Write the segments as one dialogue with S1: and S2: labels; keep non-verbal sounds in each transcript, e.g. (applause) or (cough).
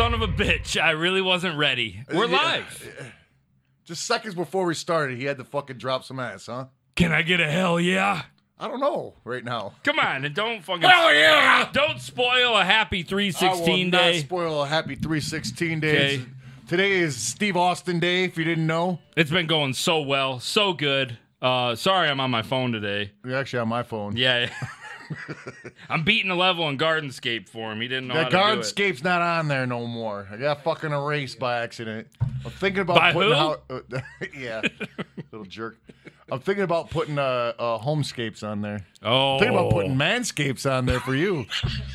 S1: of a bitch. I really wasn't ready. We're
S2: Yeah.
S1: live.
S2: Just seconds before we started, he had to fucking drop some ass, huh?
S1: Can I get a hell yeah?
S2: I don't know right now.
S1: Come on, and don't fucking
S2: yeah!
S1: don't spoil a happy 316
S2: I will
S1: day.
S2: Not spoil a happy 316 days.
S1: Okay.
S2: Today is Steve Austin Day, if you didn't know.
S1: it's been going so well, so good. Uh, sorry, I'm on my phone today.
S2: You're actually on my phone.
S1: Yeah. (laughs) I'm beating a level in Gardenscape for him. He didn't know
S2: That
S1: how to do it.
S2: Guardscape's not on there no more. I got fucking erased by accident. I'm thinking about
S1: By
S2: putting
S1: who?
S2: out. Uh, (laughs) yeah, little jerk. I'm thinking about putting uh, uh, homescapes on there.
S1: Oh,
S2: Think about putting manscapes on there for you.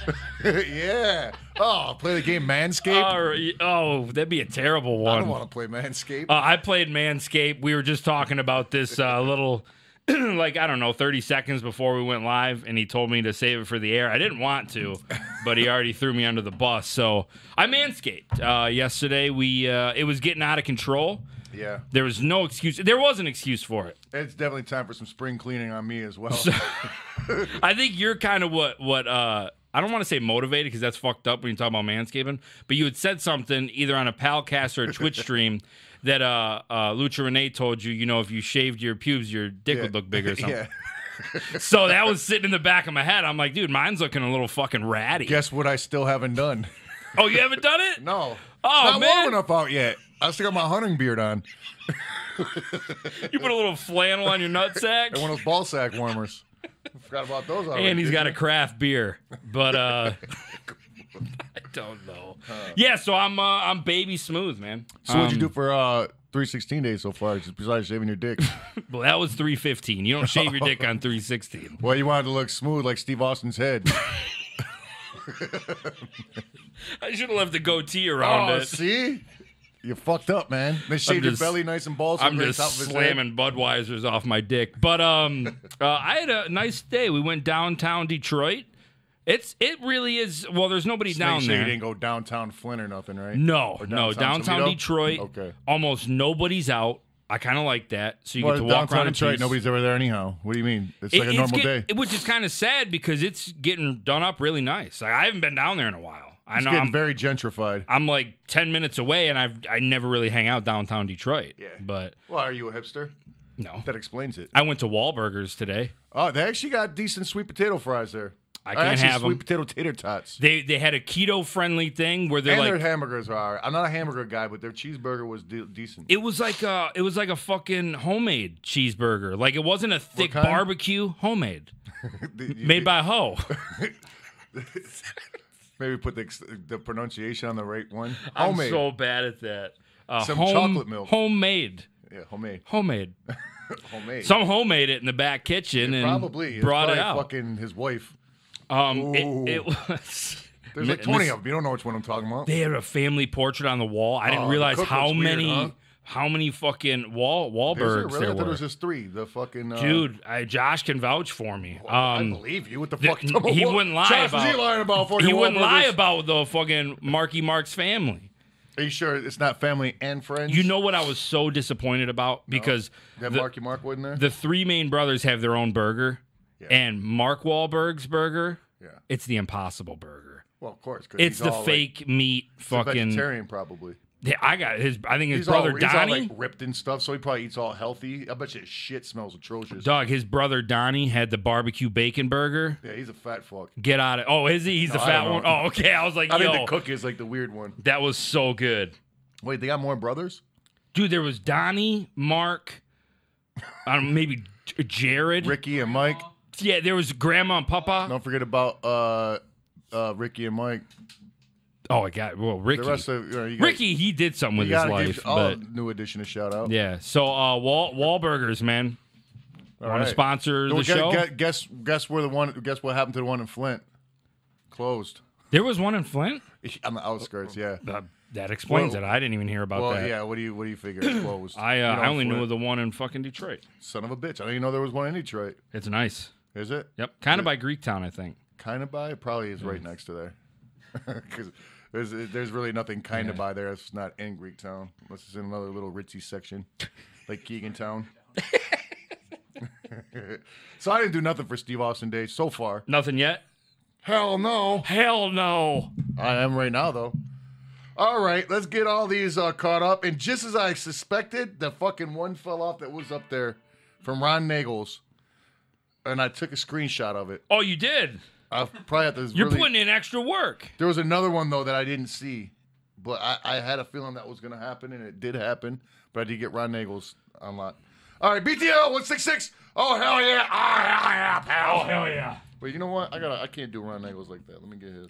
S2: (laughs) yeah. Oh, play the game Manscaped.
S1: All right. Oh, that'd be a terrible
S2: I
S1: one.
S2: don't want to play Manscaped.
S1: Uh, I played Manscaped. We were just talking about this uh, little, (clears throat) like, I don't know, 30 seconds before we went live, and he told me to save it for the air. I didn't want to, but he already threw me under the bus. So I Manscaped. Uh, yesterday, we uh, it was getting out of control.
S2: yeah.
S1: There was no excuse. There was an excuse for it.
S2: It's definitely time for some spring cleaning on
S1: (laughs)
S2: me as well.
S1: I think you're kind of what what uh I don't want to say motivated because that's fucked up when you talk about manscaping, but you had said something either on a Palcast or a
S2: (laughs)
S1: Twitch stream that uh, uh, Lucha Renee told you, you know, if you shaved your pubes, your dick would look
S2: (laughs)
S1: bigger or something.
S2: (laughs) yeah.
S1: So that was sitting in the back of my head. I'm like, dude, mine's looking a little fucking ratty.
S2: Guess what I still haven't done?
S1: Oh, you haven't done it?
S2: (laughs) No. It's
S1: (laughs) Oh,
S2: not
S1: man.
S2: warm enough out yet. I still got my hunting beard on
S1: You put a little flannel
S2: (laughs)
S1: on your nutsack?
S2: and one of those ball sack warmers. Forgot about those already.
S1: and he's
S2: didn't
S1: got a
S2: I?
S1: craft beer, but
S2: (laughs)
S1: uh, (laughs) I don't know. Yeah, so I'm uh, I'm baby smooth, man.
S2: So what'd
S1: Um,
S2: you do for uh 316 days so far, just besides shaving
S1: (laughs)
S2: your dick?
S1: Well, that was 315. You don't shave your dick on 316.
S2: well, you wanted to look smooth like Steve
S1: (laughs)
S2: Austin's head.
S1: I should have left the goatee around
S2: oh,
S1: it.
S2: see? You fucked up, man. They shaved
S1: just-
S2: your belly nice and balls.
S1: I'm just slamming Budweiser's off my dick. But
S2: (laughs)
S1: um, uh, I had a nice day. We went downtown Detroit. It's it really is. Well, there's nobody down
S2: Make sure
S1: there.
S2: you didn't go downtown Flint or nothing, right?
S1: no,
S2: Or
S1: no, downtown
S2: Toledo?
S1: Detroit.
S2: Okay.
S1: Almost nobody's out. I kind of like that. So you
S2: Well,
S1: get to walk
S2: downtown
S1: around in
S2: Detroit,
S1: peace.
S2: nobody's ever there anyhow. What do you mean? It's
S1: It-
S2: like a
S1: it's
S2: normal
S1: get-
S2: day.
S1: it- which is kind of sad because it's getting done up really nice. Like, I haven't been down there in a while. I
S2: It's
S1: know
S2: getting
S1: I'm
S2: very gentrified.
S1: I'm like ten minutes away, and I've I never really hang out downtown Detroit.
S2: Yeah.
S1: but
S2: Well, are you a hipster?
S1: no,
S2: That explains it.
S1: I went to Wahlburgers today.
S2: Oh, they actually got decent sweet potato fries there.
S1: I
S2: Or
S1: can't
S2: actually,
S1: have 'em.
S2: sweet potato tater tots.
S1: They they had a keto friendly thing where they're
S2: and their
S1: like
S2: hamburgers are. all right. I'm not a hamburger guy, but their cheeseburger was de- decent.
S1: it was like a it was like a fucking homemade cheeseburger. Like it wasn't a thick
S2: kind?
S1: barbecue, homemade,
S2: Did you-
S1: made by
S2: (laughs)
S1: Ho.
S2: maybe put the, ex- the pronunciation on the right one.
S1: I'm
S2: Homemade.
S1: so bad at that. Uh,
S2: Some
S1: home-
S2: chocolate milk.
S1: homemade,
S2: yeah, homemade.
S1: homemade.
S2: Homemade.
S1: Some homemade it in the back kitchen and
S2: probably It's
S1: brought it
S2: probably
S1: out.
S2: Fucking his wife.
S1: Um,
S2: Ooh.
S1: it, it was. (laughs)
S2: There's like
S1: Miss-
S2: 20 of them. You don't know which one I'm talking about.
S1: they had a family portrait on the wall. I
S2: Oh,
S1: didn't
S2: the
S1: realize
S2: cook
S1: how
S2: looks weird,
S1: many
S2: huh?
S1: how many fucking wall
S2: Is it
S1: Wahlbergs
S2: really?
S1: there
S2: I thought it
S1: were.
S2: was just three. The fucking uh,
S1: Dude, I, Josh can vouch for me.
S2: I
S1: Um,
S2: believe you. What the
S1: the-
S2: fuck? Tell me
S1: he
S2: what-
S1: wouldn't lie
S2: Josh, was
S1: about-
S2: he lying about fucking
S1: he wouldn't lie
S2: Wahlburgers?
S1: about the fucking Marky Mark's family.
S2: Are you sure it's not family and friends?
S1: You know what I was so disappointed about because
S2: that
S1: the,
S2: Marky Mark wasn't there.
S1: the three main brothers have their own burger,
S2: Yeah.
S1: and Mark Wahlberg's burger,
S2: yeah.
S1: it's the Impossible Burger.
S2: Well, of course. 'cause
S1: It's
S2: he's
S1: the
S2: all, like,
S1: fake meat fucking.
S2: vegetarian, probably.
S1: Yeah, I got his. I think his
S2: He's
S1: brother
S2: all, he's all
S1: Donnie.
S2: like ripped and stuff, so he probably eats all healthy. I bet you his shit smells atrocious.
S1: Dog, his brother Donnie had the barbecue bacon burger.
S2: yeah, he's a fat fuck.
S1: Get out of oh, is he? He's the
S2: I
S1: fat
S2: don't
S1: one.
S2: know.
S1: Oh, okay. I was like,
S2: I
S1: yo,
S2: think the cook is like the weird one.
S1: that was so good,
S2: Wait, they got more brothers?
S1: dude. There was Donnie, Mark, I don't maybe J- Jared.
S2: Ricky and Mike.
S1: Yeah, there was Grandma and Papa.
S2: Don't forget about uh, uh, Ricky and Mike.
S1: Oh, I got well, Ricky.
S2: The rest of you know, you got-
S1: Ricky, he did something with
S2: You
S1: his
S2: gotta
S1: life,
S2: give oh. all
S1: but
S2: new edition a shout out.
S1: yeah. So, uh, Wall Wahlburgers, man,
S2: All
S1: want
S2: right.
S1: to sponsor
S2: Well,
S1: the
S2: gu-
S1: show?
S2: gu- guess guess where the one guess what happened to the one in Flint? Closed. (laughs)
S1: There was one in Flint.
S2: On the outskirts, yeah.
S1: Uh, that explains
S2: Well-
S1: it. I didn't even hear about
S2: Well,
S1: that.
S2: yeah. What do you what do you
S1: (clears throat)
S2: figure? It's Closed.
S1: I
S2: You
S1: uh,
S2: know,
S1: I only
S2: Flint.
S1: knew of the one in fucking Detroit.
S2: Son of a bitch! I didn't even know there was one in Detroit.
S1: It's nice.
S2: Is it?
S1: Yep, Mm. kind of by Greektown, I think.
S2: Kind of by. It probably is right next to there. (laughs) Because there's there's really nothing kind of by there. It's not in Greek Town. Unless it's in another little ritzy section, like Keegan
S1: (laughs)
S2: Town. (laughs) so I didn't do nothing for Steve Austin Day so far.
S1: Nothing yet.
S2: Hell no.
S1: Hell no.
S2: I am right now though. All right, let's get all these uh, caught up. And just as I suspected, the fucking one fell off that was up there from Ron Nagels, and I took a screenshot of it.
S1: Oh, you did.
S2: I probably have to.
S1: (laughs) You're
S2: really-
S1: putting in extra work.
S2: There was another one though that I didn't see, but I, I had a feeling that was going to happen, and it did happen. But I did get Ron Nagels on lot. All right, BTL one six six. Oh hell yeah! Oh hell yeah, pal!
S1: hell yeah.
S2: But you know what? I got I can't do Ron Nagels like that. Let me get his.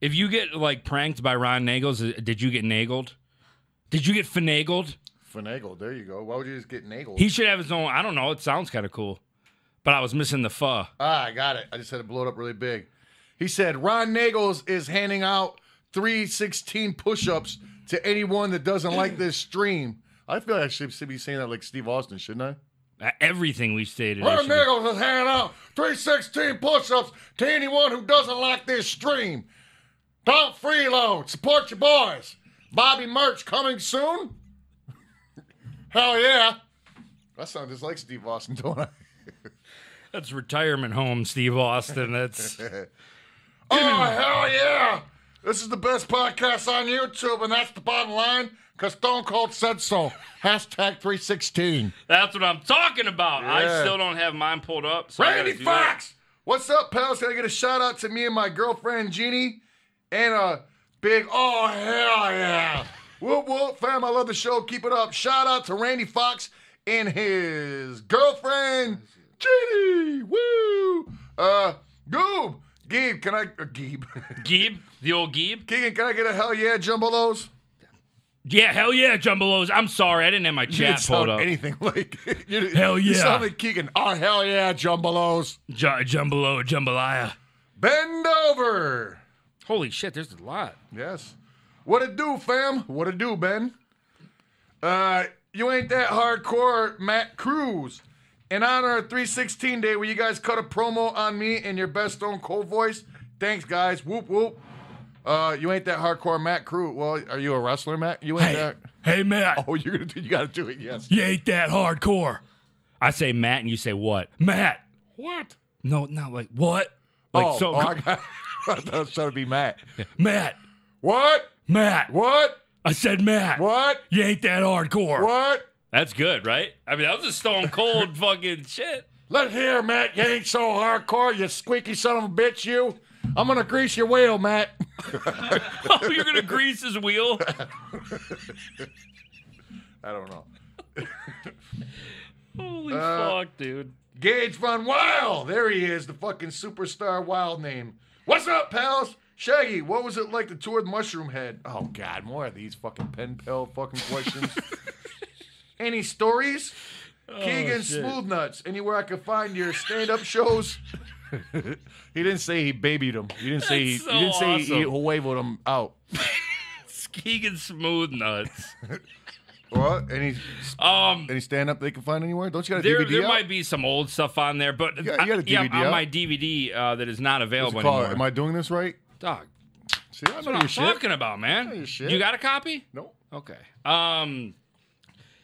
S1: If you get like pranked by Ron Nagels, uh, did you get nagled? Did you get finagled?
S2: Finagle. There you go. Why would you just get Nagels?
S1: He should have his own. I don't know. It sounds kind of cool, but I was missing the pho.
S2: Ah, I got it. I just had to blow it up really big. He said Ron Nagels is handing out 316 push ups to anyone that doesn't like this stream. I feel like I should should be saying that like Steve Austin, shouldn't
S1: Uh, Everything we stated.
S2: I?
S1: I
S2: Ron
S1: should be-
S2: Nagels is handing out 316 push ups to anyone who doesn't like this stream. Don't freeload. Support your boys. Bobby merch coming soon. (laughs) Hell yeah. That sounds just like Steve Austin, (laughs) don't I?
S1: That's retirement home, Steve Austin. (laughs) That's
S2: Oh, hell yeah! This is the best podcast on YouTube, and that's the bottom line because Stone Cold said so. Hashtag 316.
S1: that's what I'm talking about. I
S2: Yeah.
S1: still don't have mine pulled up. So I gotta
S2: Randy
S1: do that.
S2: Fox! What's up, pals? Can I get a shout out to me and my girlfriend, Jeannie? And a big, oh, hell yeah! Whoop, whoop, fam, I love the show. Keep it up. Shout out to Randy Fox and his girlfriend, Jeannie! Woo! Uh, Goob! Geeb, can I, uh, Geeb. (laughs)
S1: Geeb, the old Geeb.
S2: Keegan, can I get a hell yeah jumbolos?
S1: Yeah, hell yeah, Jumbolos. I'm sorry, I didn't have my
S2: You
S1: chat
S2: didn't
S1: pulled
S2: sound
S1: up.
S2: anything (laughs) like you,
S1: Hell
S2: You
S1: yeah.
S2: sounded Keegan. Oh hell yeah, jumbolos.
S1: Ju- Jumbolo, Jambalaya.
S2: Bend over.
S1: Holy shit, there's a lot.
S2: Yes. What it do, fam? What it do, Ben? Uh, you ain't that hardcore, Matt Cruz. In honor of 316 Day, where you guys cut a promo on me in your best Stone Cold voice. Thanks, guys. Whoop whoop. Uh, you ain't that hardcore, Matt Cruz. Well, are you a wrestler, Matt? You ain't that.
S1: hey Matt,
S2: Oh, you're gonna do. You gotta do it. Yes.
S1: you ain't that hardcore. I say Matt, and you say what? Matt.
S2: What?
S1: No, not like what? Like
S2: oh,
S1: so,
S2: oh, I, got, (laughs) I thought it was trying to be Matt.
S1: Matt,
S2: What?
S1: Matt.
S2: What?
S1: I said Matt.
S2: What?
S1: You ain't that hardcore.
S2: What?
S1: That's good, right? I mean, that was a stone cold (laughs) fucking shit.
S2: Let hear, Matt. You ain't so hardcore, you squeaky son of a bitch, you. I'm gonna grease your wheel, Matt. (laughs)
S1: Oh, you're gonna grease his wheel?
S2: I don't know.
S1: Holy
S2: Uh,
S1: fuck, dude.
S2: Gage Von Wild. There he is, the fucking superstar wild name. What's up, pals? Shaggy, what was it like to tour with Mushroom Head? Oh God, more of these fucking pen pal fucking (laughs) questions. Any stories? Oh, Keegan
S1: shit.
S2: Smooth Nuts. Anywhere I could find your stand-up shows. (laughs) he didn't say he babied him. He didn't say he,
S1: That's so
S2: he didn't say he, he
S1: awesome.
S2: waveled him out.
S1: Keegan Smooth Nuts.
S2: What? Any Uh,
S1: Um,
S2: any stand-up they can find anywhere? Don't you got a
S1: there,
S2: DVD
S1: there
S2: out?
S1: might be some old stuff on there, but
S2: got- you got a
S1: yeah,
S2: DVD
S1: on
S2: out?
S1: my DVD uh, that is not
S2: What's
S1: available
S2: it called?
S1: anymore.
S2: Am I doing this right?
S1: Dog,
S2: See, I know
S1: what I'm
S2: your shit.
S1: talking about, man.
S2: your shit.
S1: You got a copy?
S2: Nope.
S1: Okay. Um,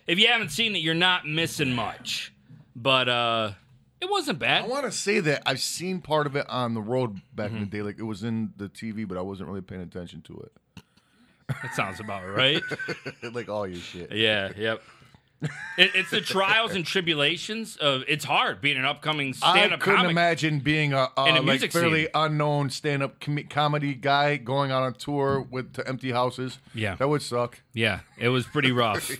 S1: if you haven't seen it, you're not missing much. But uh, it wasn't
S2: I
S1: bad.
S2: want to say that I've seen part of it on the road back
S1: Mm-hmm.
S2: in the day. Like it was in the TV, but I wasn't really paying attention to
S1: That sounds about
S2: (laughs)
S1: right.
S2: it. like all your shit.
S1: yeah. Yep. It, it's the trials and tribulations of. It's hard being an upcoming
S2: I
S1: stand-up
S2: couldn't
S1: comic.
S2: imagine being a, uh,
S1: In a
S2: like
S1: music
S2: fairly
S1: scene.
S2: unknown stand-up com- comedy guy going out on tour with to empty houses.
S1: Yeah.
S2: that would suck. (laughs)
S1: Yeah, it was pretty rough.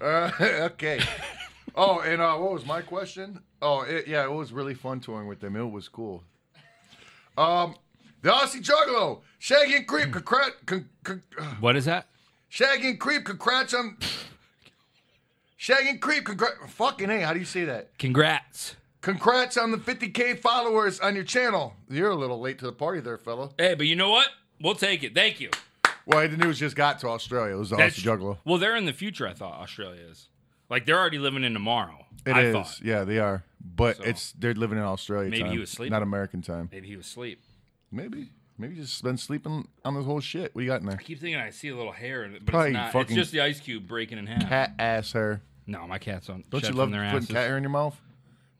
S2: Uh,
S1: (laughs)
S2: okay. oh, and uh, what was my question? Oh, it, yeah, it was really fun touring with them. It was cool. Um, the Aussie Juggalo, Shaggy and Creep, congrat, con, con, uh,
S1: what is that?
S2: Shaggy and Creep, congrats on. Shaggy and Creep, congrats. Fucking hey, how do you say that?
S1: Congrats.
S2: Congrats on the 50k followers on your channel. You're a little late to the party, there, fella.
S1: Hey, but you know what? We'll take it. Thank you.
S2: Well, the news just got to Australia. It was the Aussie Oh, Juggalo.
S1: Well, they're in the future. I thought Australia is like they're already living in tomorrow.
S2: It is,
S1: I thought
S2: yeah, they are, but
S1: So-
S2: it's they're living in Australia.
S1: Maybe
S2: time,
S1: he was sleeping.
S2: not American time.
S1: maybe he was asleep.
S2: Maybe. Maybe you just been sleeping on this whole shit. What you got in there?
S1: I keep thinking I see a little hair, in it, but
S2: Probably
S1: it's not. It's
S2: fucking-
S1: just the ice cube breaking in half.
S2: Cat ass hair.
S1: No, my cats on.
S2: Don't you love
S1: their
S2: putting
S1: asses.
S2: cat hair in your mouth?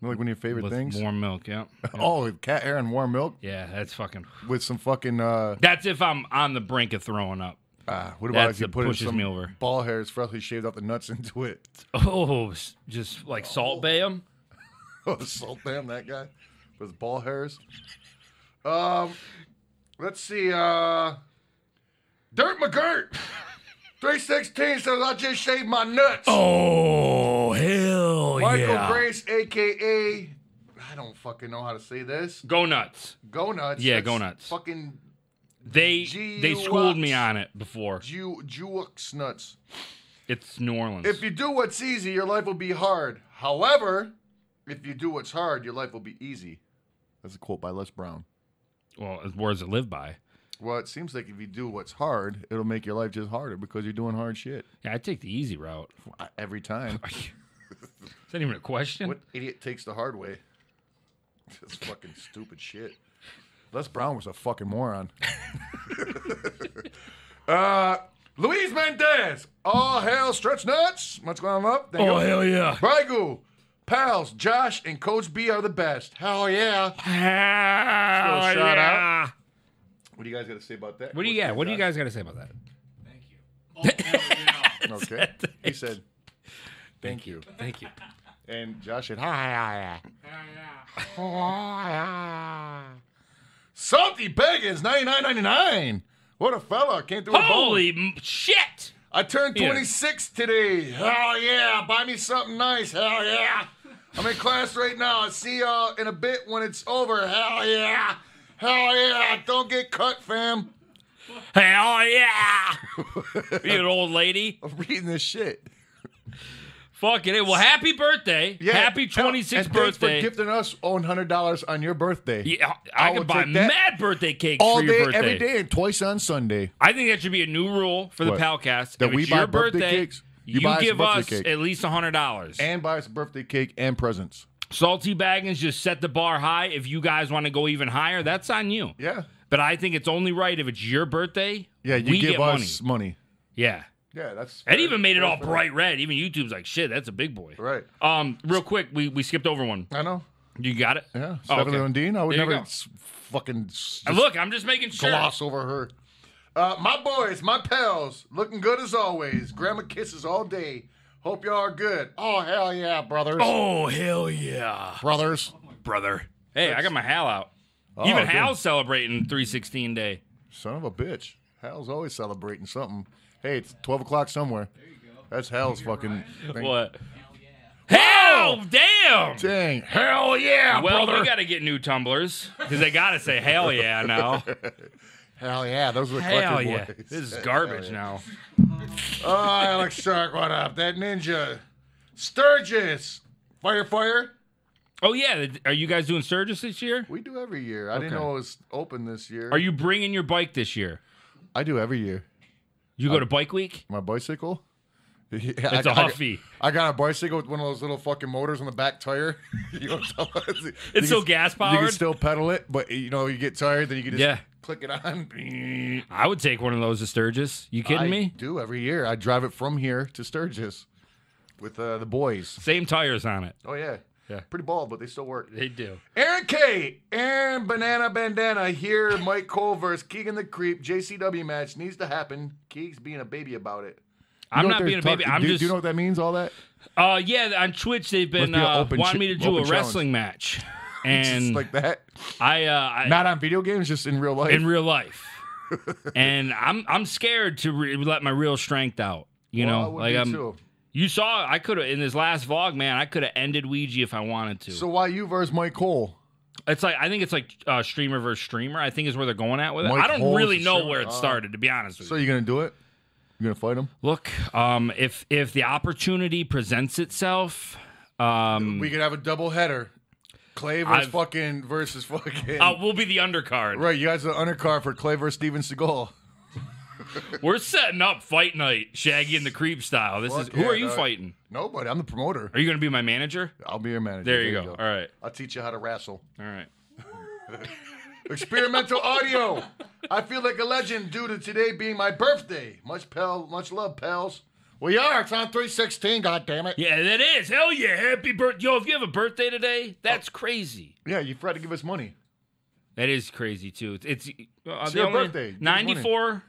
S2: Like one of your favorite
S1: with
S2: things?
S1: warm milk.
S2: (laughs)
S1: Yeah.
S2: Oh, cat hair and warm milk
S1: Yeah, that's fucking.
S2: with some fucking. uh
S1: That's if I'm on the brink of throwing up.
S2: ah, What about
S1: That's
S2: if you
S1: that
S2: put in
S1: pushes
S2: some
S1: me over.
S2: ball hairs freshly shaved off the nuts (laughs) into it?
S1: Oh, s- just like salt bay 'em?
S2: Oh, salt damn that guy with his ball hairs. Um, let's see. Uh, Dirt McGirt, (laughs) three sixteen says I just shaved my nuts.
S1: Oh hell
S2: Michael Grace, aka I don't fucking know how to say this.
S1: Go nuts.
S2: Go nuts.
S1: Yeah,
S2: That's
S1: go nuts.
S2: Fucking
S1: They they
S2: G-Wux.
S1: schooled me on it before.
S2: Jew Jewux nuts.
S1: It's New Orleans.
S2: If you do what's easy, your life will be hard. However, if you do what's hard, your life will be easy. That's a quote by Les Brown.
S1: well, it's words that live by.
S2: Well, it seems like if you do what's hard, it'll make your life just harder because you're doing hard shit
S1: Yeah, I take the easy route. (laughs)
S2: every time.
S1: Is that even a question?
S2: what idiot takes the hard way? That's fucking stupid shit. Les Brown was a fucking moron. uh, Luis Mendez, all hail stretch nuts. What's going on up? Thank you.
S1: Oh, hell yeah!
S2: Brigu, pals, Josh and Coach B are the best. Hell yeah.
S1: Hell
S2: shout
S1: yeah.
S2: What do you guys got to say about that?
S1: What do you got? What do you guys got to say about that? Oh,
S2: Okay. He said, thank you.
S1: (laughs) Thank you.
S2: And Josh said, hi, hi, hi. Salty Beggins, ninety nine ninety nine. What a fella. Came through a bowl.
S1: Holy m- shit!
S2: I turned
S1: Yeah.
S2: 26 today. Hell yeah. Buy me something nice. Hell yeah. I'm in class right now. I'll see y'all in a bit when it's over. Hell yeah. Hell yeah. Don't get cut, fam.
S1: Hell yeah! you an old lady.
S2: I'm reading this shit.
S1: Fucking it. Well, happy birthday. Happy
S2: Hell-
S1: 26th
S2: and thanks
S1: birthday.
S2: for gifting us $100 on your birthday.
S1: yeah,
S2: I
S1: I,
S2: will
S1: could buy
S2: take that
S1: mad birthday cakes
S2: All
S1: for your
S2: day,
S1: birthday.
S2: every day, and twice on Sunday.
S1: I think that should be a new rule for the
S2: What?
S1: Palcast.
S2: That
S1: if
S2: we
S1: it's
S2: buy
S1: your
S2: birthday
S1: birthday,
S2: cakes? You
S1: you,
S2: buy us a
S1: give
S2: birthday
S1: us
S2: cake.
S1: at least hundred dollars.
S2: and buy us a birthday cake and presents.
S1: Salty Baggins just set the bar high. If you guys want to go even higher, that's on you.
S2: Yeah.
S1: But I think it's only right if it's your birthday.
S2: Yeah, you
S1: we
S2: give
S1: get
S2: us
S1: money.
S2: money.
S1: Yeah.
S2: Yeah, that's.
S1: That even made it all
S2: fair.
S1: bright red. Even YouTube's like, shit, that's a big boy.
S2: Right.
S1: Um, real quick, we, we skipped over one.
S2: I know.
S1: You got it?
S2: Yeah.
S1: Oh,
S2: Stephanie
S1: okay.
S2: Lundeen. I would
S1: There you go.
S2: never s- fucking s-
S1: Uh,
S2: just
S1: Look, I'm just making sure.
S2: gloss over her. Uh, my boys, my pals, looking good as always. Grandma kisses all day. Hope y'all are good. Oh, hell yeah, brothers.
S1: Oh, hell yeah.
S2: Brothers.
S1: Brother. Hey, I got my Hal out.
S2: Oh,
S1: even
S2: good.
S1: Hal's celebrating 316 day.
S2: Son of a bitch. Hal's always celebrating something. Hey, it's 12 o'clock somewhere. There you go. That's Hal's fucking thing.
S1: What? Hell, damn.
S2: Dang. Hell yeah,
S1: Well,
S2: brother.
S1: we got to get new tumblers because they got to say
S2: (laughs)
S1: hell yeah now.
S2: hell yeah. Those were
S1: hell
S2: collected
S1: yeah.
S2: boys.
S1: This is garbage now.
S2: Oh, Alex Shark, what up? That ninja. Sturgis. Fire, fire.
S1: Oh, yeah. th- Are you guys doing Sturgis this year?
S2: We do every year. I didn't
S1: Okay.
S2: know it was open this year.
S1: Are you bringing your bike this year?
S2: I do every year.
S1: You go to bike week?
S2: My bicycle. (laughs) It's
S1: It's a Huffy.
S2: Uh, I got a bicycle with one of those little fucking motors on the back tire. (laughs) you know what I'm talking about? You
S1: It's so
S2: can-
S1: gas
S2: You can
S1: powered.
S2: still pedal it, but you know you get tired, then you can just
S1: Yeah.
S2: click
S1: (laughs)
S2: it on. Kidding
S1: I would take one of those to Sturgis. You kidding
S2: I
S1: me?
S2: do every year. I drive it from here to Sturgis with uh, the boys.
S1: Same tires on it.
S2: Oh yeah,
S1: Yeah.
S2: pretty bald, but they still work.
S1: They do.
S2: Aaron K, Aaron Banana Bandana here. (laughs) Mike Cole versus Keegan the Creep JCW match needs to happen. Keeg's being a baby about it.
S1: I'm not being a baby. I'm
S2: do,
S1: just.
S2: Do you know what that means? All that.
S1: uh, yeah, on Twitch they've been
S2: Must be an
S1: uh,
S2: open
S1: wanting
S2: ch-
S1: me to do a
S2: open
S1: wrestling
S2: (laughs)
S1: match, and
S2: just like that.
S1: I, uh, I
S2: Not on video games, just in real life.
S1: in real
S2: (laughs)
S1: life, and I'm I'm scared to re- let my real strength out. You
S2: Well, I
S1: know,
S2: would
S1: like
S2: be
S1: I'm.
S2: too.
S1: You saw I could have in this last vlog, man. I could have ended Ouija if I wanted to.
S2: So why you versus Mike Cole?
S1: It's like I think it's like uh, streamer versus streamer. I think is where they're going at with it.
S2: Mike
S1: I don't
S2: Hall's
S1: really
S2: a
S1: know
S2: streamer.
S1: where it
S2: Ah.
S1: started, to be honest with
S2: So
S1: you.
S2: you gonna do it? You gonna fight him?
S1: Look, um, if if the opportunity presents itself, um,
S2: We could have a double header. Clay versus
S1: I've-
S2: fucking versus fucking.
S1: uh, we'll be the undercard.
S2: right, you guys are the undercard for Clay versus Steven Seagal.
S1: We're setting up fight night, Shaggy and the Creep style. This is
S2: Fuck
S1: who
S2: yeah,
S1: are you
S2: dog.
S1: fighting?
S2: Nobody, I'm the promoter.
S1: Are you going to be my manager?
S2: I'll be your manager.
S1: There, you, go. All right,
S2: I'll teach you how to wrestle.
S1: all right.
S2: Experimental (laughs) audio. I feel like a legend due to today being my birthday. Much pal, much love, pals. We are. It's on 316, God damn it.
S1: Yeah, that is. Hell yeah. Happy birthday. Yo, if you have a birthday today,
S2: Oh.
S1: that's crazy.
S2: Yeah, you forgot to give us money.
S1: That is crazy, too. It's, it's, uh,
S2: It's
S1: the
S2: your
S1: only-
S2: birthday. Give money.
S1: $94.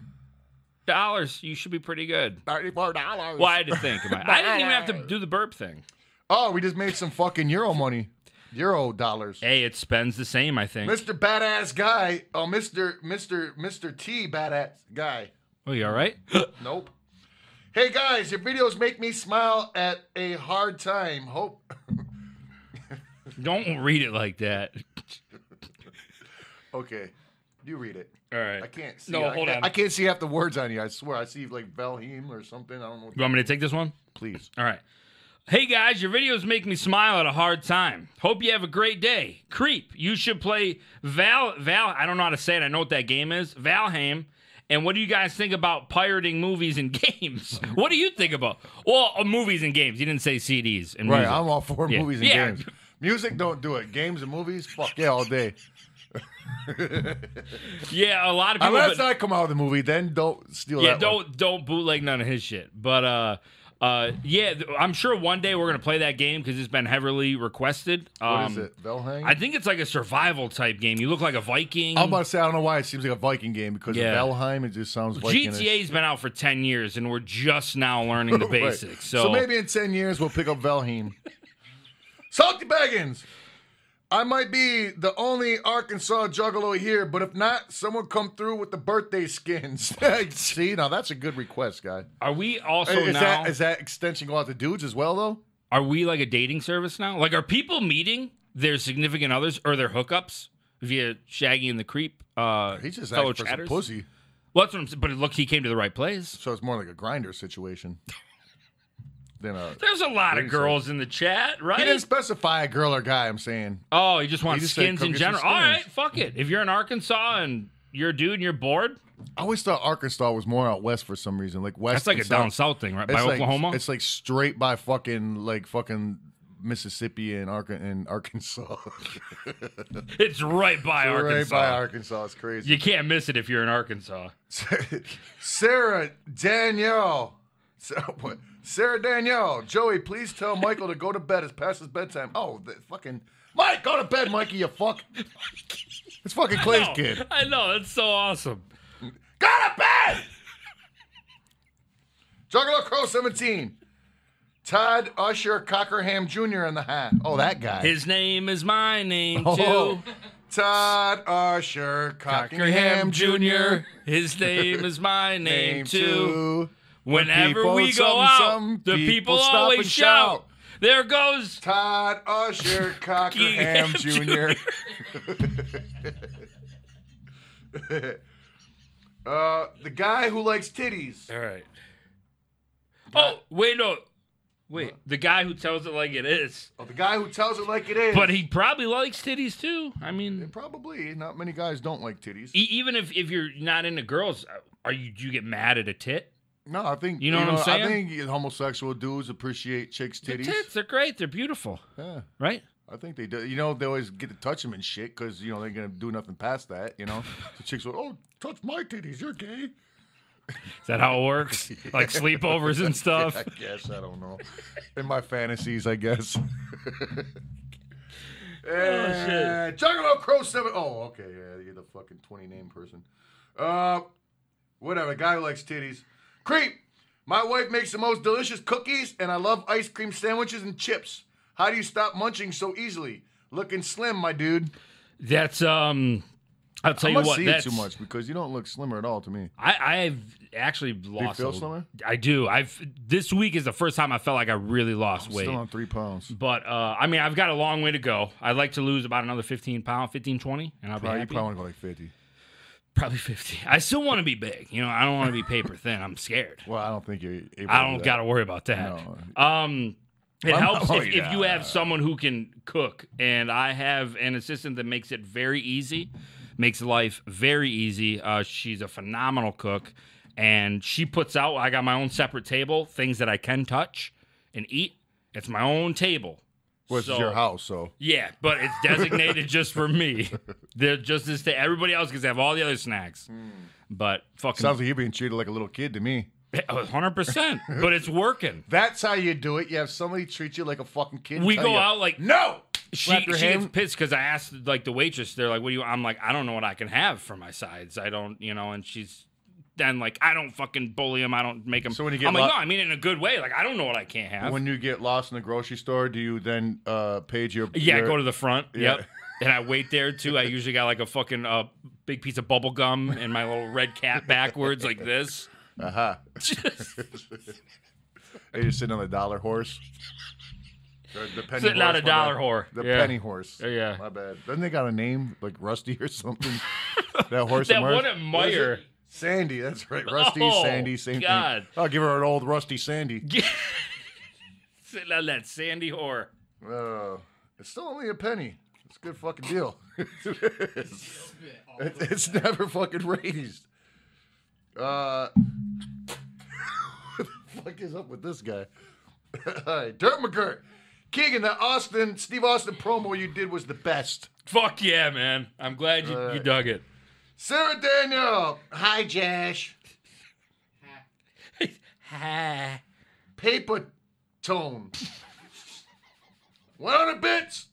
S1: You should be pretty good.
S2: $34.
S1: Well, I had to think about it. I didn't even have to do the burp thing.
S2: Oh, we just made some fucking euro money. Euro dollars.
S1: Hey, it spends the same, I think.
S2: Mr. Badass Guy. Oh, Mr. Mr. Mr. T. Badass Guy.
S1: Oh, you all
S2: (laughs)
S1: right?
S2: Nope. Hey guys, your videos make me smile at a hard time. Hope
S1: Don't read it like that.
S2: Okay. You read it.
S1: All right.
S2: I can't see.
S1: No,
S2: I
S1: hold
S2: can't-
S1: on.
S2: I can't see half the words on you. I swear. I see like Valheim or something. I don't know.
S1: You want me to take this one?
S2: Please.
S1: All right. Hey guys, your videos make me smile at a hard time. Hope you have a great day. Creep, you should play Val Val. I don't know how to say it. I know what that game is. Valheim. And what do you guys think about pirating movies and (laughs) games? what do you think about? Well, uh, movies and games. You didn't say CDs and
S2: Right.
S1: music.
S2: I'm all for
S1: Yeah.
S2: movies and
S1: Yeah.
S2: games. Music, don't do it. Games and movies, fuck yeah, all
S1: (laughs)
S2: day.
S1: yeah, a lot of people.
S2: Unless
S1: but-
S2: I come out of the movie, then don't steal
S1: yeah,
S2: that.
S1: don't
S2: one.
S1: don't bootleg none of his shit. But uh, uh, yeah, th- I'm sure one day we're gonna play that game because it's been heavily requested.
S2: What
S1: Um,
S2: is it? Valheim?
S1: I think it's like a survival type game. You look like a Viking.
S2: I'm about to say I don't know why it seems like a Viking game because
S1: Yeah.
S2: Valheim it just sounds Viking.
S1: GTA's been out for 10 years and we're just now
S2: (laughs)
S1: learning the basics. So,
S2: maybe in ten years we'll pick up (laughs) Valheim. Salty Baggins. I might be the only Arkansas juggalo here, but if not, someone come through with the birthday (laughs) skins. See, now that's a good request, guy.
S1: are we also
S2: is
S1: now
S2: that is that extension go out to dudes as well though?
S1: are we like a dating service now? Like are people meeting their significant others or their hookups via Shaggy and the Creep? Uh
S2: He's just
S1: fellow
S2: asking for some
S1: chatters?
S2: pussy,
S1: Well, that's what I'm saying, but look, he came to the right place.
S2: so it's more like a grinder situation (laughs) than (laughs) a.
S1: There's a lot of
S2: Dating
S1: girls in the chat, right?
S2: He didn't specify a girl or guy. I'm saying
S1: oh, he just wants
S2: just said,
S1: skins
S2: "Come
S1: in
S2: get some
S1: general. All right,
S2: skins.
S1: fuck it. If you're in Arkansas and you're a dude and you're bored,
S2: I always thought Arkansas was more out west for some reason. Like west.
S1: that's like
S2: and
S1: a down
S2: south.
S1: south thing, right?
S2: It's
S1: By
S2: like,
S1: Oklahoma.
S2: It's like straight by fucking like fucking Mississippi and, Ark- and Arkansas.
S1: (laughs)
S2: (laughs)
S1: It's right by
S2: Right
S1: Arkansas.
S2: by Arkansas. It's crazy.
S1: You can't miss it if you're in Arkansas.
S2: (laughs) Sarah Danielle. Sarah, what? Sarah Danielle. Joey, please tell Michael to go to bed. It's past his bedtime. Oh, the fucking Mike, go to bed, Mikey. You fuck. It's fucking Clay's
S1: Oh,
S2: kid.
S1: I know. That's so awesome.
S2: Go to bed. Juggalo Crow 17. Todd Usher Cockerham Jr. in the hat. Oh, that guy.
S1: His name is my name
S2: Oh,
S1: too.
S2: Todd Usher
S1: Cockerham
S2: Cockingham Jr.
S1: Jr. His name is my
S2: (laughs)
S1: name too.
S2: two.
S1: Whenever
S2: people-
S1: we go
S2: some-
S1: out,
S2: some
S1: the people,
S2: people stop
S1: always
S2: and
S1: shout.
S2: shout.
S1: There goes.
S2: Todd
S1: (laughs)
S2: Usher Cockerham Jr. (laughs) uh, the guy who likes titties.
S1: All right. Oh wait no, wait. The guy who tells it like it is,
S2: Oh, the guy who tells it like it is.
S1: but he probably likes titties too. I mean,
S2: Probably not many guys don't like titties.
S1: e- even if if you're not into girls, uh, are you? Do you get mad at a tit?
S2: No, I think
S1: You know what I'm
S2: I
S1: saying?
S2: think homosexual dudes appreciate chicks'
S1: The
S2: titties.
S1: tits are great. They're beautiful,
S2: Yeah.
S1: right?
S2: I think they do. You know, they always get to touch them and shit because you know they're gonna do nothing past that. You
S1: (laughs)
S2: know, the chicks will, oh, touch my titties, you're gay.
S1: Is that how it
S2: (laughs)
S1: works? Like sleepovers (laughs) and stuff.
S2: I guess I don't know. In my fantasies, I guess. (laughs)
S1: Oh,
S2: Eh, Juggalo Crow Seven. Oh, okay, yeah, you're the fucking twenty name person. Uh, whatever. Guy who likes titties. Creep. My wife makes the most delicious cookies, and I love ice cream sandwiches and chips. How do you stop munching so easily? Looking slim, my dude.
S1: That's um. I'll tell
S2: I
S1: you
S2: must
S1: what.
S2: see you
S1: that's,
S2: too much because you don't look slimmer at all to me.
S1: I I've actually lost.
S2: feel
S1: a-
S2: slimmer?
S1: I do. I've this week is the first time I felt like I really lost weight.
S2: Still on three pounds.
S1: but uh, I mean, I've got a long way to go. I'd like to lose about another 15 pound, 15, 20, and I'll
S2: Wow,
S1: be
S2: you
S1: happy.
S2: probably want to go like fifty.
S1: probably 50. I still want to be big. You know, I don't want to be paper thin. I'm scared.
S2: Well, I don't think you're able.
S1: I don't
S2: to
S1: got to worry about that.
S2: No.
S1: Um, it
S2: I'm not
S1: helps if,
S2: worried
S1: if you
S2: about
S1: have someone who can cook, and I have an assistant that makes it very easy, makes life very easy. Uh, she's a phenomenal cook, and she puts out. I got my own separate table, things that I can touch and eat. It's my own table.
S2: Which
S1: So-
S2: is your house, so
S1: Yeah, but it's designated just for me. They're just
S2: Hmm.
S1: as to everybody else because they have all the other snacks. But fucking (laughs)
S2: sounds like you're being treated like a little kid to me.
S1: hundred percent. But it's
S2: (laughs)
S1: working.
S2: That's how you do it. You have somebody treat you like a fucking kid. and
S1: We
S2: tell
S1: go
S2: you,
S1: out like
S2: no.
S1: she,
S2: Slap
S1: she
S2: your
S1: gets
S2: hand.
S1: pissed because I asked like the waitress. They're like, "What do you?" I'm like, "I don't know what I can have for my sides. I don't, you know." And she's then like, "I don't fucking bully him. I don't make him."
S2: So when you get
S1: I'm like,
S2: lo-
S1: "No, I mean in a good way. Like I don't know what I can't have."
S2: When you get lost in the grocery store, do you then uh, page your?
S1: yeah, I
S2: your-
S1: go
S2: (laughs)
S1: to the front.
S2: Yeah.
S1: Yep. And I wait there too. I usually got like a fucking uh, big piece of bubble gum and my little red cap backwards like this.
S2: Uh-huh. Are you sitting on a dollar
S1: (laughs)
S2: horse? The, the penny
S1: Sitting on
S2: horse,
S1: a
S2: my
S1: dollar
S2: bad.
S1: whore.
S2: The
S1: Yeah.
S2: penny horse.
S1: Yeah, yeah.
S2: My bad. Doesn't they got a name like Rusty or something?
S1: (laughs)
S2: that horse.
S1: That
S2: in Mars?
S1: one at Meyer.
S2: Sandy. That's right. Rusty,
S1: Oh,
S2: Sandy, same
S1: God.
S2: thing. I'll give her an old Rusty Sandy.
S1: Sitting on that sandy whore.
S2: Uh, it's still only a penny. It's a good fucking deal. (laughs) it's, it's never fucking raised. Uh, (laughs) what the fuck is up with this guy? (laughs) All right, Dirt McGirt. Keegan, that Austin, Steve Austin promo you did was the best.
S1: Fuck yeah, man. I'm glad you, you
S2: Alright.
S1: dug
S2: (laughs)
S1: it.
S2: Sarah Danielle. Hi, Josh.
S1: Ha.
S2: Paper Tone. 100 bits.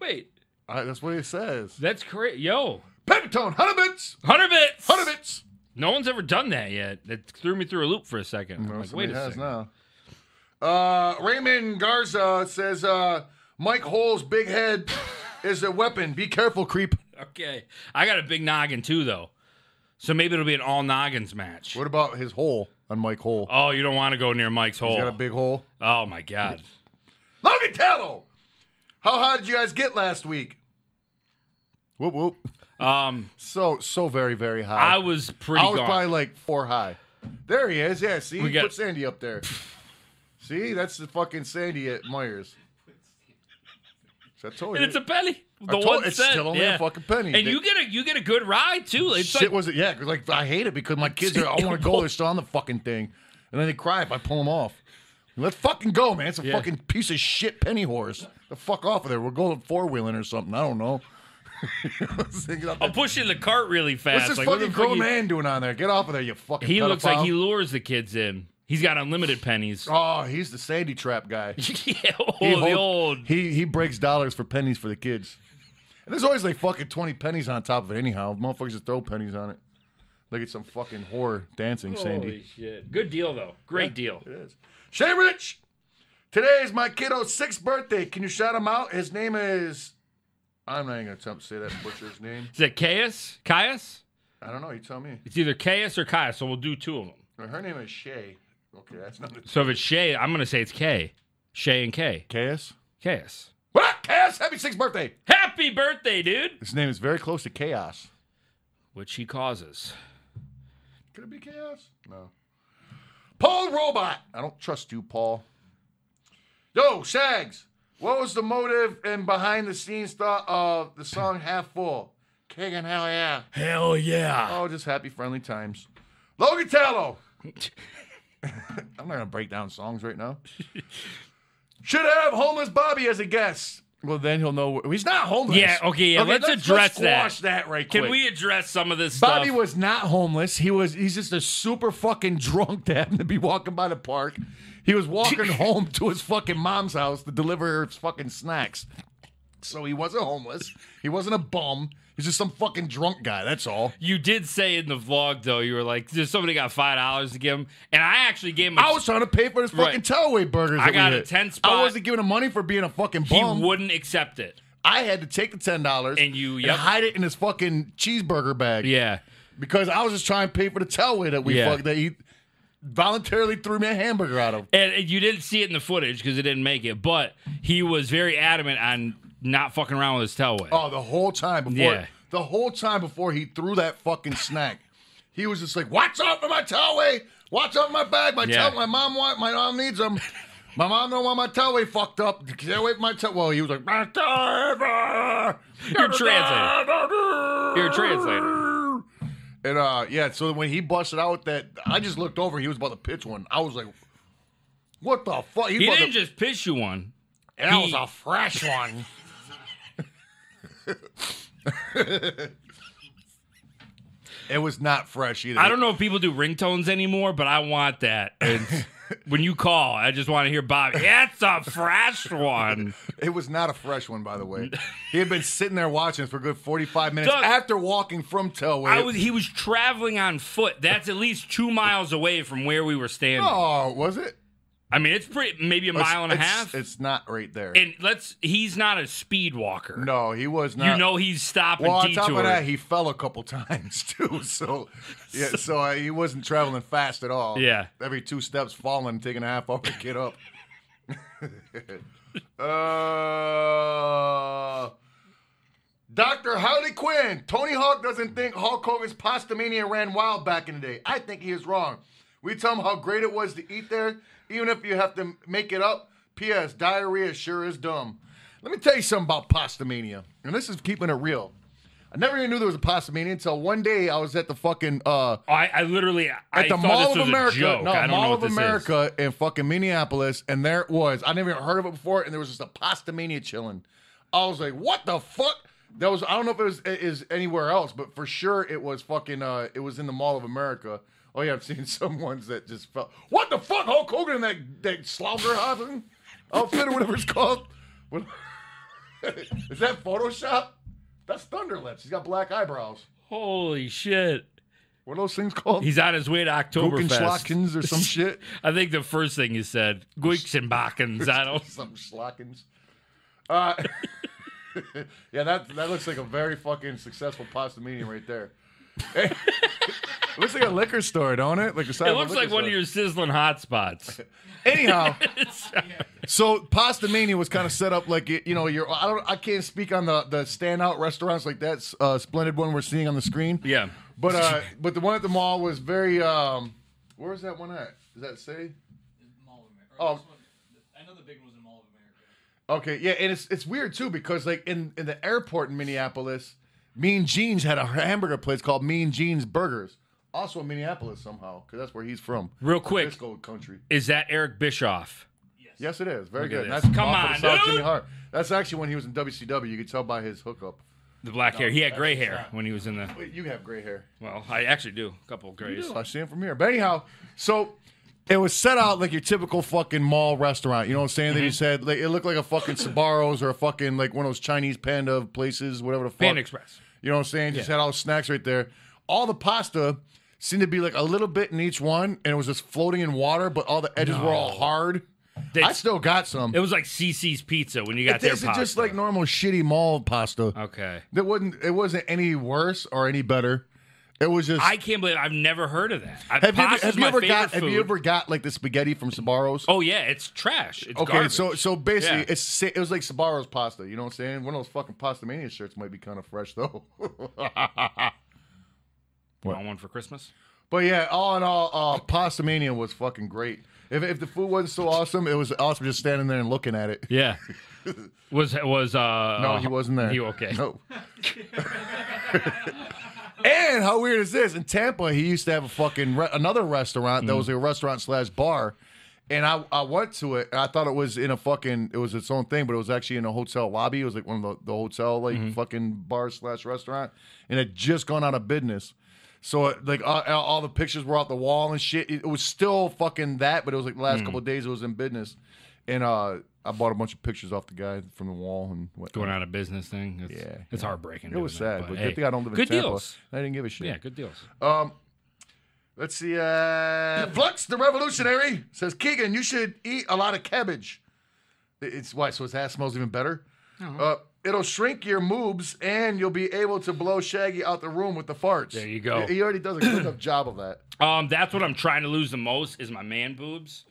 S1: Wait,
S2: All right, that's what it says.
S1: that's crazy. Yo,
S2: Paper Tone, 100 bits.
S1: 100 bits.
S2: 100 bits.
S1: No one's ever done that yet. That threw me through a loop for a second. I'm
S2: No,
S1: like,
S2: somebody
S1: wait a
S2: has
S1: second.
S2: now. Uh, Raymond Garza says, uh, Mike Hole's big head is a weapon. Be careful, creep.
S1: Okay. I got a big noggin too, though. So maybe it'll be an all noggins match.
S2: What about his hole on Mike Hole?
S1: Oh, you don't want to go near Mike's hole.
S2: He's got a big hole.
S1: oh, my God.
S2: Logan Tello! How high did you guys get last week? Whoop whoop.
S1: Um,
S2: So, so very, very
S1: I
S2: high.
S1: was pretty
S2: I was
S1: gone.
S2: probably like four high. There he is. Yeah, see?
S1: We got-
S2: Put Sandy up there. see? That's the fucking Sandy at Myers. I told
S1: and
S2: you.
S1: it's a penny. The
S2: told-
S1: one
S2: it's
S1: cent,
S2: still only a
S1: yeah.
S2: fucking penny.
S1: And
S2: They-
S1: you get a you get a good ride too. It's
S2: shit
S1: like
S2: was it? Yeah, 'cause, like I hate it because my kids are. I want to go. They're still on the fucking thing, and then they cry if I pull them off. Let's fucking go, man. It's a
S1: Yeah.
S2: fucking piece of shit penny horse. The fuck off of there. We're going four wheeling or something. I don't know. (laughs) I was thinking about
S1: I'm
S2: that.
S1: pushing the cart really fast.
S2: What's this
S1: like, what the
S2: fucking
S1: fuck
S2: grown
S1: you-
S2: man doing on there? Get off of there, you fucking.
S1: He looks
S2: pedophile.
S1: like he lures the kids in. He's got unlimited pennies.
S2: Oh, he's the Sandy Trap guy.
S1: (laughs) yeah, oh,
S2: He
S1: the
S2: holds-
S1: old.
S2: He he breaks dollars for pennies for the kids. And there's always like fucking twenty pennies on top of it. Anyhow, motherfuckers just throw pennies on it. Like it's some fucking whore dancing,
S1: (laughs)
S2: Sandy.
S1: Holy shit. Good deal though. Great deal.
S2: It is. Shay Rich, today is my kiddo's sixth birthday. Can you shout him out? His name is. I'm not even gonna attempt to say that butcher's name.
S1: Is it Caius? Caius?
S2: I don't know. You tell me.
S1: It's either Caius or Caius, so we'll do two of them.
S2: Her name is Shay. Okay, that's not.
S1: So if it's Shay, I'm gonna say it's Kay. Shay and Kay.
S2: Chaos.
S1: Caius.
S2: What up, Chaos? Happy sixth birthday.
S1: Happy birthday, dude!
S2: His name is very close to chaos.
S1: Which he causes. (laughs)
S2: Could it be chaos? No. Paul Robot. I don't trust you, Paul. Yo, Shags. What was the motive and behind the scenes thought of the song Half Full? King and hell yeah.
S1: Hell yeah.
S2: Oh, just happy, friendly times. Logan Tallow. I'm not gonna break down songs right now. (laughs) Should have homeless Bobby as a guest. Well, then he'll know he's not homeless.
S1: Yeah, okay, yeah, let's address that.
S2: squash that. right
S1: Can
S2: quick.
S1: we address some of this
S2: Bobby
S1: stuff?
S2: was not homeless. He was he's just a super fucking (laughs) drunk that happened to be walking by the park. He
S1: (laughs)
S2: was walking home to his fucking mom's house to deliver her fucking snacks. So he wasn't homeless. He wasn't a bum. He's just some fucking drunk guy. That's all.
S1: you did say in the vlog though, you were like, "There's somebody got five dollars to give him," and I actually gave him. A
S2: I was trying to pay for this fucking
S1: Right.
S2: Tellaway burgers.
S1: I
S2: that we
S1: got a
S2: hit.
S1: 10 spot.
S2: I wasn't giving him money for being a fucking
S1: he
S2: bum.
S1: wouldn't accept it.
S2: I had to take the ten dollars
S1: And you- yep.
S2: hide it in his fucking cheeseburger bag.
S1: Yeah.
S2: because I was just trying to pay for the Tellaway that we
S1: Yeah.
S2: fuck that he voluntarily threw me a hamburger out of.
S1: And, and you didn't see it in the footage because it didn't make it, but he was very adamant on not fucking around with his tailway.
S2: Oh, the whole time before
S1: Yeah.
S2: the whole time before he threw that fucking snack, he was just like, "Watch out for my Tellaway! Watch out for my bag! My
S1: Yeah.
S2: towel, my mom want, my mom needs them." My mom don't want my Tellaway fucked up. Get away from my Tellaway. Well, he was like, my Tellaway!
S1: You're translating. You're translating.
S2: And uh, yeah, so when he busted out with that, I just looked over. He was about to pitch one. I was like, "What the fuck?"
S1: he
S2: about
S1: didn't
S2: to-
S1: just pitch you one.
S2: and that
S1: he-
S2: was a fresh one. It was not fresh either.
S1: I don't know if people do ringtones anymore, but I want that.
S2: (laughs)
S1: And when you call, I just want to hear Bobby. That's a fresh
S2: (laughs)
S1: one.
S2: It was not a fresh one, by the way. He had been sitting there watching us for a good 45 minutes
S1: Doug,
S2: after walking from Tellway.
S1: I was he was traveling on foot. That's at least two miles away from where we were standing.
S2: oh, was it?
S1: I mean, it's pretty maybe a mile and a
S2: It's-
S1: half.
S2: It's not right there.
S1: and let's he's not a speed walker.
S2: no, he was not.
S1: you know he's stopping
S2: Well, on
S1: detours.
S2: top of that, he fell a couple (laughs) times too. So, yeah, so uh, he wasn't traveling fast at all.
S1: Yeah.
S2: every two steps, falling, taking a half hour to get up. (laughs) uh, Doctor Howdy Quinn, Tony Hawk doesn't think Hulk Hogan's pasta mania ran wild back in the day. I think he is wrong. We tell him how great it was to eat there, even if you have to make it up. P.S. Diarrhea sure is dumb. Let me tell you something about pasta mania, and this is keeping it real. I never even knew there was a pasta mania until one day I was at the fucking uh,
S1: I, I literally I
S2: at the
S1: thought
S2: Mall
S1: this
S2: of
S1: was
S2: America.
S1: a joke.
S2: No,
S1: I don't
S2: Mall
S1: know
S2: of
S1: what this is.
S2: America in fucking Minneapolis, and there it was. I never even heard of it before, and there was just a pasta mania chilling. I was like, what the fuck? That was I don't know if it was it is anywhere else, but for sure it was fucking uh it was in the Mall of America. Oh yeah, I've seen (laughs) some ones that just felt what the fuck Hulk Hogan and that that Slaughterhousing outfit or whatever it's called. (laughs) What- is that Photoshop? That's Thunderlips. He's got black eyebrows.
S1: Holy shit!
S2: What are those things called?
S1: He's on his way to Oktoberfest.
S2: Guckenschlackens or
S1: (laughs)
S2: some shit.
S1: I think the first thing he said, Guiks and Bachens. I
S2: (laughs)
S1: don't.
S2: some schlockins. Uh, (laughs) yeah, that that looks like a very fucking successful pasta medium
S1: (laughs)
S2: right there. Hey, looks like a liquor store, don't it? Like
S1: It looks like one of your (laughs) sizzling hot
S2: (laughs)
S1: spots.
S2: Anyhow, so Pasta Mania was kind of set up like it, you know, your I don't I can't speak on the the standout restaurants like that uh, splendid one we're seeing on the screen.
S1: Yeah.
S2: But uh but the one at the mall was very um where was that one at? Does that say?
S3: Mall of America.
S2: Oh.
S3: this one, I know the big one was in Mall of America.
S2: Okay, yeah, and it's it's weird too because like in in the airport in Minneapolis, Mean Jeans had a hamburger place called Mean Jeans Burgers, also in Minneapolis somehow because that's where he's from.
S1: Real quick,
S2: Frisco country.
S1: is that Eric Bischoff?
S2: Yes, it is very
S1: at
S2: good.
S1: this.
S2: That's
S1: Come
S2: off of
S1: on,
S2: the South
S1: dude.
S2: Jimmy Hart. That's actually when he was in WCW. You could tell by his hookup.
S1: The black hair. He had gray
S2: that's
S1: hair
S2: not-
S1: when he was in the.
S2: Wait, you have gray hair.
S1: Well, I actually do. A couple of grays.
S2: I see him from here. But anyhow, so it was set out like your typical fucking mall restaurant. You know what I'm saying?
S1: Mm-hmm.
S2: They just had like it looked like a fucking Sbarro's or a fucking like one of those Chinese panda places, whatever the fuck.
S1: Pan Express.
S2: You know what I'm saying? Just had all the snacks right there. All the pasta seemed to be like a little bit in each one, and it was just floating in water, but all the edges were all hard. I
S1: That's-
S2: still got some.
S1: It was like CC's Pizza when you got their
S2: This is
S1: pasta. Uh,
S2: just like normal shitty mall pasta.
S1: okay.
S2: That wasn't. It wasn't any worse or any better. It was just.
S1: I can't believe I've never heard of that. I-
S2: have you ever,
S1: pasta's
S2: have you
S1: my
S2: ever
S1: favorite
S2: got? Have you
S1: food.
S2: ever got like the spaghetti from Sbarro's?
S1: Oh yeah, it's trash. It's
S2: Okay,
S1: garbage.
S2: so so basically,
S1: Yeah.
S2: it's sa- it was like Sbarro's pasta. You know what I'm saying? One of those fucking pasta mania shirts might be kind of fresh though. (laughs)
S1: want one for Christmas?
S2: But yeah, all in all, uh, Pasta Mania was fucking great. If, if the food wasn't so awesome, it was awesome just standing there and looking at it.
S1: Yeah. (laughs) was was uh
S2: No, he wasn't there.
S1: You okay?
S2: No. and how weird is this? In Tampa, he used to have a fucking re- another restaurant
S1: Mm.
S2: that was a restaurant slash bar, and I I went to it and I thought it was in a fucking it was its own thing, but it was actually in a hotel lobby. It was like one of the, the hotel like
S1: Mm-hmm.
S2: fucking bar slash restaurant, and it had just gone out of business. So it, like all, all the pictures were off the wall and shit. It, it was still fucking that, but it was like the
S1: Mm.
S2: last couple of days it was in business, and uh, I bought a bunch of pictures off the guy from the wall and
S1: (laughs)
S2: whatnot.
S1: Going out of business thing. It's,
S2: Yeah,
S1: it's heartbreaking.
S2: It was
S1: isn't
S2: sad, but,
S1: hey,
S2: good thing I don't live in
S1: good
S2: Tampa.
S1: deals.
S2: I didn't give a shit.
S1: Yeah, good deals.
S2: Let's see. Uh, Flux the Revolutionary says, Keegan, you should eat a lot of cabbage. It's why, so his ass smells even better.
S1: Oh.
S2: Uh, it'll shrink your moobs, and you'll be able to blow Shaggy out the room with the farts. There
S1: you go.
S2: He already does a good enough job of that.
S1: Um, that's what I'm trying to lose the most is my man boobs.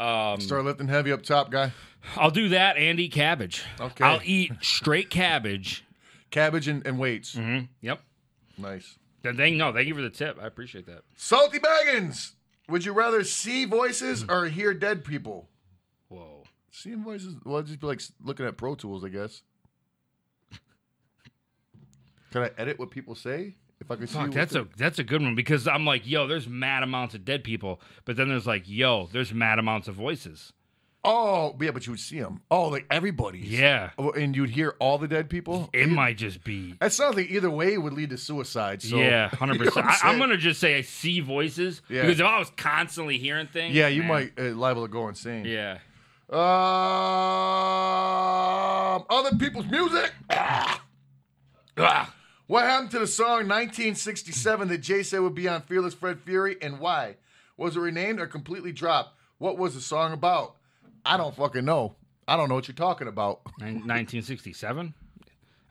S1: Um,
S2: (clears throat) Start lifting heavy up top, guy.
S1: I'll do that and eat cabbage.
S2: Okay.
S1: I'll eat straight cabbage.
S2: Cabbage and, and weights.
S1: Yep.
S2: Nice.
S1: Th- Thank no, thank you for the tip. I appreciate that.
S2: Salty Baggins, would you rather see voices or hear dead people?
S1: Whoa.
S2: Seeing voices, well, it'd just be like s- looking at Pro Tools, I guess. Can I edit what people say? If I could see,
S1: Fuck,
S2: what
S1: that's
S2: the-
S1: a that's a good one because I'm like, yo, there's mad amounts of dead people, but then there's like, yo, there's mad amounts of voices.
S2: Oh, yeah, but you would see them. Oh, like everybody's.
S1: Yeah.
S2: Oh, And you'd hear all the dead people.
S1: It might just be.
S2: That sounds like either way would lead to suicide. So (laughs)
S1: yeah, hundred
S2: You know what
S1: percent.
S2: I'm
S1: I'm
S2: saying?
S1: gonna just say I see voices
S2: Yeah.
S1: because if I was constantly hearing things,
S2: Yeah, you
S1: man.
S2: might uh, liable to go insane.
S1: Yeah,
S2: Um, other people's music. Ah. Ah. What happened to the song 1967 that Jay said would be on Fearless Fred Fury and why? Was it renamed or completely dropped? What was the song about? I don't fucking know. I don't know what you're talking about. (laughs)
S1: Nin- 1967.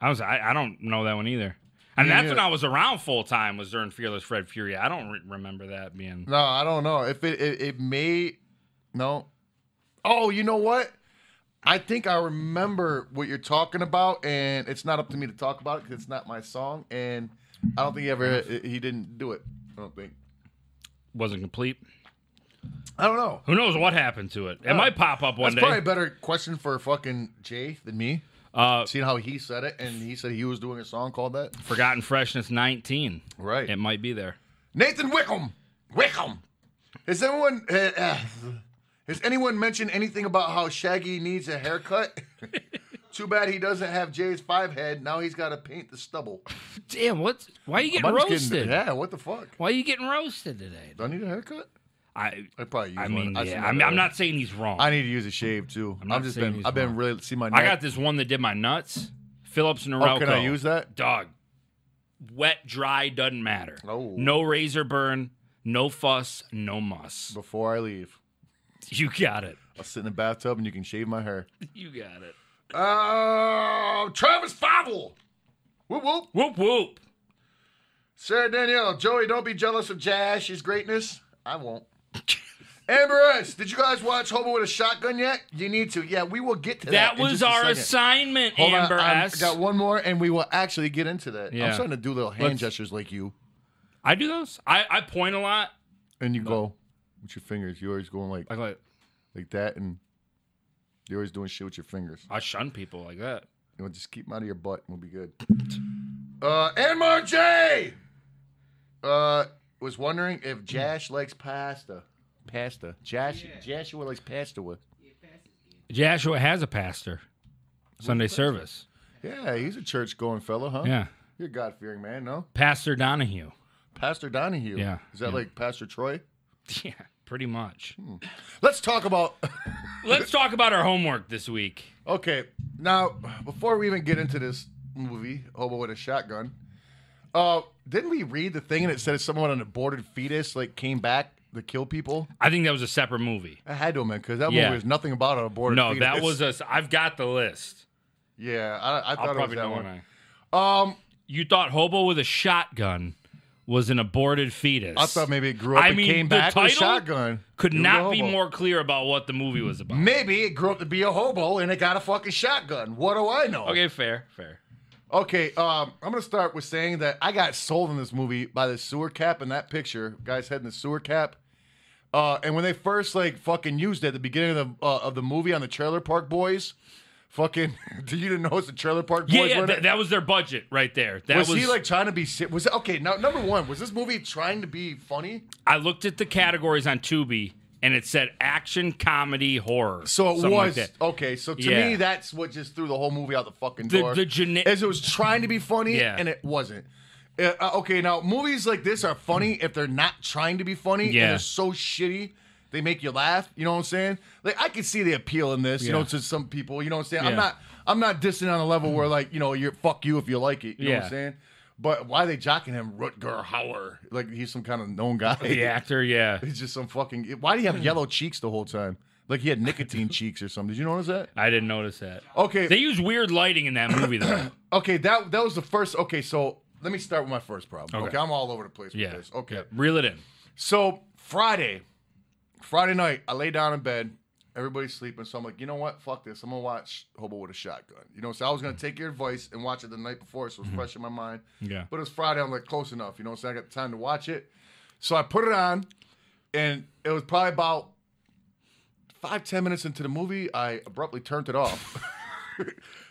S1: I was. I, I don't know that one either. And
S2: Me
S1: that's
S2: neither.
S1: when I was around full time was during Fearless Fred Fury. I don't re- remember that being.
S2: No, I don't know. If it, it it may no. Oh, you know what? I think I remember what you're talking about, and it's not up to me to talk about it because it's not my song, and I don't think he ever he didn't do it. I don't think.
S1: wasn't complete.
S2: I don't know.
S1: Who knows what happened to it? It might pop up one
S2: That's
S1: day.
S2: probably a better question for fucking Jay than me.
S1: Uh,
S2: Seeing how he said it, and he said he was doing a song called that.
S1: Forgotten Freshness 19.
S2: Right.
S1: It might be there.
S2: Nathan Wickham. Wickham. Has anyone uh, uh, has anyone mentioned anything about how Shaggy needs
S1: (laughs)
S2: a haircut? Too bad he doesn't have Jay's five head. Now he's got to paint the stubble.
S1: Damn, what? Why are you getting
S2: I'm just
S1: roasted?
S2: kidding. Yeah, what the fuck?
S1: Why are you getting roasted today?
S2: Do I need a haircut?
S1: I
S2: I probably use
S1: I
S2: one.
S1: mean,
S2: see
S1: yeah,
S2: my
S1: I mean, I'm
S2: hair.
S1: not saying he's wrong.
S2: I need to use a shave too.
S1: I'm
S2: I'm,
S1: not
S2: just
S1: saying
S2: been.
S1: he's
S2: I've been
S1: wrong.
S2: really see my. Neck.
S1: I got this one that did my nuts. Phillips and Norelco.
S2: Oh, can I use that?
S1: Dog. Wet, dry, doesn't matter.
S2: Oh.
S1: No razor burn, no fuss, no
S2: (laughs)
S1: muss.
S2: Before I leave,
S1: You got it.
S2: I'll sit in the bathtub and you can shave my hair.
S1: You got it.
S2: Uh, Travis Favel. Whoop whoop.
S1: Whoop whoop.
S2: Sarah Danielle, Joey, don't be jealous of Jazz. She's greatness. I (laughs) won't. Amber S, did you guys watch Hobo with a Shotgun yet? You need to. Yeah, we will get to that.
S1: That
S2: in
S1: was
S2: just a
S1: our
S2: second.
S1: assignment,
S2: Hold on,
S1: Amber
S2: I'm-
S1: S.
S2: got one more, and we will actually get into that.
S1: Yeah.
S2: I'm starting to do little hand
S1: Let's-
S2: gestures like you,
S1: I do those. I, I point a lot.
S2: and you go with your fingers. You're always going like
S1: Like, like
S2: like that, and you're always doing shit with your fingers.
S1: I shun people like that.
S2: You know, just keep them out of your butt, and we'll be good. Uh, Anmar J uh, was wondering if Jash likes pasta. Pasta. Jash. Joshua likes pasta with.
S1: Joshua has a pastor. Sunday service.
S2: Yeah, he's a church-going fella, huh?
S1: Yeah.
S2: You're God-fearing man, no?
S1: Pastor Donahue.
S2: Pastor Donahue.
S1: Yeah,
S2: Is that
S1: yeah.
S2: like Pastor Troy?
S1: (laughs) Yeah, pretty much.
S2: Hmm. Let's talk about. (laughs)
S1: Let's talk about our homework this week.
S2: Okay, now before we even get into this movie, Hobo with a Shotgun, uh, didn't we read the thing and it said someone on an aborted fetus like came back to kill people?
S1: I think that was a separate movie.
S2: I had to, man, because that
S1: Yeah.
S2: movie was nothing about an aborted.
S1: No,
S2: fetus.
S1: that was us. I've got the list.
S2: (laughs) Yeah, I, I
S1: I'll
S2: thought it was
S1: probably
S2: that
S1: know
S2: one.
S1: when I.
S2: Um,
S1: You thought Hobo with a Shotgun was an aborted fetus.
S2: I thought maybe it grew up
S1: I
S2: and
S1: mean,
S2: came
S1: the
S2: back with a
S1: title
S2: shotgun.
S1: Could
S2: It was a
S1: not be
S2: hobo.
S1: more clear about what the movie was about.
S2: Maybe it grew up to be a hobo and it got a fucking shotgun. What do I know?
S1: Okay, fair, fair.
S2: Okay. Um, I'm gonna start with saying that I got sold in this movie by the sewer cap in that picture. Guys heading the sewer cap. Uh, and when they first like fucking used it at the beginning of the uh, of the movie on the Trailer Park Boys, fucking, (laughs) you didn't know it's the Trailer Park Boys?
S1: Yeah, yeah
S2: weren't
S1: th-
S2: it?
S1: that was their budget right there. That
S2: was, he like trying to be si- was it, okay now number one was this movie trying to be funny
S1: I looked at the categories on Tubi and it said action, comedy, horror.
S2: so it
S1: something like
S2: was
S1: that.
S2: okay so to
S1: Yeah.
S2: me that's what just threw the whole movie out the fucking
S1: The-
S2: door
S1: the gene-
S2: is it was trying to be funny
S1: Yeah.
S2: and it wasn't Uh, uh, okay now movies like this are funny if they're not trying to be funny
S1: Mm. Yeah.
S2: and they're so shitty they make you laugh you know what i'm saying like i can see the appeal in this you know
S1: Yeah.
S2: to some people you know what i'm saying
S1: Yeah.
S2: i'm not i'm not dissing on a level where like you know you're fuck you if you like it you know what
S1: Yeah.
S2: i'm saying but why are they jocking him Rutger Hauer? Like he's some kind of known guy.
S1: The
S2: (laughs)
S1: actor, (laughs) yeah. Hmm.
S2: It's just some fucking. Why do you have yellow cheeks the whole time? Like he had
S1: (laughs)
S2: nicotine cheeks or something. Did you notice that?
S1: I didn't notice that.
S2: Okay,
S1: They use weird lighting in that movie,
S2: (coughs)
S1: though.
S2: okay, that that was the first. Okay, so let me start with my first problem. Okay,
S1: Okay.
S2: I'm all over the place with
S1: Yeah.
S2: this. Okay,
S1: Yeah, Reel it in.
S2: so Friday, Friday night, I lay down in bed. Everybody's sleeping, so I'm like, you know what? Fuck this. I'm gonna watch Hobo with a Shotgun. You know, so I was gonna take your advice and watch it the night before, so it was fresh in my mind.
S1: Mm-hmm. Yeah.
S2: But it's Friday. I'm like close enough, you know. So I got time to watch it. So I put it on, and it was probably about five ten minutes into the movie. I abruptly turned it off. (laughs)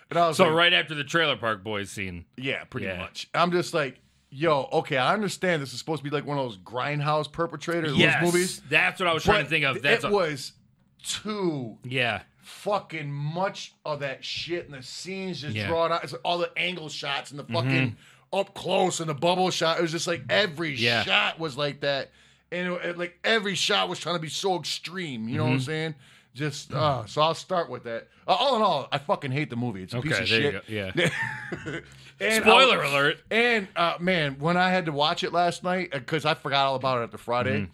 S2: and I was
S1: So
S2: like,
S1: right after the Trailer Park Boys scene,
S2: yeah, pretty
S1: Yeah.
S2: much. I'm just like, yo, okay, I understand this is supposed to be like one of those grindhouse perpetrator those
S1: yes,
S2: movies.
S1: that's what I was trying
S2: but
S1: to think of. That's
S2: it
S1: a-
S2: was too
S1: Yeah.
S2: fucking much of that shit and the scenes just
S1: Yeah. Mm-hmm.
S2: drawn out. It's like all the angle shots and the fucking up close and the bubble shot. It was just like every
S1: Yeah.
S2: shot was like that. And it- it- like every shot was trying to be so extreme. You know
S1: Mm-hmm.
S2: what I'm saying? Just uh, so I'll start with that. Uh, all in all, I fucking hate the movie. It's a piece
S1: Okay.
S2: of
S1: There you
S2: shit.
S1: go. Yeah.
S2: And I-
S1: Spoiler alert. (laughs)
S2: and uh, man, when I had to watch it last night because I forgot all about it after Friday,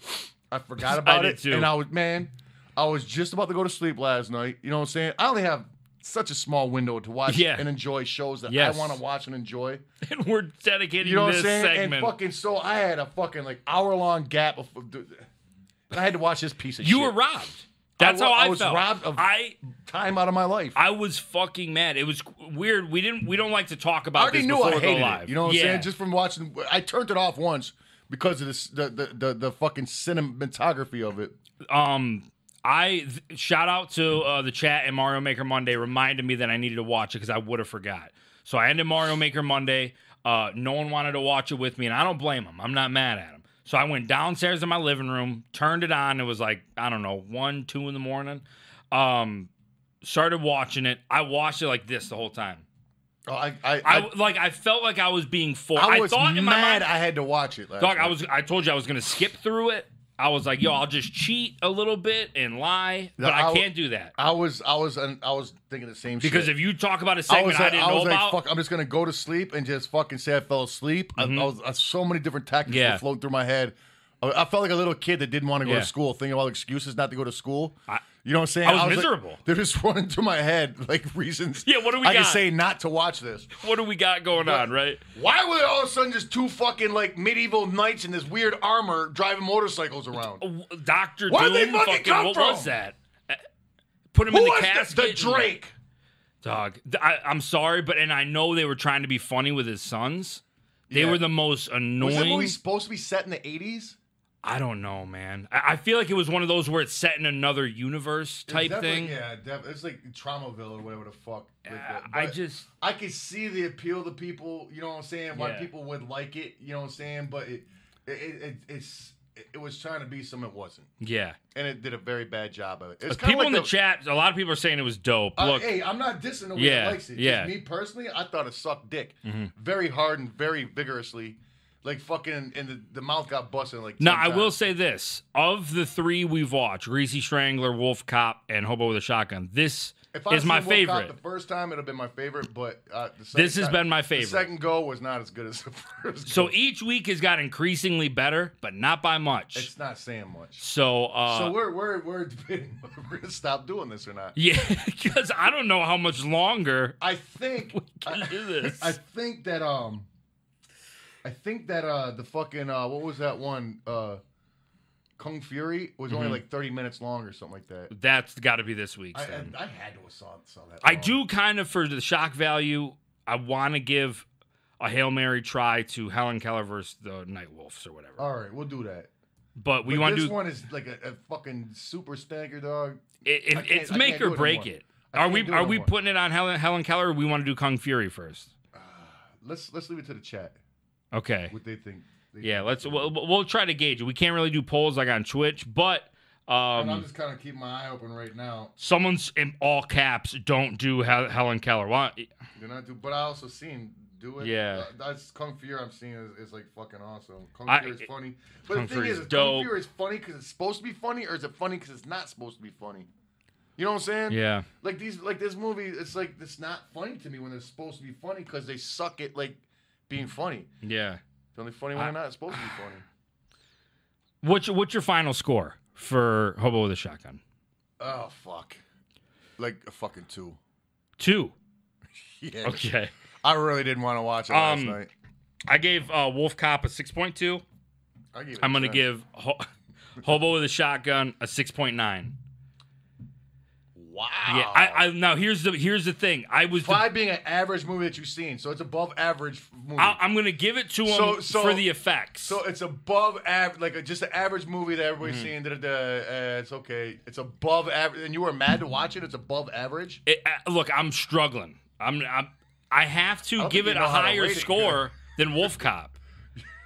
S1: (laughs)
S2: I forgot about
S1: Mm-hmm. did
S2: it,
S1: too.
S2: and I was man, I was just about to go to sleep last night. You know what I'm saying? I only have such a small window to watch
S1: Yeah.
S2: and enjoy shows that
S1: Yes.
S2: I want to watch and enjoy.
S1: And we're dedicating
S2: You know what
S1: this
S2: I'm saying?
S1: segment.
S2: And fucking so I had a fucking like hour long gap of. I had to watch this piece of
S1: you
S2: shit.
S1: were robbed. That's
S2: wa-
S1: how I,
S2: I was
S1: felt.
S2: robbed of-
S1: I
S2: time out of my life.
S1: I was fucking mad. It was weird. We didn't. We don't like to talk
S2: I
S1: about
S2: already
S1: this
S2: knew
S1: before
S2: I
S1: we go
S2: hated
S1: live.
S2: it. You know what
S1: yeah.
S2: I'm saying? Just from watching, I turned it off once because of this, the, the the the fucking cinematography of it.
S1: um I th- shout out to uh, the chat and Mario Maker Monday reminded me that I needed to watch it because I would have forgot. So I ended Mario Maker Monday. Uh, no one wanted to watch it with me, and I don't blame them. I'm not mad at them. So I went downstairs in my living room, turned it on. It was like I don't know one, two in the morning. Um, started watching it. I watched it like this the whole time.
S2: Oh, I I,
S1: I,
S2: I,
S1: like I felt like I was being forced.
S2: I was
S1: thought
S2: mad
S1: in my mind,
S2: I had to watch it. Last
S1: Dog, I
S2: night.
S1: was I told you I was gonna skip through it. I was like, yo, I'll just cheat a little bit and lie, but I,
S2: I-
S1: can't do that.
S2: I was I was un- I was thinking the same Oh, shit.
S1: Because if you talk about a
S2: I
S1: segment
S2: was
S1: I,
S2: like,
S1: didn't
S2: I
S1: know
S2: was like,
S1: about,
S2: fuck, I'm just gonna go to sleep and just fucking say I fell asleep. I- I, was uh, so many different tactics
S1: Mm-hmm. Yeah.
S2: were floating through my head. I, I felt like a little kid that didn't want to go
S1: Yeah.
S2: to school, thinking about excuses not to go to school. you know what I'm saying?
S1: I was
S2: like-
S1: miserable.
S2: they're just (laughs) running through my head like reasons.
S1: Yeah, what do we
S2: I
S1: got?
S2: can say not to watch this.
S1: what do we got going on, right?
S2: Why were there all of a sudden just two fucking like medieval knights in this weird armor driving motorcycles around?
S1: Doctor
S2: Where'd
S1: Doom,
S2: they fucking come
S1: what
S2: from?
S1: was that? Uh, Put him
S2: Who
S1: in the
S2: was
S1: casket.
S2: the, the
S1: and-
S2: Drake?
S1: dog. th- I, am sorry, but and I know they were trying to be funny with his sons. They
S2: Yeah.
S1: were the most
S2: Was that
S1: annoying.
S2: movie supposed to be set in the 80s?
S1: I don't know, man. I, I feel like it was one of those where it's set in another universe type thing.
S2: Yeah, definitely. It's like Traumaville or whatever the fuck. with
S1: Uh,
S2: that.
S1: I
S2: But
S1: just
S2: I could see the appeal to people. You know what I'm saying? Why
S1: Yeah.
S2: people would like it. You know what I'm saying? But it, it, it, it it's it was trying to be something it wasn't,
S1: yeah.
S2: and it did a very bad job of it. It's kinda
S1: People
S2: like
S1: in the, chat, a lot of people are saying it was dope.
S2: Uh,
S1: Look,
S2: hey, I'm not dissing nobody
S1: Yeah,
S2: that likes it. Just
S1: yeah. Mm-hmm.
S2: me personally, I thought it sucked dick, very hard and very vigorously, like fucking, and the, the mouth got busted like.
S1: now
S2: 10
S1: I will
S2: times.
S1: say this: of the three we've watched, Greasy Strangler, Wolf Cop, and Hobo with a Shotgun, this
S2: If I
S1: is my
S2: seen Wolf Cop
S1: favorite.
S2: The first time it'd have been my favorite, but uh, the second
S1: This has
S2: time-
S1: been my
S2: The
S1: favorite.
S2: second go was not as good as the (laughs) first.
S1: so
S2: go.
S1: each week has got increasingly better, but not by much.
S2: it's not saying much.
S1: so, uh,
S2: so we're we're we're debating (laughs) whether we're gonna stop doing this or not.
S1: (laughs) yeah, because I don't know how much longer.
S2: I think
S1: can
S2: I,
S1: do this.
S2: I think that um, I think that uh, the fucking uh, what was that one uh, Kung Fury was
S1: Mm-hmm.
S2: only like thirty minutes long or something like that.
S1: That's got to be this week's.
S2: I, I,
S1: then.
S2: I had to have saw, saw that.
S1: I
S2: long.
S1: do kind of for the shock value. I want to give a hail mary try to Helen Keller versus the Night Wolves or whatever.
S2: All right, we'll do that.
S1: but we
S2: Uh, But
S1: want to
S2: this
S1: do.
S2: one is like a, a fucking super stagger dog.
S1: It,
S2: I
S1: it,
S2: can't-
S1: it's
S2: I
S1: make
S2: can't do
S1: or
S2: it
S1: break
S2: anymore.
S1: it.
S2: I
S1: Are
S2: can't
S1: we
S2: do it
S1: are we
S2: anymore.
S1: putting it on Helen Helen Keller? or We want to do Kung Fury first.
S2: Let's let's leave it to the chat
S1: Okay.
S2: what they think. They
S1: Yeah.
S2: think.
S1: Let's. We'll, we'll try to gauge it. We can't really do polls like on Twitch, but
S2: And I'm
S1: um,
S2: just kind of keeping my eye open right now.
S1: someone's in all caps. Don't do Hel- Helen Keller. Why?
S2: They're not do, but I also seen do it.
S1: Yeah.
S2: Uh, that's Kung Fury. I'm seeing is, is like fucking awesome. Kung
S1: I-
S2: Fury is funny. But
S1: Kung
S2: the
S1: Fury
S2: thing
S1: is
S2: is, is
S1: dope.
S2: Kung Fury is funny because it's supposed to be funny, or is it funny because it's not supposed to be funny? You know what I'm saying?
S1: Yeah.
S2: Like these, like this movie, it's like it's not funny to me when they're supposed to be funny because they suck at like being funny.
S1: Yeah.
S2: It's only funny when they're not supposed to be
S1: (sighs)
S2: funny.
S1: What's your, what's your final score for Hobo with a Shotgun?
S2: Oh fuck. Like a fucking two. (laughs)
S1: Two.
S2: Yeah.
S1: Okay.
S2: I really didn't want to watch it
S1: Um,
S2: last night.
S1: I gave uh, Wolf Cop a 6.2.
S2: I gave it
S1: I'm
S2: a
S1: going to
S2: 10.
S1: give Ho- Hobo with a Shotgun a 6.9.
S2: Wow.
S1: Yeah. I, I now here's the here's the thing. I was the-
S2: Five being an average movie that you've seen, so it's above average f- movie.
S1: I, I'm going to give it to him
S2: Mm-hmm. So- so-
S1: for the effects.
S2: so it's above average, like a, just an average movie that
S1: Mm-hmm.
S2: everybody's seen. Da, da, da, uh, it's okay. It's above average, and you were mad to watch it. It's above average.
S1: It- uh, look, I'm struggling. I'm, I'm I have to
S2: don't
S1: give
S2: think
S1: it
S2: you know
S1: a
S2: how to
S1: higher
S2: rate it,
S1: score than Wolf Cop.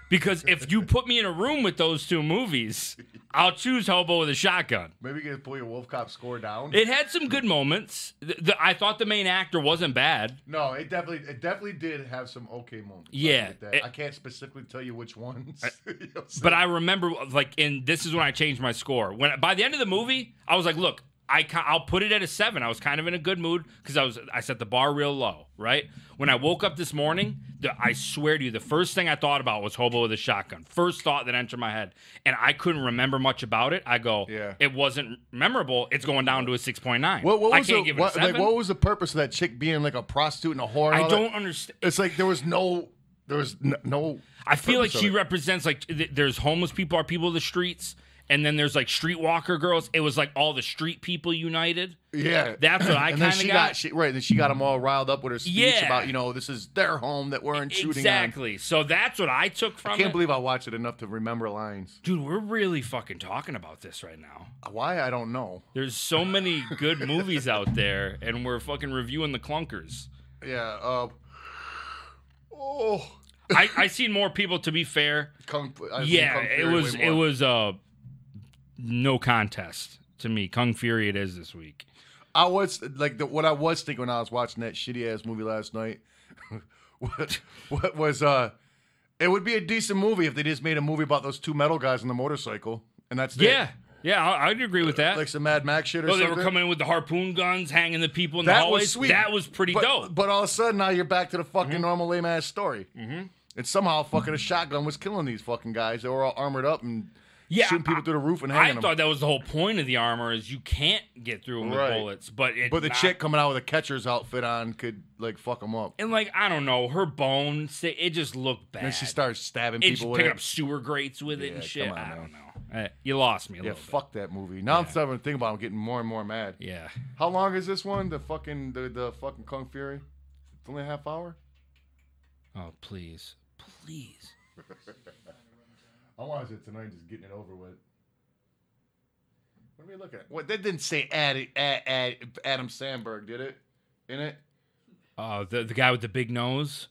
S1: Because if you put me in a room with those two movies, I'll choose Hobo with a Shotgun.
S2: Maybe you can pull your Wolf Cop score down.
S1: It had some good moments. The, the, I thought the main actor wasn't bad.
S2: no, it definitely it definitely did have some okay moments. I'll
S1: Yeah,
S2: admit that.
S1: it-
S2: I can't specifically tell you which ones. (laughs) You know what I'm
S1: But
S2: saying?
S1: I remember, like, and this is when I changed my score. When by the end of the movie, I was like, "Look, I ca- I'll put it at a seven. I was kind of in a good mood because I was I set the bar real low, right? When I woke up this morning, the, I swear to you, the first thing I thought about was Hobo with a Shotgun. First thought that entered my head, and I couldn't remember much about it. I go,
S2: Yeah.
S1: it wasn't memorable. It's going down to a six point nine.
S2: what, what
S1: I
S2: was
S1: can't
S2: the,
S1: give it
S2: what,
S1: a seven.
S2: like, what was the purpose of that chick being like a prostitute and a whore? and
S1: I
S2: all that?
S1: don't understand.
S2: It's like there was no, there was n- no.
S1: I feel like
S2: purpose of
S1: she
S2: it.
S1: represents like th- there's homeless people are people of the streets, and then there's like streetwalker girls. It was like all the street people united.
S2: Yeah,
S1: That's what I
S2: and then
S1: kinda
S2: she
S1: got.
S2: she, right. Then she got them all riled up with her speech
S1: Yeah. E-,
S2: about you know this is their home that we're in shooting on.
S1: exactly. So that's what I took from
S2: I can't
S1: it.
S2: believe I watched it enough to remember lines.
S1: Dude, we're really fucking talking about this right now.
S2: Why I don't know.
S1: There's so many
S2: (laughs)
S1: good movies out there, and we're fucking reviewing the clunkers.
S2: Yeah. Uh, oh,
S1: I I seen more people. To be fair,
S2: Kung, Fu- I've seen
S1: yeah,
S2: Kung
S1: it
S2: Fury
S1: was
S2: way
S1: it
S2: more.
S1: was uh no contest to me. Kung Fury it is this week.
S2: I was like the, what I was thinking when I was watching that shitty ass movie last night. (laughs) what, what was uh, it would be a decent movie if they just made a movie about those two metal guys on the motorcycle, and that's it.
S1: Yeah, yeah, I, I'd agree with that.
S2: like some Mad Max shit or
S1: Oh, they
S2: something.
S1: were coming in with the harpoon guns, hanging the people in the
S2: That
S1: hallways.
S2: was sweet.
S1: That was pretty
S2: but,
S1: dope. Mm-hmm.
S2: But all of a sudden, now you're back to the fucking normal lame ass story. Mm-hmm. And somehow, fucking a shotgun was killing these fucking guys. They were all armored up and
S1: Yeah,
S2: shooting people through the roof and
S1: I
S2: hanging them.
S1: thought that was the whole point of the armor is you can't get through 'em with
S2: Right.
S1: bullets, but it
S2: But the
S1: not-
S2: chick coming out with a catcher's outfit on could like fuck them up.
S1: and like I don't know her bones, they- it just looked bad.
S2: And she starts stabbing
S1: it just
S2: people with
S1: picking
S2: it.
S1: up sewer grates with it
S2: Yeah,
S1: and shit.
S2: come on,
S1: I
S2: man.
S1: don't know. Eh, you lost me a
S2: yeah,
S1: little.
S2: fuck that movie. Now I'm starting to think about. It, I'm getting more and more mad.
S1: bit. Yeah,
S2: How long is this one? The fucking the, the fucking Kung Fury. It's only a half hour.
S1: Oh please, please.
S2: I watched it tonight, just getting it over with. What are we looking at? What that didn't say Ad, Ad, Ad, Adam Sandberg, did it? In it?
S1: Uh, the the guy with the big nose,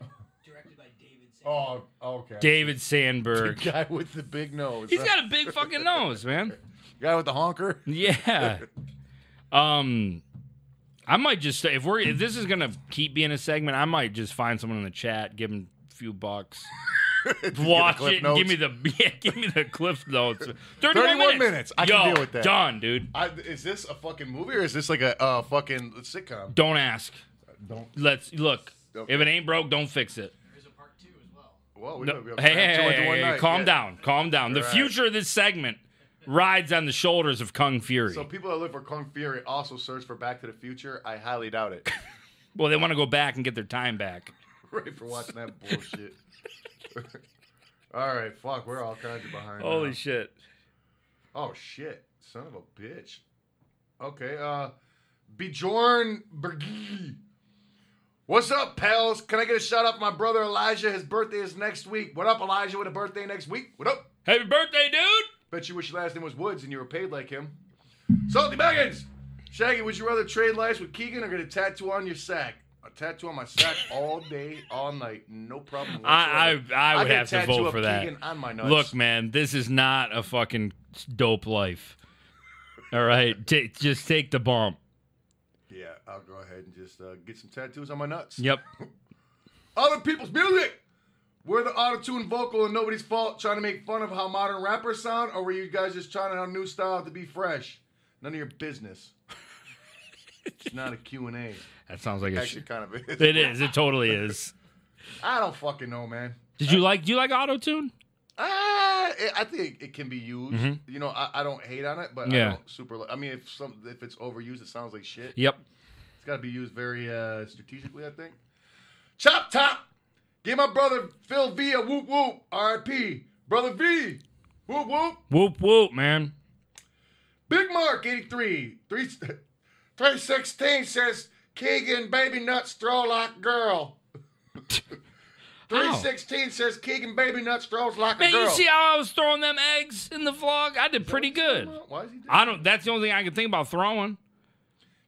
S3: No, directed by David. Sa-
S2: Oh, okay.
S1: David
S2: The
S1: Sandberg.
S2: (laughs) guy with the big nose.
S1: He's got a big fucking nose, man.
S2: guy with the honker.
S1: Yeah. Um I might just if we're if this is gonna keep being a segment, I might just find someone in the chat, give them a few
S2: (laughs)
S1: bucks, watch
S2: Cliff
S1: it, and give
S2: notes.
S1: me the (laughs) yeah, give me the cliff notes. Thirty-one,
S2: 31 minutes. I can
S1: Yo,
S2: deal with that.
S1: Done, dude.
S2: I, is this a fucking movie or is this like a uh, fucking sitcom?
S1: Don't ask.
S2: Don't.
S1: Let's look.
S2: Okay.
S1: If it ain't broke, don't fix it.
S3: There's a part two as well.
S2: Whoa, we
S1: No-
S2: might be able to
S1: hey,
S2: cram
S1: hey,
S2: two
S1: hey,
S2: into one
S1: hey,
S2: night.
S1: calm
S2: Yeah.
S1: down, calm down. The
S2: Right.
S1: future of this segment rides on the shoulders of Kung Fury.
S2: So people that look for Kung Fury also search for Back to the Future. I highly
S1: (laughs)
S2: doubt it. (laughs)
S1: well, they want to go back and get their time back.
S2: right for watching that bullshit. (laughs) all right, fuck, we're all kinds of behind.
S1: Holy
S2: now.
S1: shit.
S2: Oh shit, son of a bitch. Okay, uh, Bjorn Bergi. What's up, pals? Can I get a shout out for my brother Elijah? His birthday is next week. What up, Elijah? With a birthday next week? What up?
S1: Happy birthday, dude!
S2: Bet you wish your last name was Woods and you were paid like him. Salty Baggins! Shaggy, would you rather trade lives with Keegan or get a tattoo on your sack? A tattoo on my sack all day, all night, no problem.
S1: I-
S2: whatsoever.
S1: I- I would
S2: get a
S1: have to
S2: tattoo
S1: vote
S2: of
S1: for that.
S2: Keegan on my nuts.
S1: Look, man, this is not a fucking dope life. All right, Ta just take the bump.
S2: yeah, I'll go ahead and just uh, get some tattoos on my nuts.
S1: Yep.
S2: Other people's music. We're the auto-tune vocal and nobody's fault. Trying to make fun of how modern rappers sound, or were you guys just trying out new style to be fresh? None of your business. (laughs) it's not a Q and A.
S1: That sounds like a sh-
S2: Actually, kind of is.
S1: It is. It totally is.
S2: I don't fucking know, man.
S1: Did you like? Do you like auto tune?
S2: Ah, it, I think it can be used. You know, I, I don't hate on it, but I
S1: Yeah.
S2: don't super. li- I mean, if some if it's overused, it sounds like shit.
S1: Yep.
S2: It's got to be used very uh, strategically, I think. Chop top, give my brother Phil V a whoop whoop. R.I.P. Brother V, whoop whoop.
S1: Whoop whoop, man.
S2: Big Mark 83, 3, 316 says, Keegan, baby nuts, throw
S1: (laughs)
S2: like girl. 316 says, Keegan, baby nuts, throws like a
S1: Man,
S2: girl.
S1: you see how I was throwing them eggs in the vlog? I did pretty good.
S2: Why is he doing
S1: I don't. That's the only thing I can think about throwing.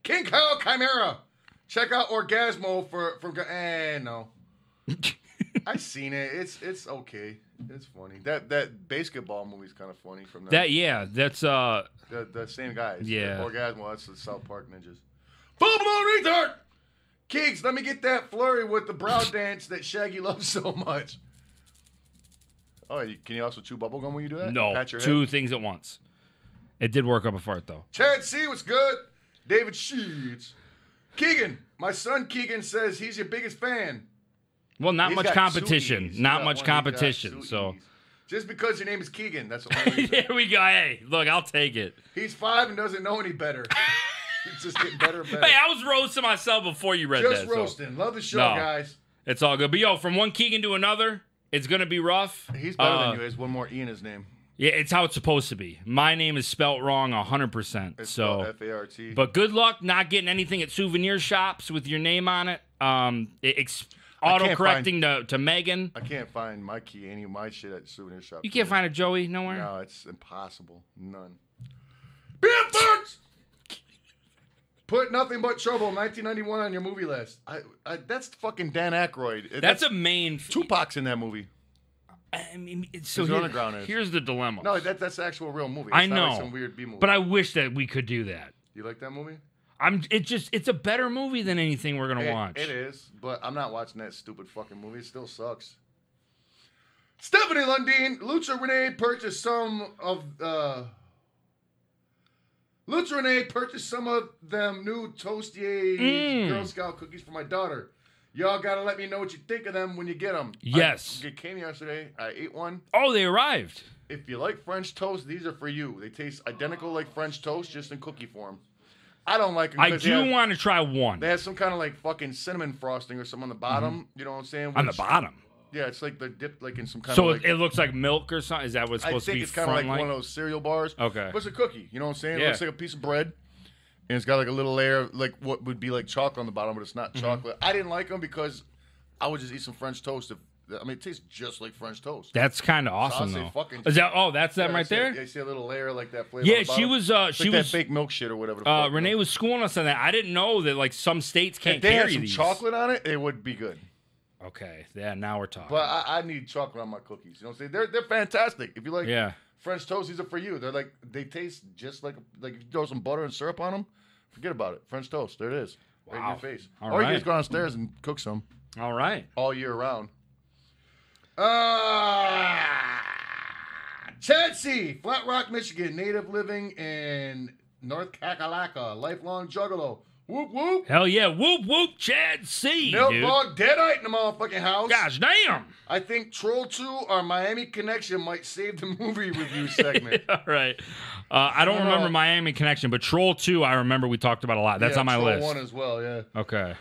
S2: King Kyle Chimera. Check out Orgasmo for from. Eh, no. I seen it. It's it's okay. It's funny. That that basketball movie's kind of funny from
S1: That yeah, that's uh
S2: The, the same guys.
S1: Yeah.
S2: The Orgasmo. That's the South Park ninjas. Full blown retard. Keeks, let me get that flurry with
S1: (laughs)
S2: the brow dance that Shaggy loves so much. Oh, you, can you also chew bubble gum when you do that?
S1: no
S2: Pat your head?
S1: two things at once. It did work up a fart though.
S2: Chad C was good. David Sheets. Keegan, my son Keegan says he's your biggest fan.
S1: Well, not
S2: He's
S1: much
S2: got
S1: competition.
S2: two E's. He
S1: Not
S2: got
S1: much
S2: one, he got
S1: competition.
S2: two
S1: So
S2: E's. just because your name is Keegan,
S1: (laughs)
S2: that's the only reason.
S1: here we go. Hey, look, I'll take it.
S2: He's five and doesn't know any
S1: (laughs)
S2: better. He's just getting better and better.
S1: Hey, I was roasting myself before you read
S2: just
S1: that. so
S2: roasting. Love the show,
S1: No.
S2: guys.
S1: it's all good. But yo, from one Keegan to another, it's gonna be rough.
S2: He's better
S1: Uh,
S2: than you. There's one more E in his name.
S1: Yeah, it's how it's supposed to be. My name is spelt wrong hundred percent.
S2: It's
S1: So
S2: F A R T.
S1: But good luck not getting anything at souvenir shops with your name on it. Um, it- ex- auto correcting to, to Megan.
S2: I can't find my key, any of my shit at souvenir shop.
S1: You can't find a Joey nowhere.
S2: No, it's impossible. None. Beer birds! Put nothing but trouble 1991 on your movie list. I, I that's fucking Dan Aykroyd. It-
S1: That's a main. f-
S2: Tupac's in that movie.
S1: I mean, it's- so
S2: His
S1: here-
S2: underground is.
S1: here's the dilemma.
S2: No, that, that's the actual real movie. It's
S1: I
S2: not
S1: know,
S2: like some weird B movie.
S1: but I wish that we could do that.
S2: you like that movie?
S1: I'm. It just. It's a better movie than anything we're gonna
S2: It-
S1: watch.
S2: It is, but I'm not watching that stupid fucking movie. It still sucks. Stephanie Lundeen, Lucha Renee purchased some of uh Lucha Renee purchased some of them new Toastier
S1: Mm.
S2: Girl Scout cookies for my daughter. Y'all gotta let me know what you think of them when you get them.
S1: Yes.
S2: I, it came yesterday. I ate one.
S1: Oh, they arrived.
S2: If you like French toast, these are for you. They taste identical like French toast, just in cookie form. I don't like them.
S1: I
S2: 'cause
S1: do
S2: they have-
S1: want to try one
S2: they have some kind of like fucking cinnamon frosting or something on the bottom. You know what I'm saying?
S1: Mm-hmm. on the
S2: Which-
S1: bottom.
S2: Yeah, it's like they're dipped like in some kind
S1: So
S2: of like.
S1: it, it looks like milk or something. Is that what's
S2: I
S1: supposed to
S2: think
S1: be
S2: it's kind of
S1: front
S2: like
S1: like?
S2: one of those cereal bars.
S1: Okay.
S2: But it's a cookie. You know what I'm saying?
S1: Yeah.
S2: It looks like a piece of bread, and it's got like a little layer of like what would be like chalk on the bottom, but it's
S1: Mm-hmm.
S2: not chocolate. I didn't like them because I would just eat some French toast. If, I mean, it tastes just like French toast.
S1: That's kind of awesome
S2: say
S1: though.
S2: fucking-
S1: Is that? Oh, that's them
S2: Yeah,
S1: right
S2: see
S1: there.
S2: That, yeah, see a little layer like that flavor.
S1: Yeah,
S2: on the
S1: she
S2: bottom?
S1: was. Uh,
S2: It's
S1: she
S2: like
S1: was.
S2: that fake milk shit or whatever. The
S1: Uh,
S2: fuck, you
S1: Renee
S2: know?
S1: was schooling us on that. I didn't know that like some states can't
S2: If they had
S1: carry
S2: some
S1: these.
S2: chocolate on it, it would be good.
S1: Okay, yeah. Now we're talking.
S2: But I, I need chocolate on my cookies. You know what I'm saying? They're they're fantastic. If you like
S1: yeah.
S2: French toast, these are for you. They're like they taste just like like if you throw some butter and syrup on them, forget about it. French toast, there it is, right in
S1: Wow.
S2: your face.
S1: All
S2: or you
S1: right.
S2: can just go downstairs and cook some
S1: All right.
S2: all year round. Uh, Chadsey, Flat Rock, Michigan, native living in North Kakalaka, lifelong juggalo. Whoop whoop.
S1: Hell yeah. Whoop whoop. Chad C.
S2: Nail
S1: dude.
S2: dog deadite in the motherfucking house.
S1: Gosh damn.
S2: I think Troll 2 or Miami Connection might save the
S1: (laughs)
S2: movie review segment.
S1: All right. Uh, I don't
S2: Uh,
S1: remember Miami Connection, but Troll Two. I remember we talked about a lot. That's
S2: Yeah,
S1: on my
S2: Troll
S1: list.
S2: 1 as well, yeah.
S1: Okay.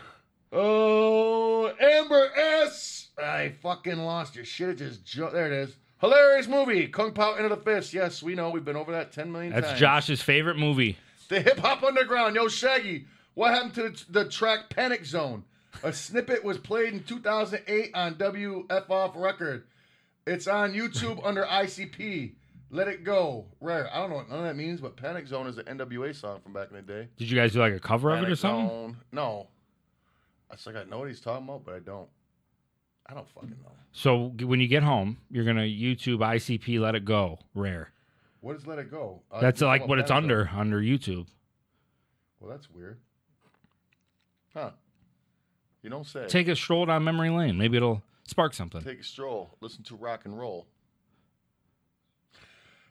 S2: Oh, Amber S. I fucking lost your shit. It just jumped. There it is. Hilarious movie. Kung Pao Into the Fist. Yes, we know. We've been over that 10 million
S1: That's
S2: times.
S1: Josh's favorite movie.
S2: The Hip Hop Underground. Yo, Shaggy, what happened to the, the track Panic Zone? A snippet was played in 2008 on WF Off Record. It's on YouTube under ICP. Let it go. Rare. I don't know what none of that means, but Panic Zone is an NWA song from back in the day.
S1: Did you guys do like a cover of it or
S2: Panic
S1: something?
S2: Zone. No. It's like I know what he's talking about, but I don't. I don't fucking know.
S1: So g- when you get home, you're gonna YouTube ICP Let It Go Rare.
S2: What does Let It Go? Uh,
S1: That's
S2: you know
S1: like
S2: about
S1: what it's
S2: Panic Zone.
S1: under under YouTube.
S2: Well, that's weird. Huh. You don't say.
S1: Take a stroll down memory lane. Maybe it'll spark something.
S2: Take a stroll. Listen to rock and roll.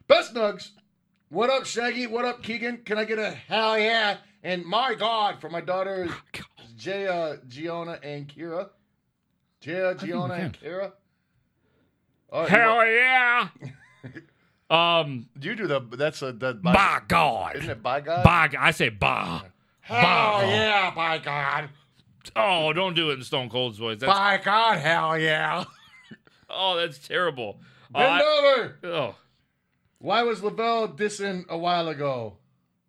S2: Best Nugs. What up, Shaggy? What up, Keegan? Can I get a hell yeah and my God for my daughters, Jaya, Giona, and Kira? Jaya,
S1: think
S2: Giona,
S1: we
S2: and Kira? All right, you
S1: (laughs) Hell yeah! um,
S2: (laughs) want- You do the. That's a. That, by,
S1: by God,
S2: Isn't it by God?
S1: by I say bah.
S2: Hell yeah, by God.
S1: Oh, don't do it in Stone Cold's voice. That's,
S2: By God, hell yeah. (laughs)
S1: oh, that's terrible. Uh,
S2: Bend
S1: I-
S2: over.
S1: oh,
S2: Why was Lavelle dissing a while ago?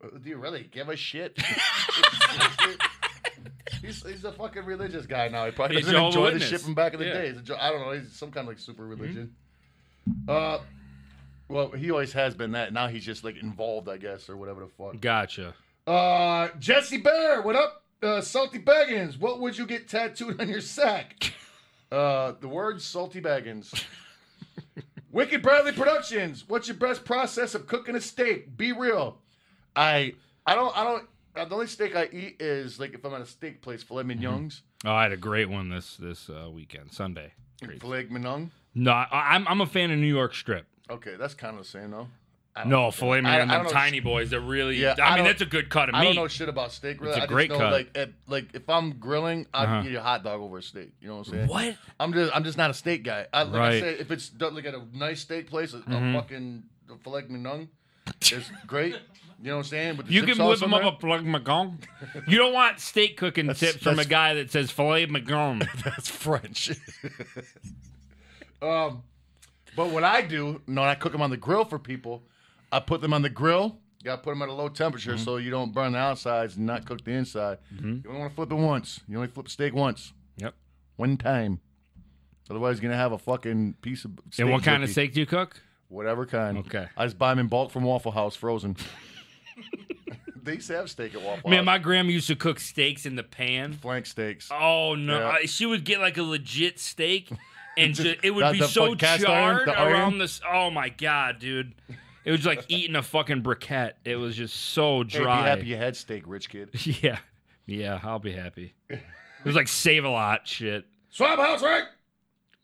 S2: Uh, Do you really give a (laughs) shit? he's, he's a fucking religious guy now. He probably
S1: He's
S2: doesn't
S1: Jehovah's
S2: enjoy
S1: Witness.
S2: the shit from back in the
S1: Yeah.
S2: day. He's a Jo- I don't know. He's some kind of like super religion. Uh, well, he always has been that. Now he's just like involved, I guess, or whatever the fuck.
S1: gotcha.
S2: Uh, Jesse Bear, what up? Uh, Salty Baggins, what would you get tattooed on your sack? Uh, the word salty baggins. Wicked Bradley Productions. What's your best process of cooking a steak? Be real. I I don't I don't. uh, The only steak I eat is like if I'm at a steak place, filet mignons,
S1: Oh, I had a great one this this uh, weekend, Sunday. Crazy.
S2: filet mignon.
S1: No, I, I'm I'm a fan of New York strip.
S2: Okay, that's kind of the same though.
S1: No, filet
S2: Oh. I- I
S1: mignon,
S2: don't
S1: them
S2: know-
S1: tiny boys. They're really.
S2: Yeah,
S1: I,
S2: I
S1: mean,
S2: don't-
S1: that's a good cut of meat.
S2: I don't know shit about steak. Really,
S1: It's a
S2: I
S1: great
S2: just know
S1: cut.
S2: like if, like if I'm grilling, I
S1: Uh-huh.
S2: would eat a hot dog over a steak. You know what I'm saying?
S1: What?
S2: I'm just I'm just not a steak guy. I, like I
S1: Right. Mm-hmm.
S2: said, if it's done, like at a nice steak place, a, a fucking filet mignon, it's great. You know what I'm saying? With the
S1: You
S2: dip
S1: can
S2: sauce
S1: whip
S2: on
S1: them up
S2: there.
S1: a plug magong.
S2: (laughs)
S1: You don't want steak cooking
S2: That's-
S1: tips from a
S2: that's-
S1: guy that says filet
S2: (laughs)
S1: magong.
S2: That's French. (laughs) um, but what I do, no, I cook them on the grill for people. I put them on the grill. You gotta put them at a low temperature
S1: Mm-hmm.
S2: so you don't burn the outsides and not cook the inside. You only want to flip it once. You only flip steak once,
S1: yep.
S2: one time. Otherwise, you're gonna have a fucking piece of. Steak
S1: and what kind of
S2: jerky.
S1: steak do you cook?
S2: Whatever kind.
S1: Okay.
S2: I just buy them in bulk from Waffle House, frozen. (laughs) they used to have steak at Waffle
S1: Man,
S2: House.
S1: my grandma used to cook steaks in the pan.
S2: flank steaks.
S1: Oh no,
S2: Yeah.
S1: I, she would get like a legit
S2: (laughs)
S1: steak, and
S2: Just-
S1: ju- it would
S2: not
S1: be
S2: the
S1: so
S2: fuck- cast
S1: charred
S2: iron, the iron?
S1: around this. Oh my god, dude, it was like eating a fucking briquette. It was just so
S2: Hey, be
S1: dry.
S2: happy you had steak, rich kid.
S1: (laughs) Yeah, yeah, I'll be happy. It was like save a lot shit.
S2: Swab House, right?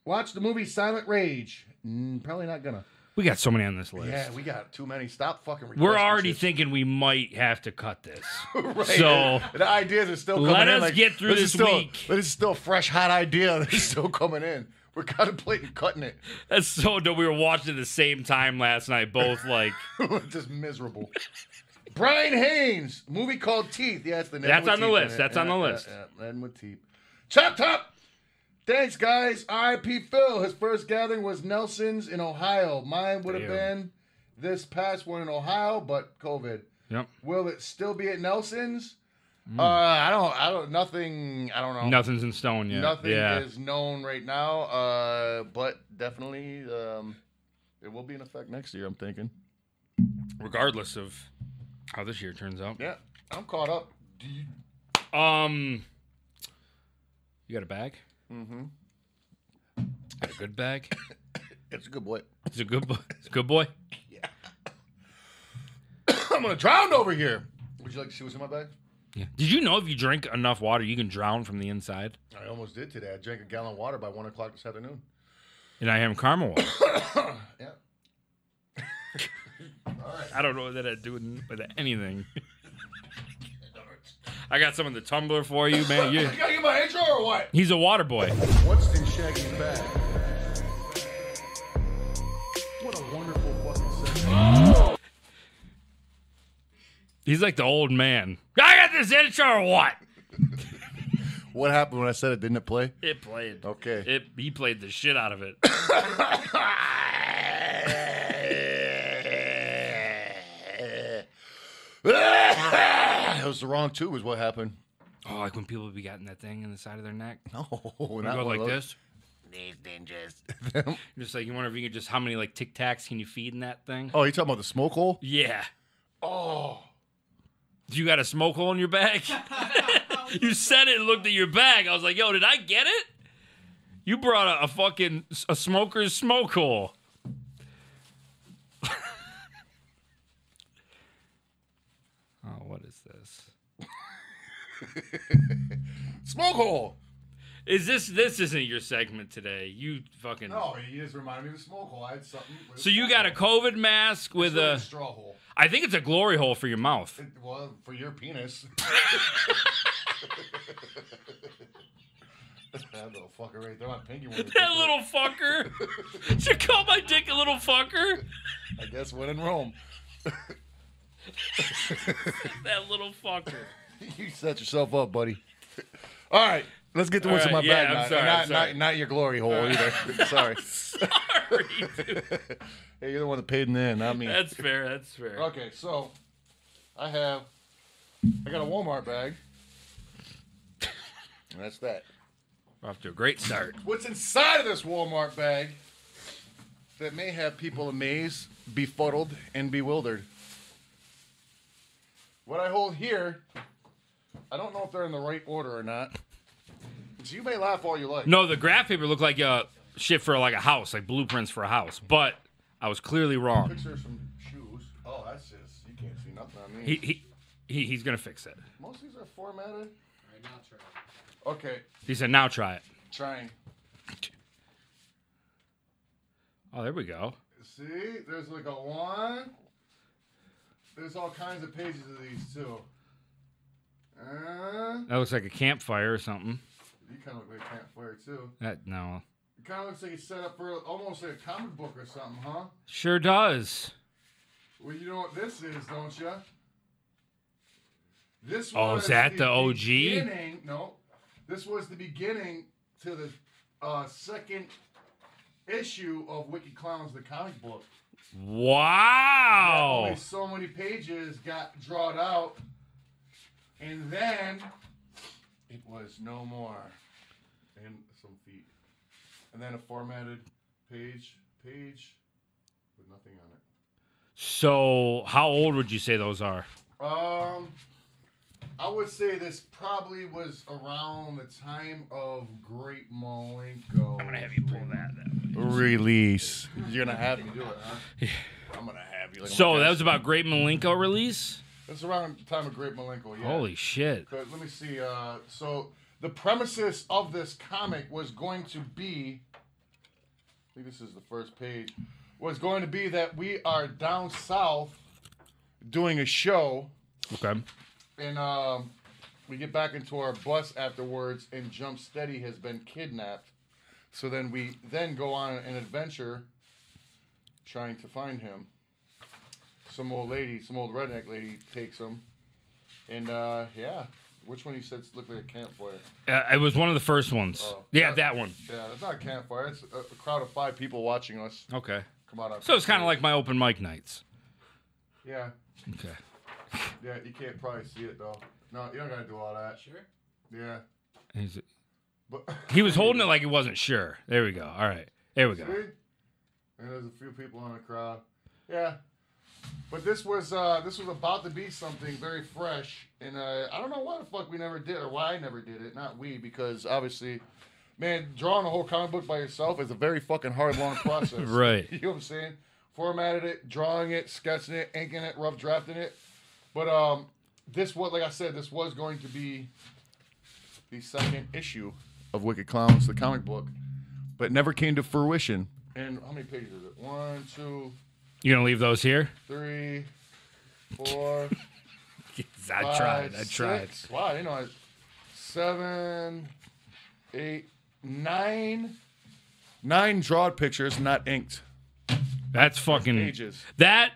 S2: Watch the movie Silent Rage. Mm, probably not gonna.
S1: We got so many on this list.
S2: Yeah, we got too many. Stop fucking.
S1: We're
S2: requesting
S1: already
S2: shit.
S1: thinking we might have to cut this. (laughs)
S2: (laughs) Right,
S1: So-
S2: and the ideas are still.
S1: Let
S2: coming in,
S1: us
S2: like,
S1: get through
S2: is
S1: this
S2: still-
S1: week.
S2: This is still a fresh, hot idea (laughs) that's still coming in. We're contemplating cutting it.
S1: That's so dope. We were watching at the same time last night, both like
S2: (laughs) Just miserable. Brian Haynes, movie called Teeth. Yeah, it's the name.
S1: That's
S2: with
S1: on the
S2: teeth in
S1: list.
S2: it.
S1: That's on the
S2: Yeah,
S1: list.
S2: Yeah, yeah. End with teeth. Chop top. Thanks, guys. R.I.P. Phil. His first gathering was Nelson's in Ohio. Mine would have
S1: Damn.
S2: been this past one in Ohio, but COVID.
S1: Yep.
S2: Will it still be at Nelson's?
S1: Hmm.
S2: Uh, I don't. I don't. Nothing. I don't know.
S1: nothing's in stone yet.
S2: Nothing
S1: yeah.
S2: is known right now. Uh, but definitely, um, it will be in effect next year. I'm thinking.
S1: regardless of how this year turns out.
S2: Yeah, I'm caught up. Do you-
S1: Um, you got a bag? Mm-hmm.
S2: Mhm.
S1: Got a good (laughs) bag.
S2: It's a good boy.
S1: It's a good boy. It's a good boy.
S2: (coughs) I'm gonna drown over here. Would you like to see what's in my bag?
S1: Yeah. Did you know if you drink enough water, you can drown from the inside?
S2: I almost did today. I drank a gallon of water by one o'clock this afternoon.
S1: And I am caramel water.
S2: Yeah.
S1: (coughs) I don't know what that had to do with with anything. (laughs) I got some in the tumbler for you, man. you
S2: gotta get my intro or what?
S1: he's a water boy.
S2: What's in Shaggy's bag? What a wonderful fucking segment.
S1: He's like the old man. I got this intro or what?
S2: What happened when I said it didn't it play?
S1: It played.
S2: Okay. (laughs)
S1: It he played the shit out of it.
S2: it was the wrong two, is what happened.
S1: (coughs)
S2: (laughs)
S1: Oh, like when people be getting that thing in the side of their neck.
S2: No,
S1: You
S2: not
S1: go
S2: one
S1: like
S2: of
S1: this.
S2: those.
S1: (laughs) Just like you wonder if you could just how many like Tic Tacs can you feed in that thing?
S2: oh, you talking about the smoke hole?
S1: Yeah.
S2: Oh,
S1: Do you got a smoke hole in your bag? (laughs) you said it and looked at your bag. I was like, yo, did I get it? You brought a, a fucking a smoker's smoke hole. (laughs) oh, what is this?
S2: smoke hole.
S1: Is this this isn't your segment today? You fucking
S2: No, you just reminded me of the smoke hole. I had something. with
S1: So you got a COVID mask with
S2: smoke hole.
S1: a
S2: straw hole.
S1: I think it's a glory hole for your mouth. (laughs)
S2: Well, for your penis. (laughs) that little fucker right there, my pinky one.
S1: That little fucker. (laughs) Did you call my dick a little fucker?
S2: I guess when in Rome, (laughs)
S1: That little fucker.
S2: you set yourself up, buddy. (laughs) All right, let's get to what's in my
S1: All right, yeah,
S2: bag.
S1: I'm
S2: now.
S1: sorry, I'm
S2: not,
S1: sorry.
S2: Not, not your glory
S1: (laughs)
S2: hole either. sorry.
S1: Sorry, dude.
S2: (laughs) Hey, you're the one that paid in the end, not me.
S1: That's fair. That's fair.
S2: Okay, so I have I got a Walmart bag. And that's that.
S1: We're off to a great start.
S2: What's inside of this Walmart bag that may have people amazed, befuddled, and bewildered? What I hold here, I don't know if they're in the right order or not. So you may laugh all you like.
S1: No, the graph paper looked like uh, shit for like a house, like blueprints for a house. But I was clearly wrong.
S2: Pictures from shoes. Oh, that's just you can't see nothing on these.
S1: He he, he he's gonna fix it.
S2: Most of these are formatted.
S3: Right now, try.
S2: Okay,
S1: He said, "Now try it."
S2: trying.
S1: Oh, there we go.
S2: See, there's like a one. There's all kinds of pages of these too. Uh,
S1: That looks like a campfire or something.
S2: you kind of look like campfire too.
S1: That no,
S2: It kind of looks like it's set up for almost like a comic book or something, huh?
S1: sure does.
S2: Well, you know what this is, don't you? This
S1: Oh,
S2: was
S1: is that the OG?
S2: Beginning, no, this was the beginning to the uh, second issue of Wicked Clowns, the comic book.
S1: Wow. Oh.
S2: Only so many pages got drawn out, and then it was no more. And some feet, and then a formatted page, page with nothing on it.
S1: So, how old would you say those are?
S2: Um, I would say this probably was around the time of Great Malenko. I'm
S1: that. Then.
S2: Release. You're gonna have me do it, huh? I'm gonna have you. Like, I'm
S1: So
S2: gonna-
S1: that was about Great Malenko release.
S2: that's around the time of Great Malenko. Yeah.
S1: Holy shit!
S2: But let me see. Uh, so the premises of this comic was going to be, I think this is the first page, was going to be that we are down south doing a show.
S1: Okay.
S2: and um, we get back into our bus afterwards, and Jump Steady has been kidnapped. So then we then go on an adventure trying to find him. Some old lady, some old redneck lady takes him, and uh, yeah, which one you said looked like a campfire?
S1: Uh, it was one of the first ones.
S2: Oh.
S1: Yeah, that one.
S2: Yeah, it's not a campfire. It's a, a crowd of five people watching us
S1: Okay.
S2: come out. on-
S1: So it's kind of like my open mic nights.
S2: yeah,
S1: Okay.
S2: yeah. You can't probably see it though. No, you don't gotta do all that.
S3: Sure.
S2: Yeah,
S1: He's-
S2: but (laughs)
S1: He was holding it like he wasn't sure. There we go. All right. There we go.
S2: See? And there's a few people in the crowd. Yeah. But this was uh, this was about to be something very fresh, and uh, I don't know why the fuck we never did or why I never did it. Not we, because obviously, man, drawing a whole comic book by yourself is a very fucking hard, long (laughs) process.
S1: Right.
S2: You know what I'm saying? Formatted it, drawing it, sketching it, inking it, rough drafting it. But um, this was like I said, this was going to be the second issue of Wicked Clowns, the comic book, but never came to fruition. And how many pages is it? One, two,
S1: You gonna leave those here?
S2: three, (laughs) four,
S1: (laughs) I
S2: five,
S1: tried. I tried.
S2: six. Wow, you know, I- seven, eight, nine, nine drawn pictures, not inked
S1: That's fucking.
S2: pages.
S1: That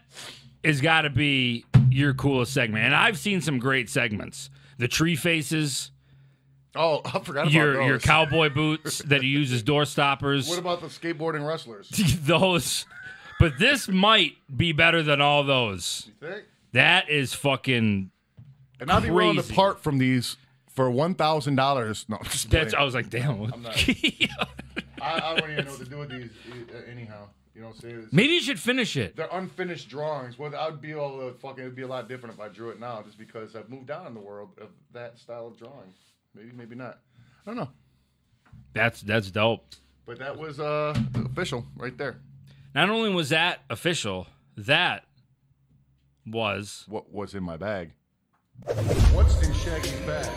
S1: is got to be your coolest segment. And I've seen some great segments. The tree faces,
S2: Oh, I forgot about
S1: your
S2: those.
S1: your cowboy
S2: (laughs)
S1: boots that he uses door stoppers,
S2: What about the skateboarding wrestlers?
S1: (laughs) those. But this might be better than all those.
S2: You think?
S1: That is fucking.
S2: And I'd be willing to
S1: Crazy.
S2: part from these for one thousand dollars. No, I'm just
S1: That's. I
S2: playing.
S1: was like, damn. what-
S2: not- I, I don't even know what to do with these uh, anyhow. You know, say it's-
S1: (laughs) Maybe you should finish it.
S2: they're unfinished drawings. Well, I'd be all the fucking. It'd be a lot different if I drew it now, just because I've moved down in the world of that style of drawing. Maybe, maybe not. I don't know.
S1: That's that's dope.
S2: But that was uh official right there.
S1: Not only was that official, that was
S2: What was in my bag? What's in Shaggy's bag?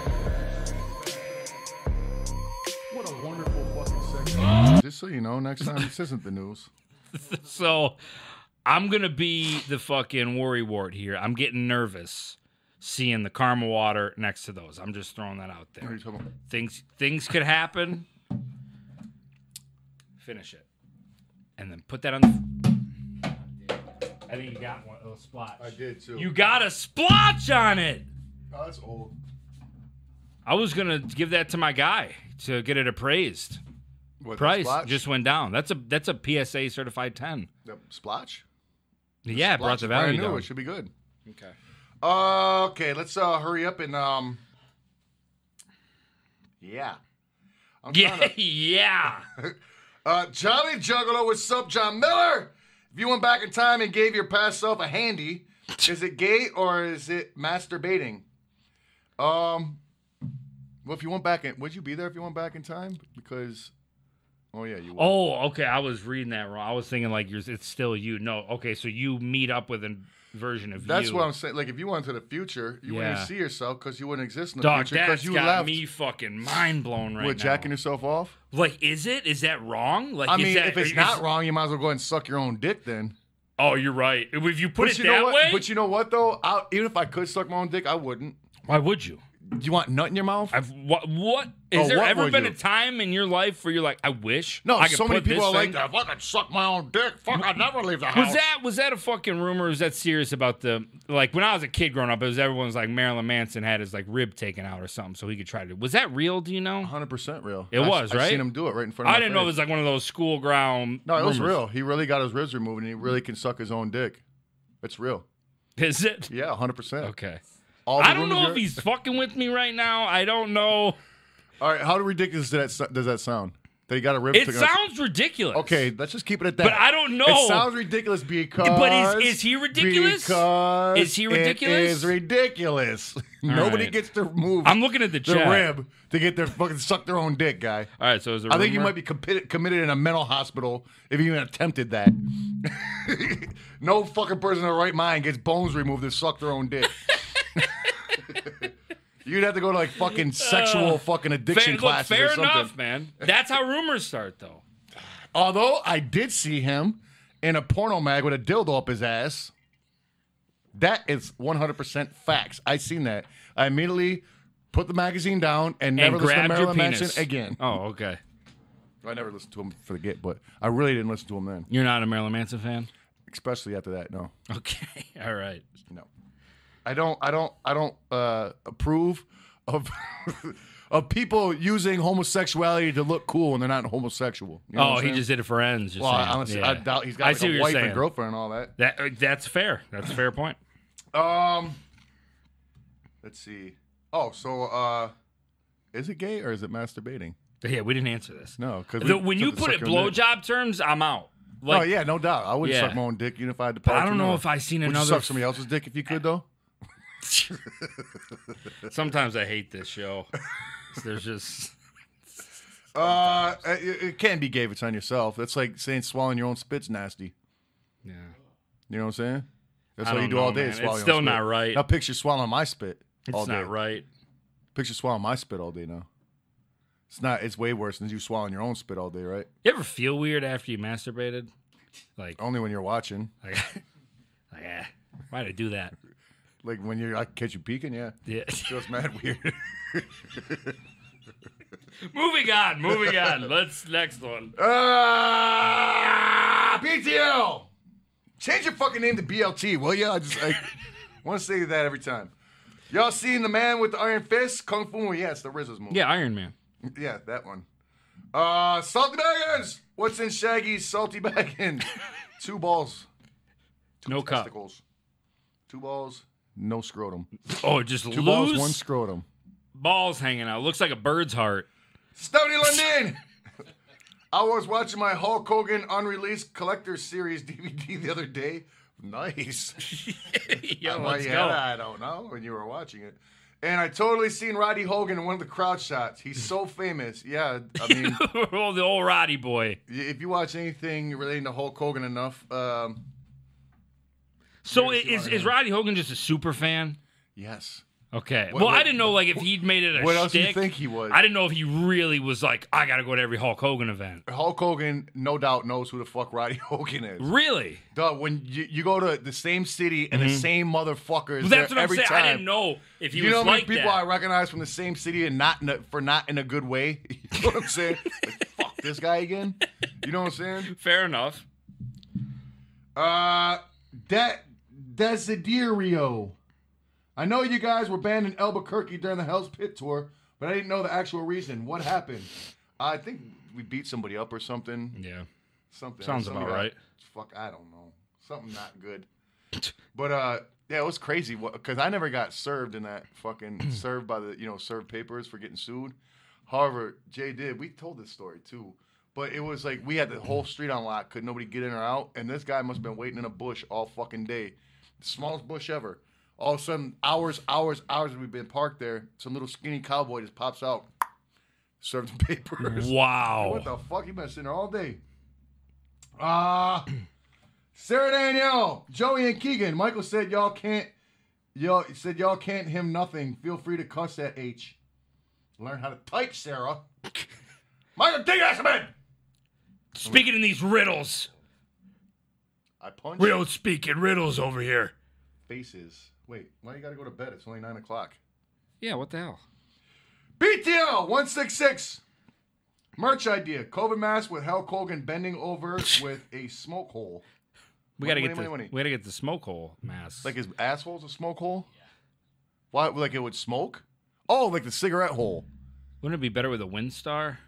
S2: What a wonderful fucking segment. Just so you know, next time this isn't the news.
S1: so. I'm gonna be the fucking worry wart here. I'm getting nervous seeing the karma water next to those. I'm just throwing that out
S2: What are
S1: there.
S2: you talking about?
S1: Things things could happen. Finish it, and then put that on. The... I think you got one. A little splotch.
S2: I did too.
S1: You got a splotch on it.
S2: Oh, that's old.
S1: I was gonna give that to my guy to get it appraised.
S2: What, the
S1: price
S2: splotch?
S1: just went down. That's a that's a PSA certified ten.
S2: the splotch.
S1: yeah, it brought
S2: Splotch
S1: the
S2: is brand
S1: value
S2: new.
S1: down.
S2: It should be good.
S1: Okay.
S2: Uh, okay, let's uh hurry up and um. Yeah. I'm trying
S1: Yeah, (laughs)
S2: to-
S1: yeah.
S2: Uh, Johnny Juggalo, what's up, John Miller? If you went back in time and gave your past self a
S1: (laughs)
S2: handy, is it gay or is it masturbating? Um, Well, if you went back in, would you be there if you went back in time? Because, oh yeah, you. Would.
S1: Oh, okay. I was reading that wrong. I was thinking like yours. It's still you. No. Okay. So you meet up with a version of
S2: that's
S1: you.
S2: what I'm saying. Like if you went to the future, you wouldn't
S1: Yeah.
S2: even see yourself because you wouldn't exist in the
S1: Dog,
S2: future
S1: that's
S2: because you
S1: got
S2: left.
S1: me fucking mind blown right
S2: with
S1: now.
S2: jacking
S1: (laughs)
S2: yourself off.
S1: like, is it? Is that wrong? Like,
S2: I
S1: is
S2: mean,
S1: that,
S2: if it's
S1: is-
S2: not wrong, you might as well go ahead and suck your own dick then.
S1: oh, you're right. If you put
S2: but
S1: it
S2: you
S1: that
S2: know what?
S1: way,
S2: But you know what though? I, even if I could suck my own dick, I wouldn't.
S1: why would you?
S2: Do you want nut in your mouth?
S1: I've what? What has
S2: Oh,
S1: there
S2: what
S1: ever
S2: would
S1: been
S2: you?
S1: a time in your life where you're like, I wish?
S2: no,
S1: I could
S2: so many
S1: put this
S2: people are
S1: thing-
S2: like, if I could suck my own dick,
S3: Mm-hmm.
S2: fuck, I'd never leave the house.
S1: Was that was that a fucking rumor? Or was that serious about the like when I was a kid growing up? It was everyone's like Marilyn Manson had his like rib taken out or something, so he could try to. Was that real? Do you know?
S2: 100% real.
S1: It
S2: I've-
S1: was,
S2: I've
S1: right?
S2: seen him do it right in front of
S1: I
S2: my
S1: didn't know it
S2: face.
S1: was like one of those school ground.
S2: No, it was
S1: rumors.
S2: real. He really got his ribs removed, and he really can suck his own dick. It's real.
S1: Is it?
S2: Yeah, hundred percent.
S1: Okay.
S2: All the
S1: I don't
S2: rumors
S1: know
S2: are-
S1: if he's fucking with me right now. I don't know.
S2: All right, how ridiculous does that does that sound? They got a rib.
S1: It
S2: taken out-
S1: sounds ridiculous.
S2: Okay, let's just keep it at that.
S1: But I don't know.
S2: It sounds ridiculous because.
S1: But is- is he ridiculous?
S2: Because
S1: Is he
S2: It
S1: ridiculous?
S2: is ridiculous. (laughs) Nobody
S1: right.
S2: gets to move
S1: I'm looking at the
S2: the
S1: chat.
S2: rib to get their fucking suck their own dick, guy.
S1: All right, so is
S2: I think you might be committed, committed in a mental hospital if you even attempted that. (laughs) no fucking person in their right mind gets bones removed to suck their own dick. (laughs) You'd have to go to like fucking sexual fucking addiction
S1: Uh, fair, look,
S2: classes
S1: fair
S2: or something.
S1: enough, man. That's how rumors start,
S2: (laughs)
S1: though.
S2: Although I did see him in a porno mag with a dildo up his ass. That is 100% facts. I seen that. I immediately put the magazine down and never
S1: and
S2: listened to
S1: grabbed your
S2: Marilyn
S1: penis
S2: Manson again.
S1: Oh, okay.
S2: I never listened to him forget, but I really didn't listen to him then,
S1: You're not a Marilyn Manson fan.
S2: especially after that. No.
S1: Okay.
S2: (laughs)
S1: All right.
S2: No, I don't. I don't. I don't uh, approve of (laughs) of people using homosexuality to look cool when they're not homosexual. You know what
S1: oh,
S2: I'm
S1: he
S2: saying?
S1: just did it for ends. You're
S2: Well, I,
S1: saying.
S2: honestly,
S1: Yeah.
S2: I doubt he's got
S1: I
S2: like,
S1: see what
S2: a
S1: you're
S2: wife
S1: saying.
S2: and girlfriend and all that.
S1: That uh, that's fair. That's a fair point.
S2: Um, let's see. Oh, so uh, is it gay or is it masturbating?
S1: But yeah, we didn't answer this.
S2: No, because
S1: The- when you put it blowjob terms, I'm out.
S2: Oh
S1: Like,
S2: yeah, no doubt. I wouldn't
S1: Yeah.
S2: suck my own dick, unified to
S1: I don't know if I seen
S2: would you
S1: another.
S2: suck somebody else's dick if you could though.
S1: Sometimes I hate this
S2: (laughs)
S1: show. There's just
S2: Uh, it, it can be gay if it's on yourself. That's like saying swallowing your own spit's nasty.
S1: yeah.
S2: You know what I'm saying? That's
S1: I
S2: what you
S1: don't
S2: do
S1: know,
S2: all day.
S1: man.
S2: is swallow
S1: It's
S2: your
S1: still
S2: own
S1: not
S2: spit.
S1: right.
S2: Now picture swallowing my spit
S1: It's
S2: all day.
S1: not right.
S2: Picture swallowing my spit all day now. It's not. It's way worse than you swallowing your own spit all day, right?
S1: You ever feel weird after you masturbated? Like,
S2: Only when you're watching,
S1: like, (laughs) like eh, why'd I do
S2: (laughs)
S1: that?
S2: like when you're like catch you peeking. Yeah,
S1: Yeah. (laughs)
S2: feels mad (laughs) weird.
S1: moving on, moving
S2: (laughs)
S1: on. Let's next one.
S2: Ah, BTL. Change your fucking name to BLT, will ya? I just I want to say that every time. Y'all seen the man with the iron fist, Kung Fu? Yes, the RZA's movie.
S1: Yeah, Iron Man.
S2: Yeah, that one. Uh, salty baggins. What's in Shaggy's salty (laughs) baggin? Two balls,
S1: No cup.
S2: testicles. Two balls, no scrotum.
S1: Oh, just
S2: Two
S1: loose
S2: balls, one scrotum.
S1: balls hanging out. Looks like a bird's
S2: (laughs)
S1: heart.
S2: Stony London. (laughs) I was watching my Hulk Hogan unreleased collector's series DVD the other day. Nice.
S1: yeah,
S2: Why
S1: let's
S2: you
S1: go.
S2: had it, I don't know when you were watching it. And I totally seen Roddy Hogan in one of the crowd shots. He's so famous. Yeah,
S1: (laughs)
S2: I mean,
S1: oh, the old Roddy boy.
S2: y- if you watch anything relating to Hulk Hogan enough, um,
S1: So i- is is Roddy Hogan just a super fan?
S2: yes.
S1: Okay.
S2: What-
S1: well, I
S2: what-
S1: didn't know like if he'd made it a
S2: What else do you
S1: shtick.
S2: think he was?
S1: I didn't know if he really was like I got to go to every Hulk Hogan event.
S2: Hulk Hogan, no doubt, knows who the fuck Roddy (laughs) Hogan is.
S1: Really?
S2: Duh, when you, you go to the same city and the same motherfucker is
S1: Mm-hmm. Well, that's
S2: there
S1: what I'm
S2: every
S1: saying.
S2: time.
S1: I didn't know if he
S2: you
S1: was
S2: know how many
S1: like
S2: people I
S1: that.
S2: recognize from the same city and not in a, for not in a good way. (laughs) You know what I'm saying? like, fuck this guy again. You know what I'm saying?
S1: Fair enough.
S2: Uh, that Desiderio. I know you guys were banned in Albuquerque during the Hell's Pit tour, but I didn't know the actual reason. What happened? I think we beat somebody up or something.
S1: Yeah.
S2: Something
S1: Sounds
S2: somebody
S1: about
S2: got-
S1: right.
S2: Fuck, I don't know. Something not good. (laughs) But uh, yeah, it was crazy because I never got served in that
S1: (clears throat)
S2: fucking served by the you know served papers for getting sued. However, Jay did. We told this story too, but it was like we had
S1: (clears throat)
S2: the whole street on lock. Could nobody get in or out? And this guy must have been waiting in a bush all fucking day, smallest bush ever. All of a sudden, hours, hours, hours we've been parked there. Some little skinny cowboy just pops out, (laughs) serves papers. What
S1: Wow.
S2: the fuck? You've been sitting there all day. Uh (clears throat) Sarah Danielle, Joey and Keegan. Michael said y'all can't y'all said y'all can't him nothing. Feel free to cuss at H. Learn how to type, Sarah. (laughs) Michael, take your ass to bed.
S1: Speaking in these riddles.
S2: I punch
S1: Real speaking riddles over here.
S2: faces. Wait, why you gotta go to bed? It's only nine o'clock.
S1: Yeah, what the hell?
S2: BTL 166. Merch idea. COVID mask with Hal Colgan bending over with a smoke hole.
S1: We gotta
S2: Money,
S1: get
S2: money,
S1: the
S2: money, money.
S1: we gotta get the smoke hole mask.
S2: Like his asshole's a smoke hole? Why? Like it would smoke? Oh, like the cigarette hole.
S1: Wouldn't it be better with a Windstar?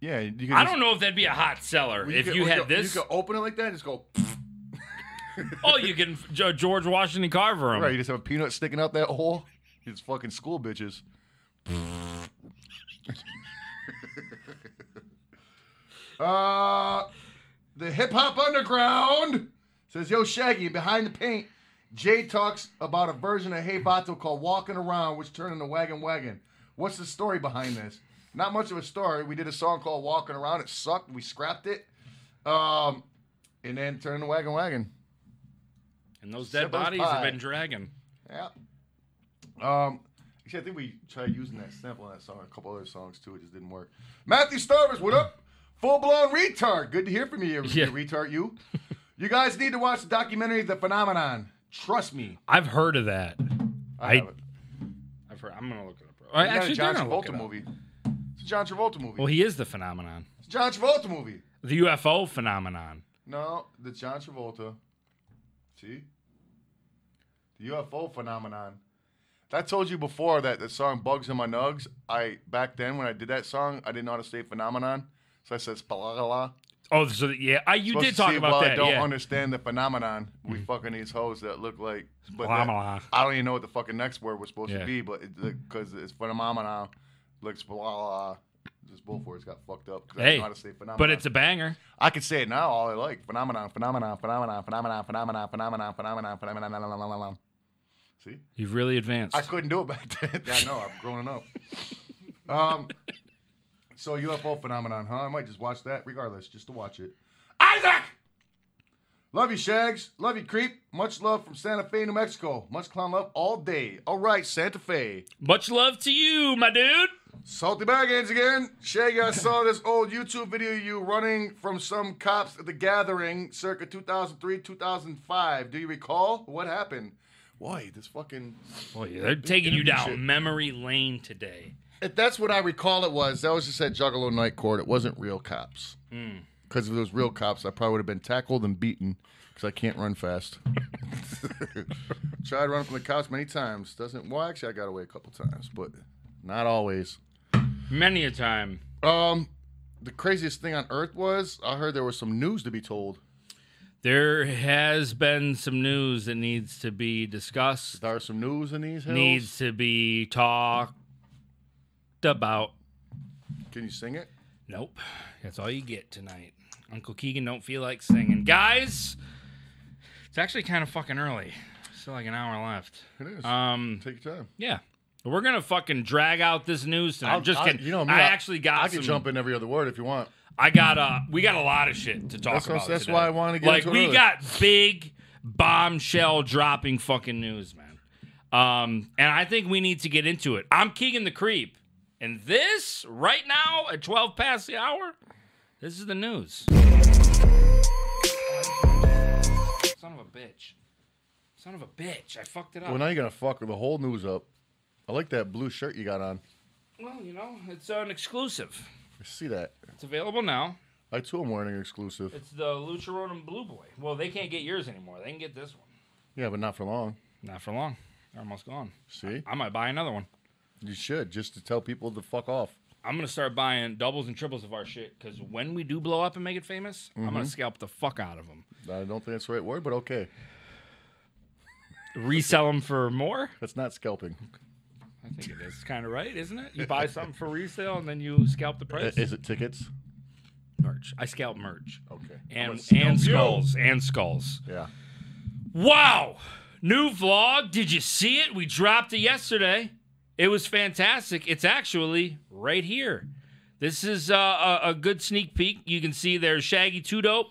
S2: Yeah, you could
S1: I
S2: just-
S1: don't know if that'd be a hot seller if
S2: could-
S1: you had
S2: could-
S1: this.
S2: You could open it like that and just go.
S1: (laughs) Oh, you can G- George Washington Carver him.
S2: Right, you just have a peanut sticking out that hole. It's fucking school bitches. (laughs) uh, the hip hop underground says, "Yo, Shaggy, behind the paint." Jay talks about a version of Hey Bato called "Walking Around," which turned into Wagon Wagon. What's the story behind this? Not much of a story. We did a song called "Walking Around." It sucked. We scrapped it, um, and then turned into Wagon Wagon.
S1: And those
S2: Set
S1: dead
S2: those
S1: bodies have
S2: pie.
S1: been dragging.
S2: Yeah. Um, actually, I think we tried using that sample on that song, a couple other songs too. It just didn't work. Matthew Starvers, what up? Full blown retard. Good to hear from you, you
S1: Yeah. (laughs)
S2: retard. You. you guys need to watch the documentary The Phenomenon. Trust me.
S1: I've heard of that.
S2: I,
S1: I-
S2: have it.
S1: I've heard. I'm gonna look it up. I
S2: It's not
S1: actually
S2: a John
S1: did look it
S2: Travolta
S1: up.
S2: movie. It's a John Travolta movie.
S1: Well, he is the phenomenon,
S2: it's a John Travolta movie.
S1: the UFO phenomenon.
S2: No, the John Travolta. See? The UFO phenomenon. I told you before that the song Bugs in My Nugs, I back then when I did that song, I didn't know how to say phenomenon. So I said spalala.
S1: Oh, so that- yeah, I, you did talk about
S2: well,
S1: that.
S2: I don't
S1: yeah. Mm-hmm.
S2: understand the phenomenon. We fucking these hoes that look like but that-
S1: Phenomenon.
S2: I don't even know what the fucking next word was supposed
S1: Yeah.
S2: to be, but because it's phenomenon, looks blah. Just both words got fucked up. 'cause I didn't
S1: Hey,
S2: know how to say phenomenon.
S1: but it's a banger.
S2: I could say it now all I like. Phenomenon, phenomenon, phenomenon, phenomenon, phenomenon, phenomenon, phenomenon, phenomenon. la, la, la, la, la. See?
S1: You've really advanced.
S2: I couldn't do it back (laughs) then. I know, I'm growing up. (laughs) Um so UFO phenomenon, huh? I might just watch that regardless, just to watch it. Isaac! Love you, Shags. Love you, Creep. Much love from Santa Fe, New Mexico. Much clown love all day. All right, Santa Fe.
S1: Much love to you, my dude.
S2: Salty Baggins again. Shaggy, I saw this old YouTube video of you running from some cops at the gathering circa 2003, 2005. Do you recall what happened? Why, this fucking.
S1: Boy, they're taking you
S2: interview
S1: down
S2: shit.
S1: memory lane today.
S2: If that's what I recall it was, that was just at Juggalo Night Court. It wasn't real cops. Because if it was real cops, I probably would have been tackled and beaten because I can't run fast. Tried running from the cops many times. Doesn't. Well, actually, I got away a couple times, but not always.
S1: Many a time.
S2: Um, the craziest thing on earth was I heard there was some news to be told.
S1: There has been some news that needs to be discussed,
S2: There's some news in these hills.
S1: needs to be talked about.
S2: Can you sing it?
S1: Nope. That's all you get tonight. Uncle Keegan don't feel like singing. Guys, it's actually kind of fucking early. Still like an hour left.
S2: It is.
S1: Um,
S2: Take your time.
S1: yeah. We're gonna fucking drag out this news tonight. I'm just
S2: I-
S1: kidding.
S2: you know me,
S1: I
S2: I-
S1: actually got
S2: I can
S1: some-
S2: jump in every other word if you want.
S1: I got uh we got a lot of shit to talk
S2: That's what-
S1: about.
S2: that's
S1: today.
S2: why I wanted to get
S1: like
S2: into it
S1: we
S2: early.
S1: got big bombshell dropping fucking news, man. Um, and I think we need to get into it. I'm Keegan the Creep, and this right now at 12 past the hour, this is the news. Son of a bitch. Son of a bitch. I fucked it up.
S2: Well, now you're gonna fuck the whole news up. I like that blue shirt you got on.
S1: well, you know, it's an exclusive.
S2: I see that.
S1: It's available now.
S2: I too am wearing an exclusive.
S1: It's the Lucharodum Blue Boy. Well, they can't get yours anymore. They can get this one.
S2: Yeah, but not for long.
S1: Not for long. They're almost gone.
S2: See,
S1: I might buy another one.
S2: you should just to tell people to fuck off.
S1: I'm gonna start buying doubles and triples of our shit because when we do blow up and make it famous, I'm
S2: Mm-hmm.
S1: gonna scalp the fuck out of them,
S2: I don't think that's the right word, but okay.
S1: resell them for more.
S2: That's not scalping.
S1: I think it is kind of right, isn't it? You buy something for resale and then you scalp the price.
S2: Uh, Is it tickets?
S1: merch. I scalp merch
S2: Okay. I'm
S1: and
S2: gonna scalp
S1: and
S2: you.
S1: skulls and skulls.
S2: Yeah.
S1: Wow, New vlog. Did you see it? We dropped it yesterday. It was fantastic. It's actually right here. This is uh, a, a good sneak peek. You can see there's Shaggy Two Dope,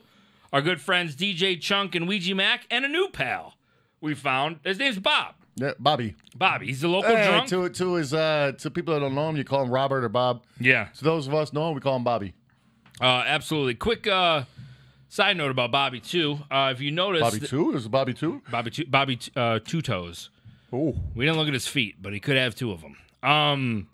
S1: our good friends DJ Chunk and Ouija Mac, and a new pal we found. His name's Bob.
S2: Yeah, Bobby.
S1: Bobby. He's the local
S2: Hey,
S1: drunk.
S2: to to his uh, to people that don't know him, you call him Robert or Bob.
S1: Yeah.
S2: To those of us know him, we call him Bobby.
S1: Uh, absolutely. Quick uh, side note about Bobby too. Uh, if you notice,
S2: Bobby Two is it Bobby Two.
S1: Bobby, two, Bobby t- uh, two toes.
S2: Oh,
S1: We didn't look at his feet, but he could have two of them. Um,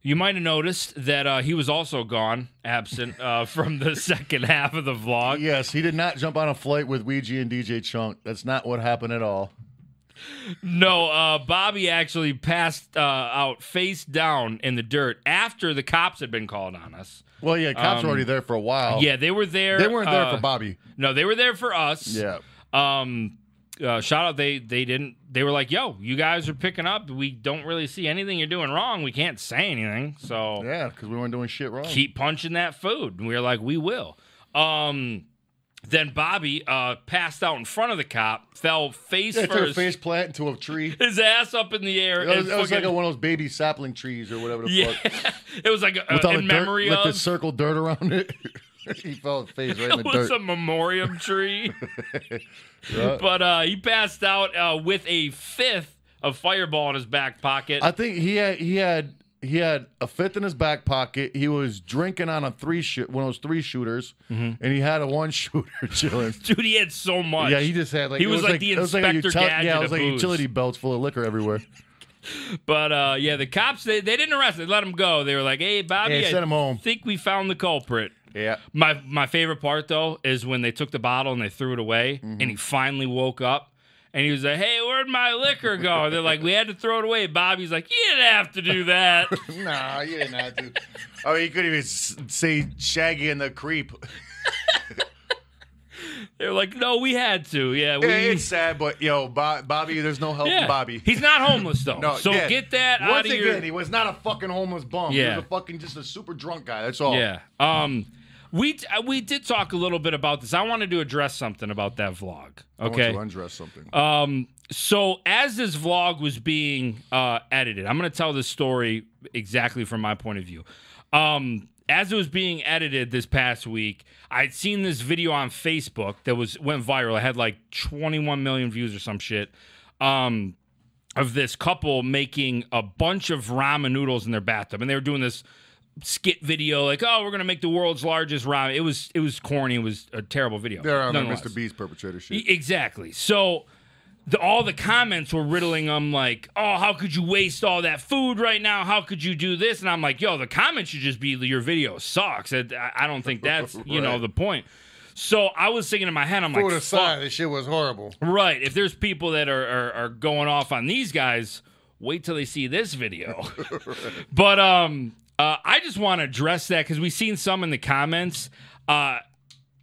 S1: you might have noticed that uh, he was also gone, absent uh, (laughs) from the second half of the vlog.
S2: yes, he did not jump on a flight with Ouija and DJ Chunk. That's not what happened at all.
S1: No, uh, Bobby actually passed uh, out face down in the dirt after the cops had been called on us.
S2: Well, yeah, cops were already there for a while.
S1: Um, Yeah, they were there.
S2: Oh. they weren't there
S1: uh,
S2: for Bobby.
S1: No, they were there for us.
S2: Yeah,
S1: um uh, shout out they they didn't they were like yo you guys are picking up we don't really see anything you're doing wrong we can't say anything so
S2: yeah, because we weren't doing shit wrong.
S1: keep punching that food and we were like we will um then bobby uh passed out in front of the cop fell face
S2: yeah, he took a
S1: first
S2: face plant into
S1: (laughs)
S2: a tree.
S1: his ass up in the air
S2: It
S1: and
S2: was, it was like
S1: fucking-
S2: a, one of those baby sapling trees or whatever
S1: (laughs)
S2: the
S1: yeah (laughs)
S2: fuck.
S1: it was like a,
S2: With all
S1: in
S2: the
S1: memory
S2: dirt,
S1: of
S2: with the circle dirt around it. (laughs) he fell face right
S1: (laughs)
S2: in
S1: it
S2: the
S1: was
S2: dirt.
S1: a
S2: (laughs)
S1: memoriam tree
S2: Yeah.
S1: but uh he passed out uh with a fifth of fireball in his back pocket
S2: I think he had he had he had a fifth in his back pocket. He was drinking on a three shoot one of those three shooters,
S1: Mm-hmm.
S2: and he had a one (laughs) shooter chilling.
S1: Dude, he had so much.
S2: Yeah, he just had like
S1: He
S2: it
S1: was like the
S2: it was like a
S1: Inspector
S2: util-
S1: Gadget
S2: Yeah, it
S1: of
S2: was like
S1: booze.
S2: utility belts full of
S1: (laughs)
S2: liquor everywhere.
S1: But uh, yeah, the cops they, they didn't arrest. They let him go. They were like, "Hey, Bobby,
S2: Hey,
S1: I
S2: send him home."
S1: think we found the culprit."
S2: Yeah,
S1: My my favorite part though is when they took the bottle and they threw it away,
S2: Mm-hmm.
S1: and he finally woke up. And he was like, "Hey, where'd my liquor go?" They're like, "We had to throw it away." Bobby's like, "You didn't have to do that."
S2: (laughs) nah, you didn't have to. I mean, you Oh, couldn't even s- say Shaggy and the Creep. (laughs)
S1: They're like, "No, we had to." Yeah, we.
S4: Yeah, it's sad, but yo, Bo- Bobby, there's no help
S1: yeah.
S4: in Bobby.
S1: He's not homeless
S2: (laughs)
S1: though,
S4: No,
S1: so
S4: yeah.
S1: get that out
S2: Once
S1: of
S2: again,
S1: your.
S2: he was not a fucking homeless bum.
S1: Yeah.
S2: He was a fucking just a super drunk guy. That's all.
S1: Yeah. Um, we uh, we did talk a little bit about this. I wanted to address something about that vlog.
S2: Oh, I want
S1: Okay.
S2: to undress something.
S1: Um, so as this vlog was being uh, edited, I'm going to tell this story exactly from my point of view. Um, as it was being edited this past week, I'd seen this video on Facebook that was went viral. It had like 21 million views or some shit. Um, of this couple making a bunch of ramen noodles in their bathtub, and they were doing this skit video like, "Oh, we're gonna make the world's largest ramen." It was it was corny. It was a terrible video.
S2: They're on the
S1: nonetheless.
S2: Mr. Beast perpetrator shit.
S1: E- Exactly. So the, all the comments were riddling them like, "Oh, how could you waste all that food right now? How could you do this?" And I'm like, "Yo, the comments should just be your video sucks." I, I don't think that's you know
S2: Right.
S1: the point. So I was thinking in my head, I'm
S4: Put
S1: like,
S4: aside,
S1: "Fuck,
S4: this shit was horrible.
S1: right? If there's people that are, are are going off on these guys, wait till they see this video."
S2: (laughs)
S1: (laughs) but um, uh, I just want to address that because we've seen some in the comments. Uh,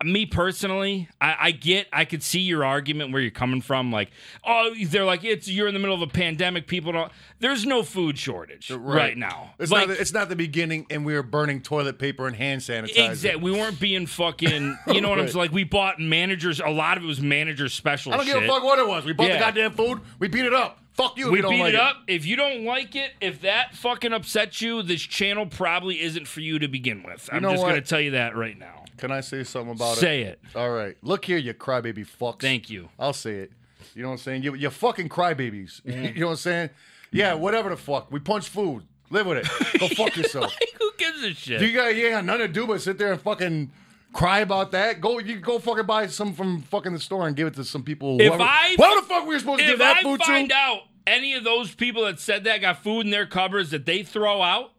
S1: me personally, I, I get, I could see your argument where you're coming from. Like, oh, they're like, it's you're in the middle of a pandemic. People don't. There's no food shortage right, now.
S4: It's
S1: like,
S4: not. The, it's not the beginning, and we were burning toilet paper and hand sanitizer.
S1: exactly. We weren't being
S2: (laughs)
S1: fucking. You know what I'm saying? Like, we bought managers. A lot of it was manager special.
S2: I don't give a
S1: shit.
S2: fuck what it was. We bought
S1: Yeah.
S2: the goddamn food. We beat it up. Fuck you. if
S1: We
S2: you don't
S1: beat
S2: like
S1: it up. If you don't like it, if that fucking upsets you, this channel probably isn't for you to begin with. I'm
S2: know
S1: just
S2: what?
S1: gonna tell you that right now.
S2: Can I say something about it?
S1: Say it.
S2: All right. Look here, you crybaby fucks.
S1: Thank you. (laughs)
S2: I'll say it. You know what I'm saying? You, you're fucking crybabies. (laughs)
S1: Mm.
S2: you know what I'm saying? Yeah, whatever the fuck. We punch food. Live with it.
S1: (laughs)
S2: Go fuck yourself.
S1: Like, who gives a shit?
S2: Do you got yeah, nothing to do but sit there and fucking cry about that? Go you go fucking buy some from fucking the store and give it to some people.
S1: If
S2: whoever,
S1: I-
S2: whoever the fuck we were supposed to give
S1: if
S2: that
S1: I
S2: food
S1: find
S2: to.
S1: out any of those people that said that got food in their cupboards that they throw out,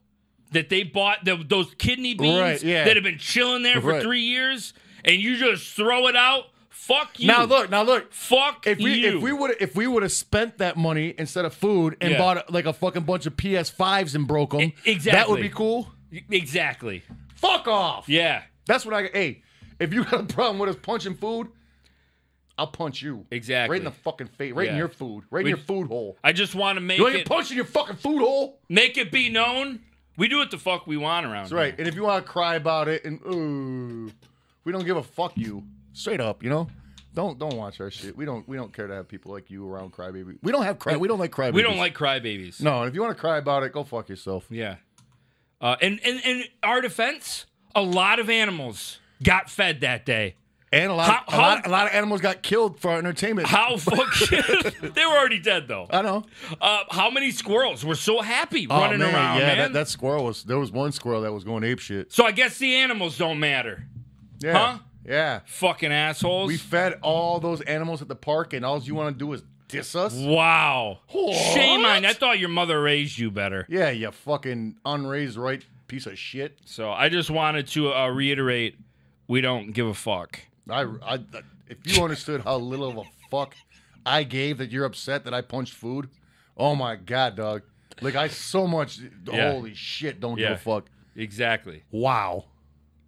S1: that they bought the, those kidney beans
S2: Right, yeah.
S1: that have been chilling there for
S2: Right.
S1: three years, and you just throw it out, fuck you.
S2: Now look, now look.
S1: fuck
S2: If we
S1: you.
S2: if we would if we would have spent that money instead of food and
S1: Yeah.
S2: bought like a fucking bunch of PS5s and broke them,
S1: E-
S2: that
S1: exactly.
S2: would be cool.
S1: exactly,
S2: Fuck off.
S1: yeah,
S2: That's what I. Hey, if you got a problem with us punching food, I'll punch you
S1: Exactly.
S2: right in the fucking face, right in
S1: Yeah.
S2: your food, right
S1: We-
S2: in your food hole.
S1: I just want to make
S2: You ain't
S1: it
S2: punching your fucking food hole.
S1: make it be known. We do what the fuck we want around
S2: That's right. And if you want to cry about it and ooh, we don't give a fuck you. Straight up, you know. Don't don't watch our shit. We don't we don't care to have people like you around crybaby. We don't have cry. We don't like crybaby.
S1: We don't like crybabies.
S2: No, if you want to cry about it, go fuck yourself.
S1: Yeah. Uh, and, and, and our defense, a lot of animals got fed that day.
S2: And a lot,
S1: How-
S2: a lot,
S1: how-
S2: a lot of animals got killed for our entertainment. (laughs)
S1: How fucking. (laughs) they were already dead, though.
S2: I know.
S1: Uh, how many squirrels were so happy
S2: Oh,
S1: running
S2: man,
S1: around,
S2: yeah,
S1: man?
S2: That, that squirrel was. There was one squirrel that was going ape shit.
S1: so I guess the animals don't matter.
S2: Yeah,
S1: Huh?
S2: yeah.
S1: Fucking assholes.
S2: We fed all those animals at the park, and all you want to do is diss us.
S1: wow. Shame on
S2: What?
S1: you. I thought your mother raised you better.
S2: Yeah, you fucking unraised right piece of shit.
S1: So I just wanted to uh, reiterate we don't give a fuck.
S2: I, I, if you understood how little of a fuck I gave that you're upset that I punched food, oh my god, dog. Like I so much.
S1: Yeah.
S2: Holy shit! Don't
S1: Yeah.
S2: give a fuck.
S1: Exactly.
S2: Wow.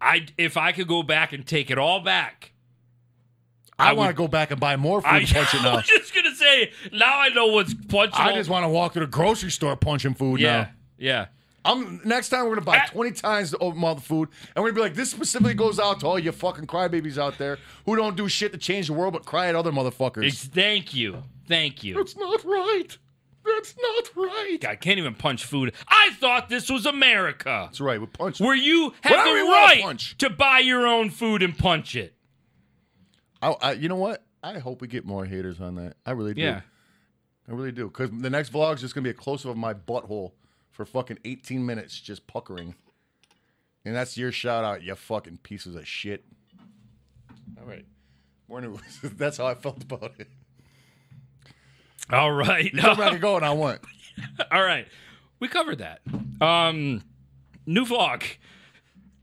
S1: I if I could go back and take it all back,
S2: I,
S1: I
S2: want to
S1: would-
S2: go back and buy more food
S1: I, (laughs)
S2: and punch it
S1: I
S2: now.
S1: was just gonna say now I know what's punching.
S2: I just want to walk to the grocery store punching food
S1: yeah
S2: now.
S1: yeah.
S2: I'm next time we're gonna buy
S1: Ah.
S2: 20 times the amount of food, and we're gonna be like, this specifically goes out to all you fucking crybabies out there who don't do shit to change the world but cry at other motherfuckers.
S1: It's, thank you, thank you.
S2: That's not right. That's not right.
S1: I can't even punch food. I thought this was America,
S2: That's right. We punch.
S1: where you have
S2: Whatever
S1: the
S2: you wanna
S1: right
S2: punch.
S1: to buy your own food and punch it.
S2: I, I, you know what? I hope we get more haters on that. I really do.
S1: Yeah,
S2: I really do. Because the next vlog is just gonna be a close up of my butthole for fucking 18 minutes, just puckering. And that's your shout out, you fucking pieces of shit. All right. Warner, (laughs) that's how I felt about
S1: (laughs)
S2: it.
S1: all right, (laughs)
S2: Come back and go, and I went.
S1: all right. We covered that. Um, new vlog.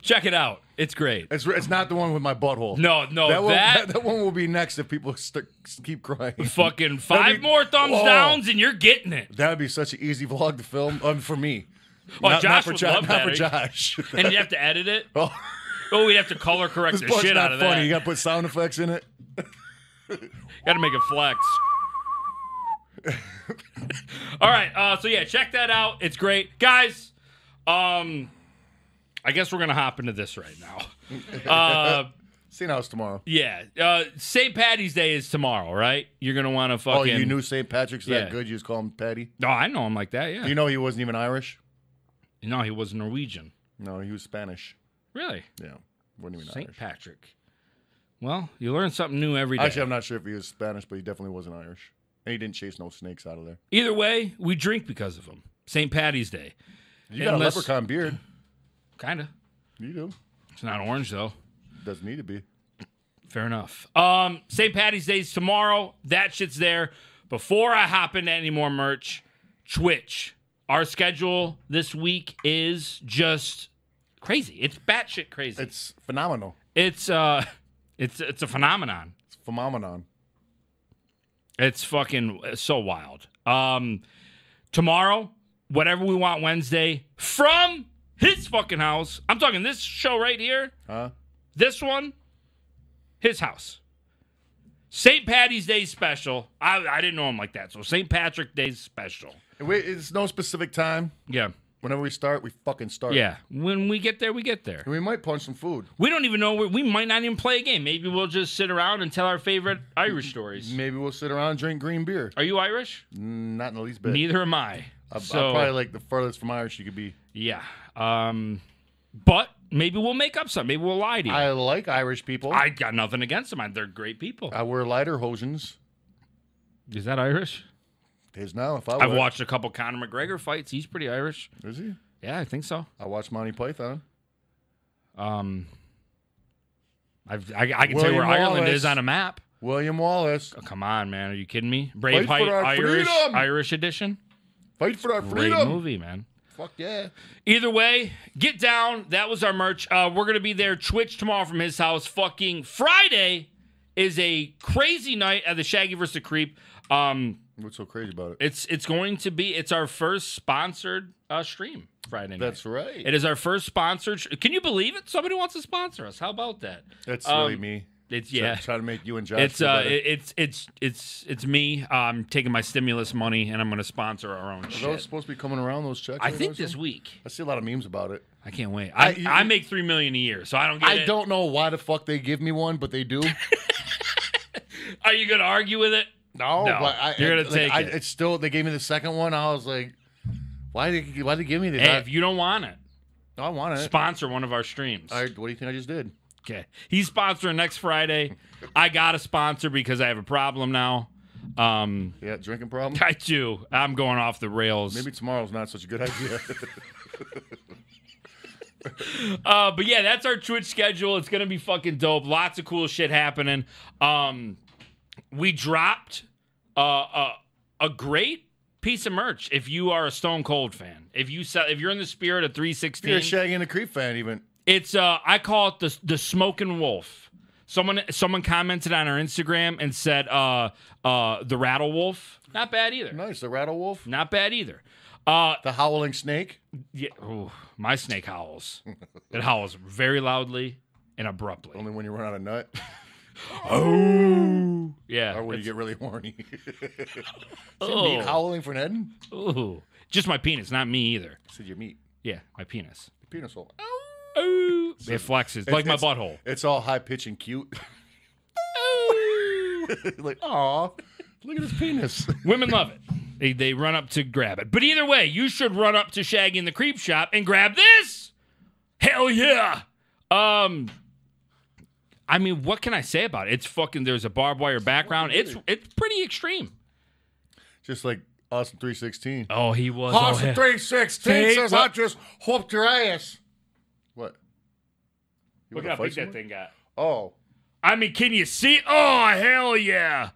S1: Check it out. It's great.
S2: It's, it's not the one with my butthole.
S1: No, no,
S2: that, will,
S1: that-
S2: (laughs) that, that one will be next if people st- keep crying.
S1: Fucking five
S2: be-
S1: more thumbs
S2: Whoa.
S1: downs and you're getting it.
S2: That would be such an easy vlog to film um, for me.
S1: Oh,
S2: not,
S1: Josh
S2: not for
S1: would
S2: Jo-
S1: love
S2: not
S1: that. eh?
S2: for Josh.
S1: And you have to edit it.
S2: (laughs) Oh,
S1: Oh, we'd have to color correct
S2: this
S1: the
S2: part's
S1: shit
S2: not
S1: out of that.
S2: funny. You gotta put sound effects in it.
S1: Got to make it
S2: (laughs)
S1: flex. All right. Uh, so yeah, check that out. It's great, guys. Um, I guess we're gonna hop into this right
S2: (laughs)
S1: now. Uh,
S2: Seeing house tomorrow.
S1: yeah. Uh, St. Patty's Day is tomorrow, right? You're gonna want to fucking.
S2: Oh, you knew St. Patrick's
S1: Yeah.
S2: that good? You just call him Patty.
S1: No, I know him like that. Yeah.
S2: Do you know he wasn't even Irish?
S1: no, he was Norwegian.
S2: No, he was Spanish.
S1: Really?
S2: Yeah, wasn't even
S1: St.
S2: Irish.
S1: Patrick. Well, you learn something new every day.
S2: Actually, I'm not sure if he was Spanish, but he definitely wasn't Irish. And he didn't chase no snakes out of there.
S1: Either way, we drink because of them. St. Patty's Day.
S2: You got
S1: Unless-
S2: a leprechaun beard.
S1: Kinda.
S2: You do.
S1: It's not orange though.
S2: Doesn't need to be.
S1: Fair enough. Um, St. Patty's Day's tomorrow. That shit's there. Before I hop into any more merch, Twitch. Our schedule this week is just crazy. It's batshit crazy. It's,
S2: It's phenomenal.
S1: uh, (laughs) it's it's a phenomenon.
S2: It's phenomenon.
S1: It's fucking so wild. Um, tomorrow, whatever we want Wednesday from his fucking house. I'm talking this show right here.
S2: Huh?
S1: This one, his house. St. Patty's Day special. I, I didn't know him like that. So St. Patrick Day special.
S2: And Wait, it's no specific time.
S1: Yeah.
S2: Whenever we start, we fucking start.
S1: Yeah. When we get there, we get there.
S2: And we might punch some food.
S1: We don't even know. We, we might not even play a game. Maybe we'll just sit around and tell our favorite Irish stories.
S2: Maybe we'll sit around and drink green beer.
S1: Are you Irish?
S2: Mm, Not in the least bit.
S1: Neither am I.
S2: I'm, I'm
S1: so,
S2: probably like the furthest from Irish you could be.
S1: yeah. Um, but maybe we'll make up something. Maybe we'll lie to you. I,
S2: I like Irish people.
S1: got nothing against them. I- They're great people.
S2: I wear lighter hosens.
S1: Is that Irish?
S2: There's now if I
S1: I've
S2: were-
S1: watched a couple Conor McGregor fights. He's pretty Irish.
S2: Is he?
S1: Yeah, I think so.
S2: I watched Monty Python.
S1: Um, I've, I, I can tell you
S2: William
S1: where Ireland
S2: Wallace.
S1: is on a map.
S2: William Wallace.
S1: Oh, come on, man. Are you kidding me?
S2: Fight for
S1: Braveheart
S2: our
S1: Irish,
S2: freedom.
S1: Irish edition.
S2: Fight for our
S1: Great
S2: freedom.
S1: movie, man.
S2: Fuck yeah.
S1: Either way, get down. That was our merch. Uh, we're gonna be there Twitch tomorrow from his house. Fucking Friday is a crazy night at the Shaggy vs. the Creep. Um,
S2: What's so crazy about it?
S1: it's it's going to be it's our first sponsored uh, stream Friday night.
S2: That's right.
S1: It is our first sponsored. sh- Can you believe it? Somebody wants to sponsor us. How about that?
S2: That's
S1: um,
S2: really me.
S1: It's
S2: Try-
S1: yeah.
S2: Try, to make you and Josh.
S1: It's
S2: feel
S1: uh,
S2: better.
S1: it- it's it's it's it's me. I'm taking my stimulus money and I'm going to sponsor our own
S2: Are those
S1: shit.
S2: supposed to be coming around those checks?
S1: I
S2: right
S1: think
S2: now or
S1: this
S2: something?
S1: week.
S2: I see a lot of memes about it.
S1: I can't wait. I,
S2: I- you-
S1: I, make three million a year, so I don't get
S2: I
S1: it. (laughs)
S2: don't know why the fuck they give me one, but they do.
S1: Are you gonna argue with it?
S2: No,
S1: No,
S2: but I,
S1: you're gonna
S2: like,
S1: take
S2: I,
S1: it.
S2: It's still they gave me the second one. I was like, why did why did they give me this?
S1: Hey,
S2: I,
S1: if you don't want it,
S2: no, I want it.
S1: sponsor one of our streams.
S2: I, what do you think I just did?
S1: Okay. He's sponsoring next Friday. I got a sponsor because I have a problem now. Um,
S2: Yeah, drinking problem.
S1: I do. I'm going off the rails.
S2: Maybe tomorrow's not such a good (laughs) idea.
S1: Uh, but yeah, that's our Twitch schedule. It's gonna be fucking dope. Lots of cool shit happening. Um, we dropped uh, a a great piece of merch. If you are a Stone Cold fan, if you sell, if you're in the spirit of 316,
S2: You're a Shaggy and the Creep fan, even.
S1: It's uh, I call it the the smoking wolf. Someone someone commented on our Instagram and said uh uh the rattle wolf. Not bad either.
S2: Nice, the Rattle Wolf,
S1: Not bad either. Uh,
S2: the Howling Snake.
S1: yeah, ooh, my snake howls. it howls very loudly and abruptly.
S2: Only when you run out of nut,
S1: Oh, yeah.
S2: or when you
S1: it's-
S2: get really (laughs) horny.
S1: oh,
S2: Meat howling for Ned.
S1: ooh. just my penis, not me either.
S2: Said your meat,
S1: Yeah, my penis.
S2: your penis hole.
S1: Ooh. It flexes like my
S2: it's-
S1: butthole.
S2: It's all high pitched and (laughs) cute.
S1: Ooh.
S2: (laughs) like, aw, look at his penis. (laughs)
S1: Women love it. They, they run up to grab it. But either way, you should run up to Shaggy in the Creep Shop and grab this. Hell yeah. Um I mean, what can I say about it? It's fucking there's a barbed wire background. It's it's pretty extreme.
S2: Just like Austin 316.
S1: Oh, he was.
S2: Austin 316
S1: Take
S2: says,
S1: what-
S2: I just whooped your ass. What? You
S1: Look how
S2: wanna fight
S1: big that
S2: someone?
S1: thing got.
S2: Oh,
S1: I mean, can you see? Oh, hell yeah.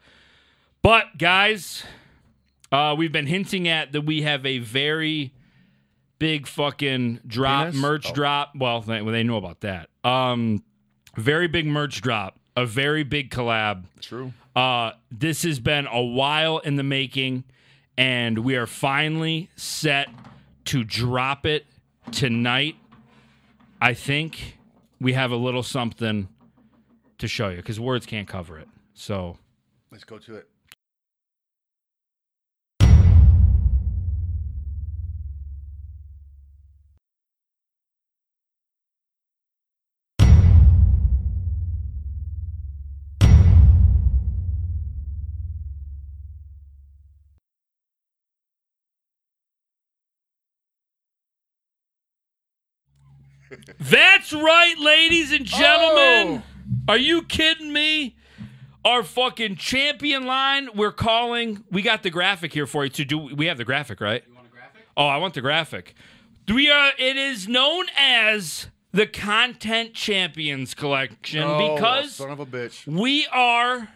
S1: But, guys, uh, we've been hinting at that we have a very big fucking drop,
S2: Penis?
S1: merch
S2: Oh.
S1: drop. Well, they, well, they know about that. Um, very big merch drop, a very big collab.
S2: true.
S1: Uh, this has been a while in the making, and we are finally set to drop it tonight. I think we have a little something to show you because words can't cover it. So
S2: Let's go to it.
S1: that's right, ladies and gentlemen.
S2: Oh!
S1: Are you kidding me? Our fucking champion line, we're calling. We got the graphic here for you to do. We have the graphic, right?
S5: You want a graphic?
S1: Oh, I want the graphic. We are. It is known as the Content Champions Collection
S2: Oh,
S1: because
S2: son of a bitch.
S1: we are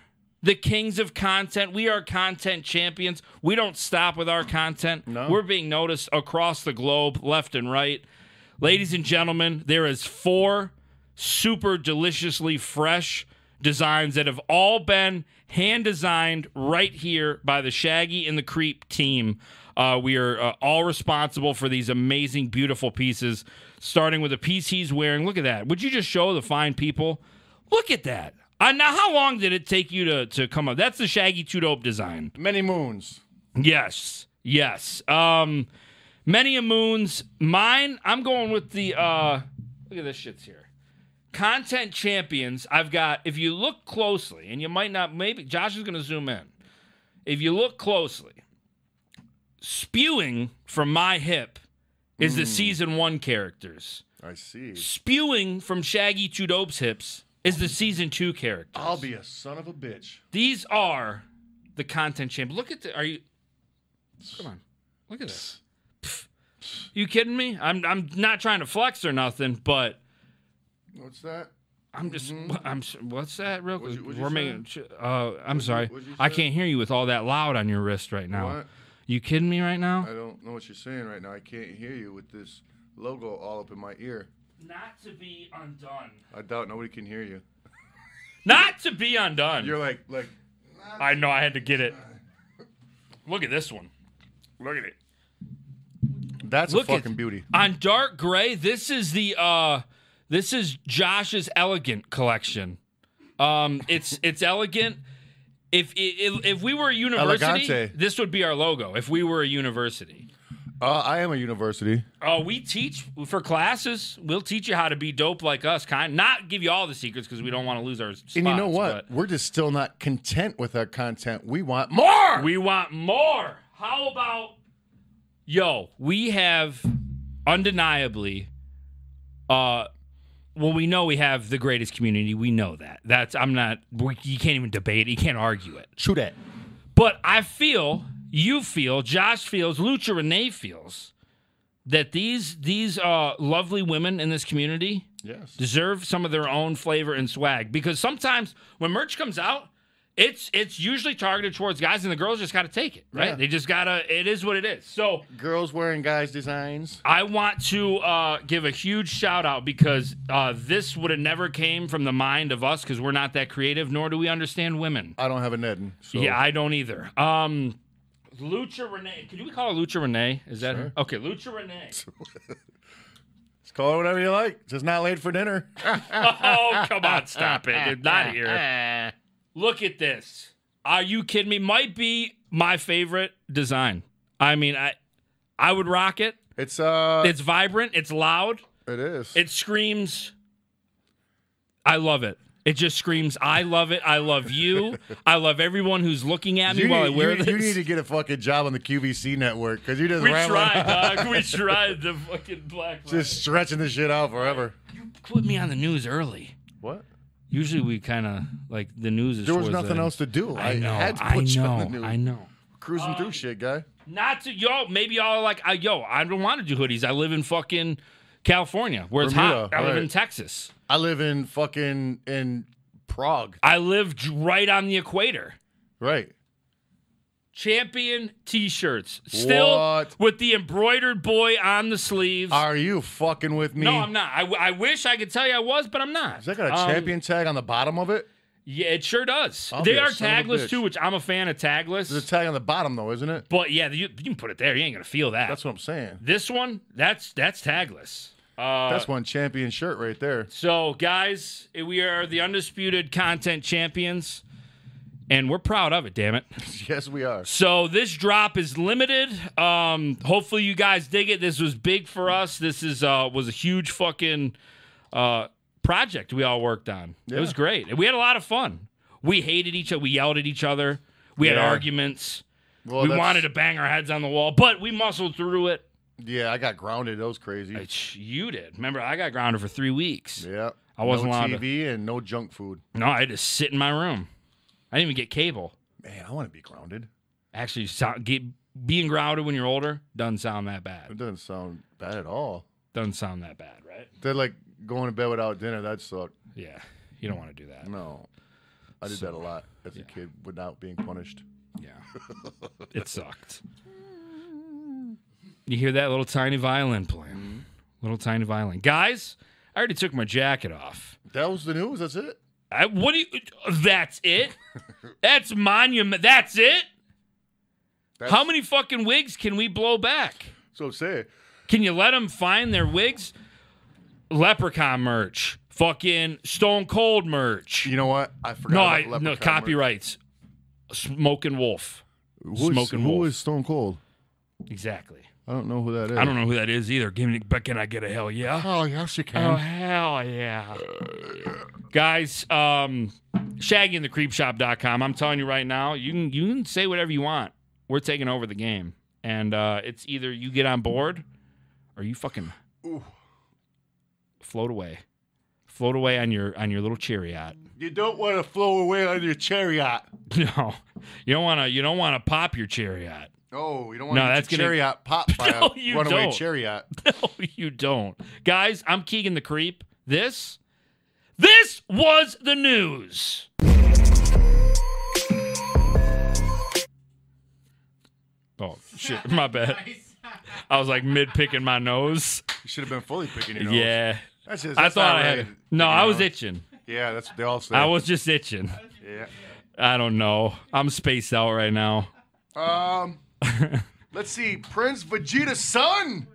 S1: the kings of content. We are content champions. We don't stop with our content.
S2: No.
S1: We're being noticed across the globe, left and right. Ladies and gentlemen, there is four super deliciously fresh designs that have all been hand designed right here by the Shaggy and the Creep team. Uh, we are uh, all responsible for these amazing, beautiful pieces, starting with the piece he's wearing. Look at that. Would you just show the fine people? Look at that. Uh, now, how long did it take you to, to come up? That's the Shaggy 2 Dope design.
S2: Many moons.
S1: Yes. Yes. Um many a moons. Mine, I'm going with the uh look at this shit's here. Content champions. I've got if you look closely, and you might not maybe Josh is gonna zoom in. If you look closely, spewing from my hip is the season one characters.
S2: I see.
S1: Spewing from Shaggy Two Dope's hips is the season two characters.
S2: I'll be a son of a bitch.
S1: These are the content champ. Look at the. Are you? Come on. Look at this. Pff. You kidding me? I'm I'm not trying to flex or nothing, but
S2: What's that?
S1: I'm just I'm s- what's that real
S2: Mm-hmm.
S1: quick?
S2: What'd you- what'd you
S1: We're
S2: say?
S1: making ch- uh I'm sorry.
S2: what'd you
S1: I
S2: say?
S1: can't hear you with all that loud on your wrist right now.
S2: What?
S1: You kidding me right now?
S2: I don't know what you're saying right now. I can't hear you with this logo all up in my ear.
S1: Not to be undone.
S2: I doubt nobody can hear you.
S1: Not to be undone.
S2: You're like like
S1: I know I had to
S2: (laughs)
S1: get it. Look at this one. Look at it.
S2: that's
S1: Look
S2: a
S1: at-
S2: fucking beauty.
S1: on dark gray this is the uh this is josh's elegant collection um it's it's elegant if if, if we were a university
S2: Elegante.
S1: this would be our logo if we were a university
S2: Uh, I am a university.
S1: Uh, we teach for classes. We'll teach you how to be dope like us, kind. Not give you all the secrets because we don't want to lose our. Spots,
S2: and you know what? We're just still not content with our content. We want more.
S1: but (laughs) We want more. How about, yo? We have undeniably, uh, well, we know we have the greatest community. We know that. That's I'm not. We, you can't even debate it. You can't argue it.
S2: True that.
S1: But I feel, you feel, Josh feels, Lucha Renee feels that these these uh, lovely women in this community
S2: Yes.
S1: deserve some of their own flavor and swag because sometimes when merch comes out it's it's usually targeted towards guys and the girls just got to take it right
S2: Yeah.
S1: they just gotta it is what it is so
S2: Girls wearing guys designs.
S1: I want to uh, give a huge shout out because uh, this would have never came from the mind of us because we're not that creative, nor do we understand women.
S2: I don't have a Nedden. So
S1: Yeah, I don't either. Um, Lucha Renee. Can we call her Lucha Renee? Is that her? Okay, Lucha Renee.
S2: just call it whatever you like. Just not late for dinner.
S1: oh, come on, stop it. It's not here. Look at this. Are you kidding me? Might be my favorite design. I mean, I I would rock it.
S2: It's uh.
S1: It's vibrant, it's loud,
S2: it is.
S1: it screams I love it. It just screams, I love it. I love you. I love everyone who's looking at me
S2: you,
S1: while
S2: need,
S1: I wear
S2: you,
S1: this.
S2: you need to get a fucking job on the QVC network because you just
S1: we
S2: rambling-
S1: tried, dog. We tried the fucking black.
S2: (laughs) just stretching this shit out forever.
S1: put me on the news early.
S2: What?
S1: Usually we kind of like the news is.
S2: There was
S1: towards
S2: nothing
S1: the-
S2: else to do. I,
S1: I know.
S2: had to
S1: I
S2: put you
S1: know.
S2: on the news.
S1: I Uh. know.
S2: Cruising through shit, guy.
S1: Not to y'all. Maybe y'all are like, I, yo, I don't want to do hoodies. I live in fucking California where it's hot.
S2: Bermuda,
S1: I live in
S2: right.
S1: Texas.
S2: I live in fucking in Prague.
S1: I live j- right on the equator.
S2: Right.
S1: Champion T-shirts, still
S2: What?
S1: with the embroidered boy on the sleeves.
S2: Are you fucking with me?
S1: no, I'm not. I, w- I wish I could tell you I was, but I'm not.
S2: Has that got a
S1: Um,
S2: champion tag on the bottom of it?
S1: Yeah, it sure does.
S2: I'll
S1: they
S2: be a
S1: are
S2: son of a
S1: tagless
S2: bitch.
S1: too, which I'm a fan of tagless.
S2: There's a tag on the bottom though, isn't it?
S1: But yeah, you, you can put it there. You ain't gonna feel that.
S2: That's what I'm saying.
S1: this one, that's that's tagless. Uh,
S2: That's one champion shirt right there. (laughs)
S1: so guys, we are the undisputed content champions, and we're proud of it. Damn it!
S2: Yes, we are.
S1: So this drop is limited. Um, hopefully you guys dig it. This was big for us. This is uh was a huge fucking uh project we all worked on. It was
S2: Yeah.
S1: great. And we had a lot of fun. We hated each other. We yelled at each other. We had
S2: Yeah.
S1: arguments.
S2: Well,
S1: we
S2: that's-
S1: wanted to bang our heads on the wall, but we muscled through it.
S2: Yeah, I got grounded. That was crazy.
S1: Which you did. Remember, I got grounded for three weeks.
S2: yeah.
S1: I wasn't
S2: no
S1: allowed to-
S2: TV and no junk food.
S1: No, I had to sit in my room. I didn't even get cable.
S2: Man, I want to be grounded.
S1: Actually, sound, get, being grounded when you're older doesn't sound that
S2: It
S1: bad.
S2: doesn't sound bad at all.
S1: Doesn't sound that bad, right?
S2: They're like going to bed without dinner. That sucked.
S1: Yeah, you don't want to do that.
S2: No, I did that a lot as a kid without being punished.
S1: Yeah, it sucked. You hear that little tiny violin playing? Little tiny violin, guys. I already took my jacket off.
S2: That was the news. That's it.
S1: I, what do you? That's it. That's monument. That's it.
S2: That's,
S1: How many fucking wigs can we blow back?
S2: So say
S1: Can you let them find their wigs? Leprechaun merch, fucking Stone Cold merch.
S2: you know what? I forgot.
S1: no,
S2: about
S1: I,
S2: Leprechaun
S1: no
S2: merch.
S1: copyrights. Smoking Wolf.
S2: Who is,
S1: Smoking
S2: who
S1: Wolf.
S2: is Stone Cold?
S1: Exactly.
S2: I don't know who that is.
S1: I don't know who that is either. Give me, but can I get a hell yeah?
S2: Oh yes, you
S1: Oh
S2: can.
S1: hell yeah, guys! Um, Shaggy and the Creepshop.com. I'm telling you right now, you can you can say whatever you want. We're taking over the game, and uh, it's either you get on board or you fucking float away, float away on your on your little chariot. (laughs)
S2: You don't want to flow away on your chariot.
S1: No, you don't want to. You don't want to pop your chariot.
S2: Oh, you don't want
S1: No,
S2: to
S1: that's
S2: get
S1: gonna-
S2: your chariot
S1: (laughs)
S2: popped by
S1: No,
S2: a
S1: you
S2: runaway
S1: don't.
S2: chariot.
S1: (laughs) No, you don't. Guys, I'm Keegan the Creep. This, this was the news. Oh, shit. (laughs) My bad. I was like mid picking my nose.
S2: You should have been fully picking your nose.
S1: Yeah.
S2: that's just,
S1: I
S2: that's
S1: thought
S2: not
S1: I had.
S2: really
S1: No,
S2: picking
S1: I
S2: your
S1: was
S2: nose.
S1: itching.
S2: Yeah, that's what they all say.
S1: I was just itching.
S2: Yeah.
S1: I don't know. I'm spaced out right now.
S6: Um, let's see. Prince Vegeta's son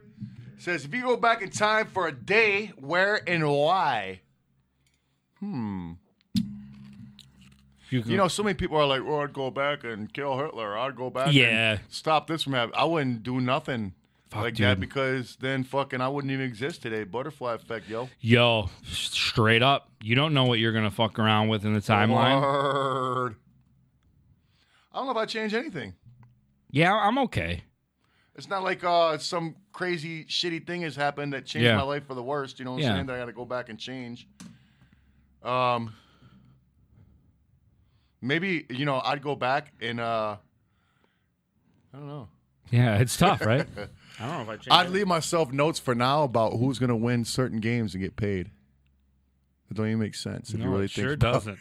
S2: Says if you go back in time for a day, where and why?
S1: You, can,
S2: You know, so many people are like, oh, "Well, I'd go back and kill Hitler. I'd go back,
S1: Yeah.
S2: and stop this from happening." I wouldn't do nothing. like
S1: dude.
S2: that because then fucking I wouldn't even exist today. Butterfly effect, yo.
S1: Yo, s- straight up, you don't know what you're gonna fuck around with in the timeline.
S2: Word. I don't know if I change anything.
S1: Yeah, I'm okay.
S2: It's not like uh, some crazy shitty thing has happened that changed
S1: Yeah.
S2: my life for the worst. You know what I'm
S1: Yeah.
S2: saying? That I got to go back and change. Um, maybe you know I'd go back and uh, I don't know.
S1: Yeah, it's tough,
S4: (laughs)
S1: right? I don't know if I changed.
S4: I'd leave myself notes for now about who's going to win certain games and get paid. It don't even make sense if
S1: No,
S4: you really
S1: it
S4: think.
S1: sure
S4: about (laughs)
S1: doesn't.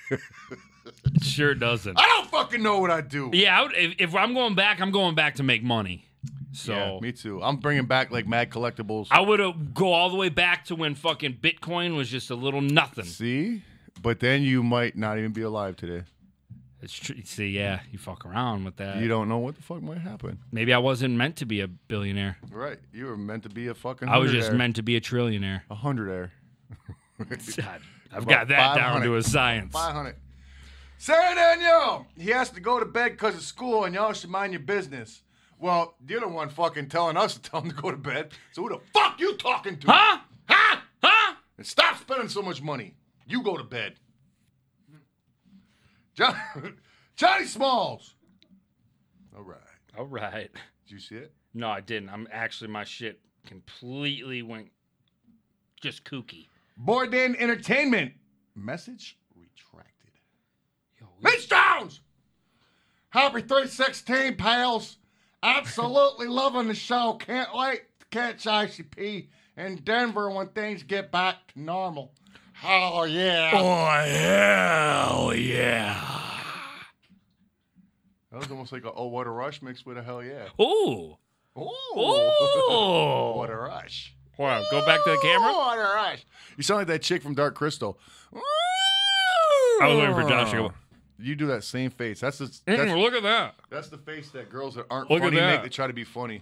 S1: It sure doesn't.
S2: I don't fucking know what I do.
S1: Yeah, I would, if, if I'm going back, I'm going back to make money. So
S4: Yeah,
S2: Me too. I'm bringing back like mad collectibles.
S1: I would uh, go all the way back to when fucking Bitcoin was just a little nothing.
S4: See, but then you might not even be alive today.
S1: It's true. See, yeah, you fuck around with that.
S4: You don't know what the fuck might happen.
S1: Maybe I wasn't meant to be a billionaire.
S4: Right? You were meant to be a fucking.
S1: I was just
S4: hundredaire.
S1: meant to be a trillionaire.
S4: a hundred air.
S1: (laughs)
S2: (laughs)
S1: God, I've got that down
S2: 500.
S1: to a science.
S2: 500. Sarah Danielle, he has to go to bed because of school, and y'all should mind your business. Well, you're the one fucking telling us to tell him to go to bed. So who the fuck you talking to?
S1: Huh?
S2: Huh?
S1: Huh?
S2: And stop spending so much money. You go to bed. John- (laughs) Johnny Smalls. All right.
S1: All right.
S2: Did you see it?
S1: No, I didn't. I'm actually my shit completely went just kooky.
S2: Bourdain Entertainment. Message retracted.
S1: Yo, we-
S2: Mitch Jones! Happy 316, pals. Absolutely (laughs) loving the show. Can't wait to catch ICP in Denver when things get back to normal. Oh, yeah.
S1: hell yeah!
S2: That was almost like a Oh What a Rush mixed with a Hell Yeah.
S1: Ooh.
S2: Oh,
S1: Ooh.
S2: What a Rush. Oh,
S1: Hold on, go back to the camera.
S2: What a Rush.
S4: You sound like that chick from Dark Crystal.
S1: I was waiting for Josh to go.
S4: You do that same face. That's the
S1: Mm,
S4: that's,
S1: look at that.
S2: That's the face that girls that aren't
S1: Look at
S2: funny
S1: that.
S2: make. They try to be funny.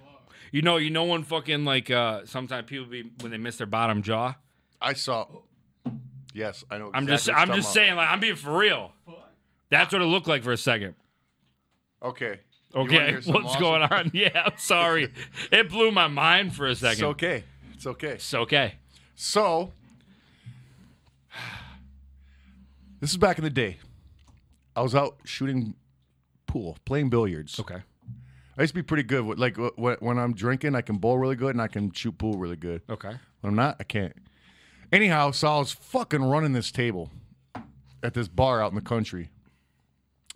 S1: You know, you know when fucking like uh sometimes people be when they miss their bottom jaw.
S2: I saw. Yes, I know.
S1: I'm
S2: exactly
S1: just
S2: what you're
S1: I'm
S2: talking
S1: just
S2: about.
S1: saying like I'm being for real. That's what it looked like for a second.
S2: Okay. You wanna
S1: Okay, (laughs)
S2: hear
S1: what's
S2: something awesome?
S1: going on? Yeah, I'm sorry. it blew my mind for a second.
S4: it's okay. It's okay.
S1: It's okay.
S4: So, (sighs) this is back in the day. I was out shooting pool, playing billiards.
S1: Okay.
S4: I used to be pretty good. With, like wh- wh- when I'm drinking, I can bowl really good and I can shoot pool really good.
S1: Okay.
S4: When I'm not, I can't. Anyhow, so I was fucking running this table at this bar out in the country.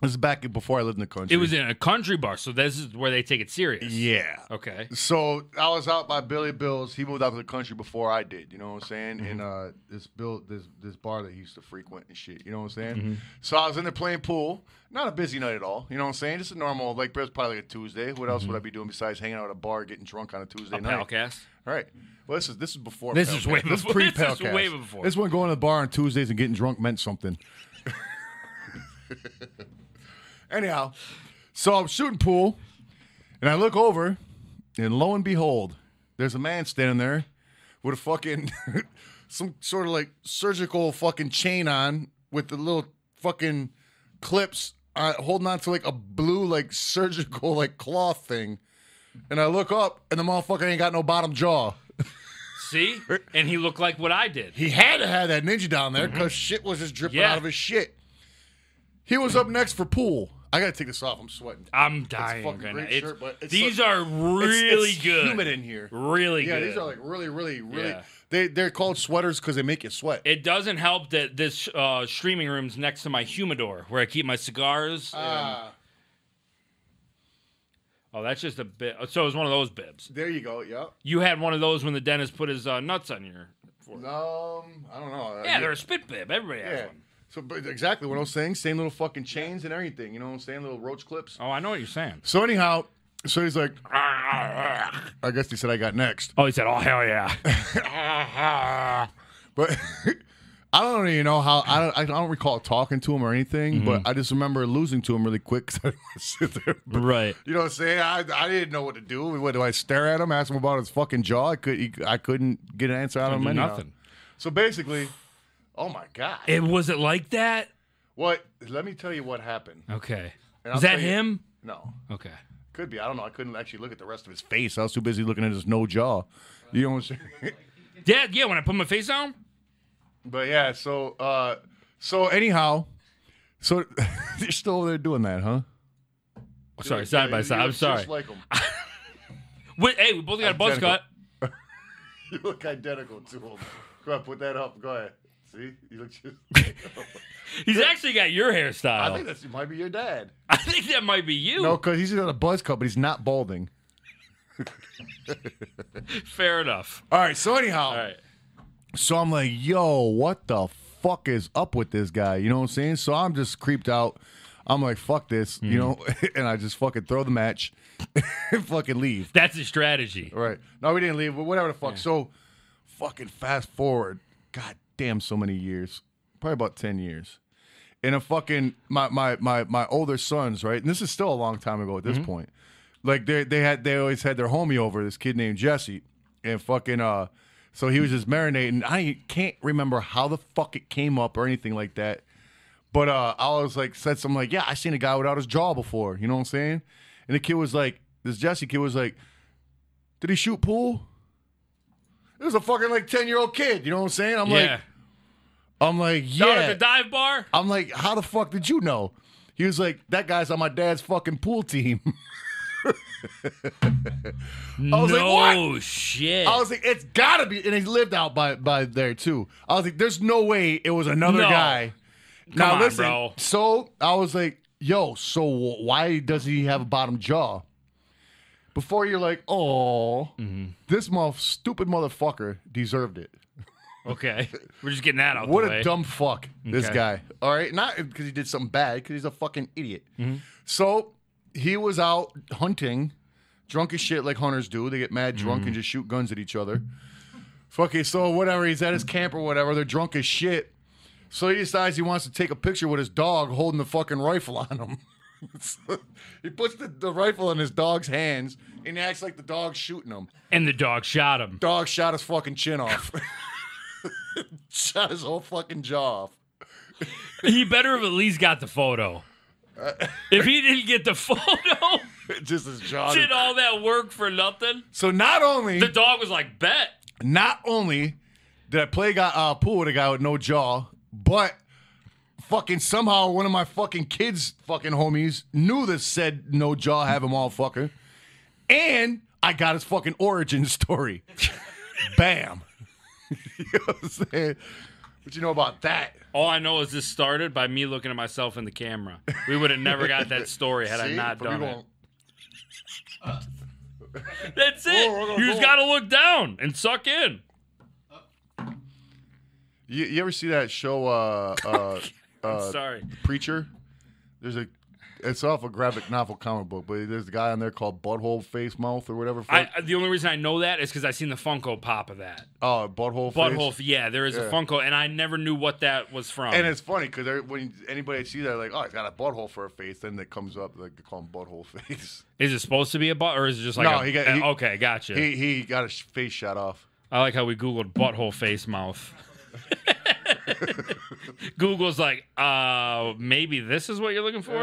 S4: This is back before I lived in the country.
S1: It was in a country bar, so this is where they take it serious.
S4: yeah.
S1: Okay.
S2: So I was out by Billy Bills. He moved out to the country before I did. You know what I'm saying?
S1: Mm-hmm.
S2: And uh, this bill, this this bar that he used to frequent and shit. You know what I'm saying?
S1: Mm-hmm.
S2: So I was in there playing pool. Not a busy night at all. You know what I'm saying? Just a normal like. It's probably like a Tuesday. What else would I be doing besides hanging out at a bar, getting drunk on a Tuesday
S1: Mm-hmm. A
S2: night?
S1: Palcast.
S2: Right. Well, this is this is before.
S1: This is way
S4: This is
S1: before. (laughs)
S4: pre
S1: This is way
S4: palcast.
S1: before.
S4: This one going to the bar on Tuesdays and getting drunk meant something. (laughs) Anyhow, so I'm shooting pool, and I look over, and lo and behold, there's a man standing there with a fucking (laughs) some sort of like surgical fucking chain on with the little fucking clips uh, holding on to like a blue like (laughs) surgical like cloth thing. And I look up, and the motherfucker ain't got no bottom jaw.
S1: See? And he looked like what I did.
S4: He had to have that ninja down there because shit was just dripping
S1: Mm-hmm. Yeah.
S4: out of his shit. He was up next for pool. I gotta take this off. I'm sweating.
S1: I'm dying.
S2: fucking
S1: right
S2: great
S1: now. It's-
S2: shirt, but it's
S1: these
S2: like-
S1: are really
S4: it's
S1: good.
S4: humid in here.
S1: Really
S4: Yeah,
S1: good.
S4: these are like really, really, really.
S1: Yeah.
S4: They they're called sweaters because they make you sweat.
S1: it doesn't help that this uh, streaming room's next to my humidor where I keep my cigars. and-
S2: Ah,
S1: oh, that's just a bit. So it was one of those bibs.
S2: there you go. Yep.
S1: You had one of those when the dentist put his uh, nuts on your.
S2: Um, I don't know.
S1: Yeah, they're a spit bib. Everybody has
S2: Yeah.
S1: one.
S2: So but exactly what I was saying. Same little fucking chains and everything. You know what I'm saying? Little roach clips.
S1: Oh, I know what you're saying. (laughs)
S4: So anyhow, so he's like, I guess he said I got next,
S1: Oh, he said, "Oh hell yeah!"
S4: but. (laughs) I don't even know how I don't, I don't recall talking to him or anything, but I just remember losing to him really quick. (laughs) 'cause I didn't wanna sit there and
S1: right.
S4: You know what I'm saying? I, I didn't know what to do. What do I stare at him? Ask him about his fucking jaw? I could he, I couldn't get an answer out of him. anyhow.
S1: nothing.
S2: So basically, oh my god.
S1: It was it like that.
S2: What? Let me tell you what happened.
S1: Okay.
S2: And
S1: Is
S2: I'll
S1: that
S2: tell you-
S1: him?
S2: No,
S1: Okay.
S2: Could be. I don't know. I couldn't actually look at the rest of his face. I was too busy looking at his no jaw. You know what I'm
S4: (laughs)
S2: saying?
S1: Yeah, yeah. When I put my face down,
S2: But yeah, so uh so anyhow,
S4: (laughs)
S2: so you're still over there doing that, huh?
S1: Oh, sorry, side by
S2: You
S1: side.
S2: look
S1: I'm sorry.
S2: Just (laughs) like him.
S1: Wait, hey, we both got a buzz
S2: Identical.
S1: cut.
S2: You look identical to him. Go on, put that up. Go ahead. See, you look (laughs) just. like him.
S1: He's actually got your hairstyle.
S2: I
S1: (laughs)
S2: think that's it might be your dad.
S1: that might be you.
S2: No, because he's got a buzz cut, but he's not balding.
S1: Fair enough.
S2: All right. So anyhow,
S1: All right.
S2: So I'm like, yo, what the fuck is up with this guy? You know what I'm saying? So I'm just creeped out. I'm like, fuck this, you know, (laughs) and I just fucking throw the match and (laughs) fucking leave.
S1: That's his strategy.
S2: Right. No, we didn't leave, but whatever the fuck. So fucking fast forward, god damn, so many years. Probably about 10 years. And a fucking my my my my older sons, right? And this is still a long time ago at this point. Like they they had they always had their homie over, this kid named Jesse. And fucking uh so he was just marinating. I can't remember how the fuck it came up or anything like that. But uh, I was like, said something like, yeah, I seen a guy without his jaw before. You know what I'm saying? And the kid was like, this Jesse kid was like, did he shoot pool? It was a fucking like 10 year old kid. You know what I'm saying? I'm
S1: yeah.
S2: like, I'm like,
S1: Down at
S2: yeah.
S1: the dive bar.
S2: I'm like, how the fuck did you know? He was like, that guy's on my dad's fucking pool team. (laughs) I was like,
S1: no
S2: what?
S1: shit.
S2: I was like, it's gotta be. And he lived out by by there too. I was like, there's no way it was another
S1: No.
S2: guy. now
S1: on,
S2: listen.
S1: bro.
S2: So I was like, yo, so wh- why does he have a bottom jaw? Before you're like, oh,
S1: Mm-hmm.
S2: this mother, stupid motherfucker deserved it.
S1: okay. (laughs) We're just getting that out
S2: What
S1: the way.
S2: a dumb fuck, this
S1: Okay.
S2: guy. All right, not because he did something bad, because he's a fucking idiot. So he was out hunting, drunk as shit like hunters do. They get mad drunk and just shoot guns at each other. Fucking so whatever. He's at his camp or whatever. They're drunk as shit. So he decides he wants to take a picture with his dog holding the fucking rifle on him. (laughs) So he puts the, the rifle in his dog's hands and he acts like the dog's shooting him.
S1: and the dog shot him.
S2: Dog shot his fucking chin off. (laughs) shot his whole fucking jaw off.
S1: He better have at least got the
S2: (laughs)
S1: photo. if he didn't get the (laughs) photo,
S2: (laughs) just his jaw.
S1: did all that work for nothing?
S2: So not only
S1: uh, The dog was like, bet.
S2: not only did I play guy uh, pool with a guy with no jaw, but fucking somehow one of my fucking kids fucking homies knew this said no jaw have him all fucker, and I got his fucking origin (laughs) story. Bam. (laughs) you know what I'm saying? What you know about that?
S1: All I know is this started by me looking at myself in the camera. We would have never got that story had I
S2: (laughs) See?
S1: not
S2: But we
S1: done it.
S2: gonna-
S1: That's it.
S2: we're gonna
S1: you just
S2: go.
S1: got to look down and suck in.
S2: You, you ever see that show? Uh,
S1: (laughs)
S2: uh, uh,
S1: Sorry.
S2: Preacher. There's a it's off a graphic novel comic book, but there's a guy on there called Butthole Face Mouth or whatever.
S1: I,
S2: fuck.
S1: I- the only reason I know that is because I seen the Funko Pop of that
S2: oh, Butthole
S1: butthole.
S2: Face.
S1: Yeah, there is
S2: Yeah.
S1: a Funko, and I never knew what that was from.
S2: And it's funny because when anybody sees that, like, oh, he's got a butthole for a face, then it comes up like they call him Butthole
S1: (laughs)
S2: Face.
S1: is it supposed to be a butt, or is it just like
S2: No,
S1: a,
S2: he got- he-
S1: okay, gotcha.
S2: he he got his face shot off.
S1: I like how we googled butthole face
S2: (laughs)
S1: mouth. Google's like, uh, maybe this is what you're looking for.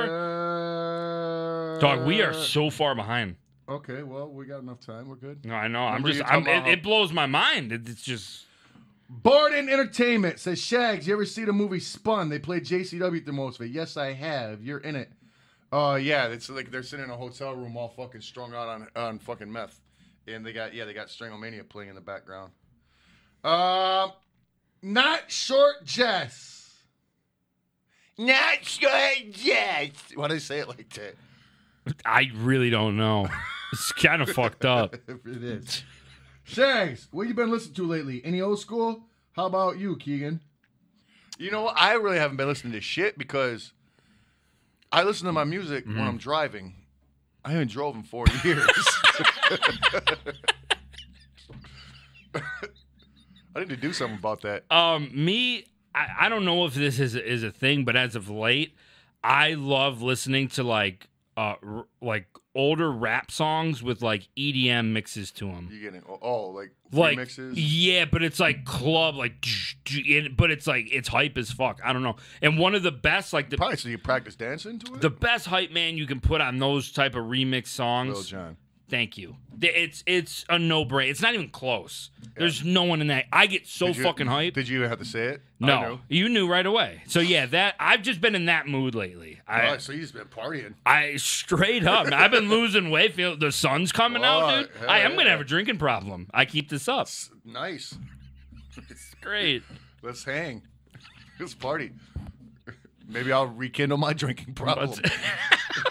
S2: Uh,
S1: Dog, we are so far behind.
S2: okay. Well, we got enough time. We're good.
S1: No, I know. I'm
S2: Remember
S1: just.
S2: you
S1: I'm,
S2: talking
S1: it,
S2: about
S1: it blows my mind. It, it's just.
S2: Barden Entertainment says, Shags, you ever see the movie Spun? They played JCW through most of it. Yes, I have. You're in it. Uh, yeah, it's like they're sitting in a hotel room all fucking strung out on, on fucking meth. And they got, yeah, they got Stranglemania playing in the background. Um, not short Jess. Not short Jess. Why do they say it like that?
S1: I really don't know. (laughs) It's kind of fucked up.
S2: (laughs) it is. Shags, what you been listening to lately? Any old school? How about you, Keegan? You know, what? I really haven't been listening to shit because I listen to my music when I'm driving. I haven't drove in four (laughs) years. I need to do something about that.
S1: Um, me, I, I don't know if this is is a thing, but as of late, I love listening to like uh r- like older rap songs with like EDM mixes to them.
S2: You getting oh, oh like
S1: Like
S2: remixes?
S1: yeah, but it's like club like and- but it's like it's hype as fuck. I don't know. And one of the best like the
S2: Probably so you practice dancing to it.
S1: the best hype man you can put on those type of remix
S4: Lil
S1: songs.
S4: John.
S1: Thank you. Th- It's it's a no brainer. It's not even close. There's no one in that. I get so
S2: Did you-
S1: fucking hype.
S2: Did you even have to say it? I
S1: no,
S2: know.
S1: you knew right away. So yeah, that I've just been in that mood lately. I
S2: Oh, so you just been partying.
S1: I straight up. I've been losing weight. Feel the sun's coming out,
S2: Oh,
S1: dude.
S2: hell
S1: I am
S2: yeah.
S1: gonna have a drinking problem. I keep this up.
S2: S- Nice.
S1: It's great.
S2: Let's hang. (laughs) Let's party. Maybe I'll rekindle my drinking problem.
S1: But (laughs)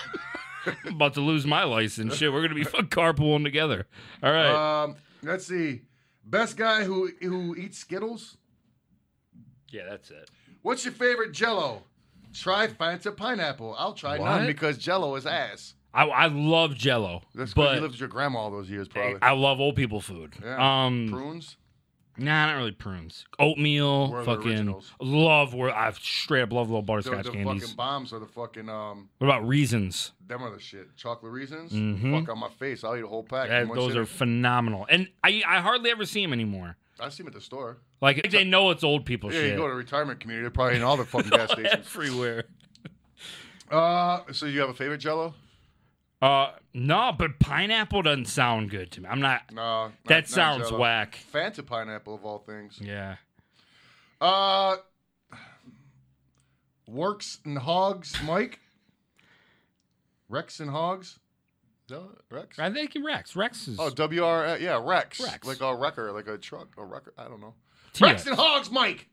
S1: I'm about to lose my license. Shit, we're gonna
S2: (laughs)
S1: be fuck carpooling together. All right.
S2: Um, let's see. Best guy who who eats Skittles.
S1: yeah, that's it.
S2: What's your favorite Jello? Try Fanta pineapple. I'll try
S1: What?
S2: none because Jello is ass.
S1: I, I love Jello,
S2: That's 'cause you
S1: but
S2: lived with your grandma all those years, probably.
S1: I love old people food.
S2: Yeah.
S1: Um,
S2: Prunes.
S1: nah, not really prunes. Oatmeal,
S2: Where are the
S1: fucking
S2: originals?
S1: love. Where I straight up love little
S2: The,
S1: butterscotch
S2: the
S1: candies.
S2: fucking bombs are the fucking um.
S1: what about reasons?
S2: Them are the shit. Chocolate raisins.
S1: Mhm.
S2: Fuck on my face. I'll eat a whole pack.
S1: That-
S2: in one
S1: those
S2: sitting.
S1: are phenomenal, and I I hardly ever see them anymore.
S2: I see them at the store.
S1: Like they know it's old people
S2: yeah,
S1: Oh, shit.
S2: you
S1: (laughs)
S2: go to a retirement community. They're probably in all the fucking gas stations.
S1: everywhere.
S2: Uh, so you have a favorite Jello?
S1: Uh, no, but pineapple doesn't sound good to me. I'm not.
S2: No. not-
S1: that
S2: not
S1: sounds
S2: Jell-O.
S1: whack.
S2: Fanta pineapple of all things.
S1: Yeah.
S2: Uh, works and hogs, Mike. Rex and hogs. Is that what- Rex.
S1: I think he Rex. Rex is.
S2: Oh, W R. uh, Yeah, Rex.
S1: Rex.
S2: Like a wrecker, like a truck, a wrecker. I don't know.
S1: Tia.
S2: Rex and hogs, Mike.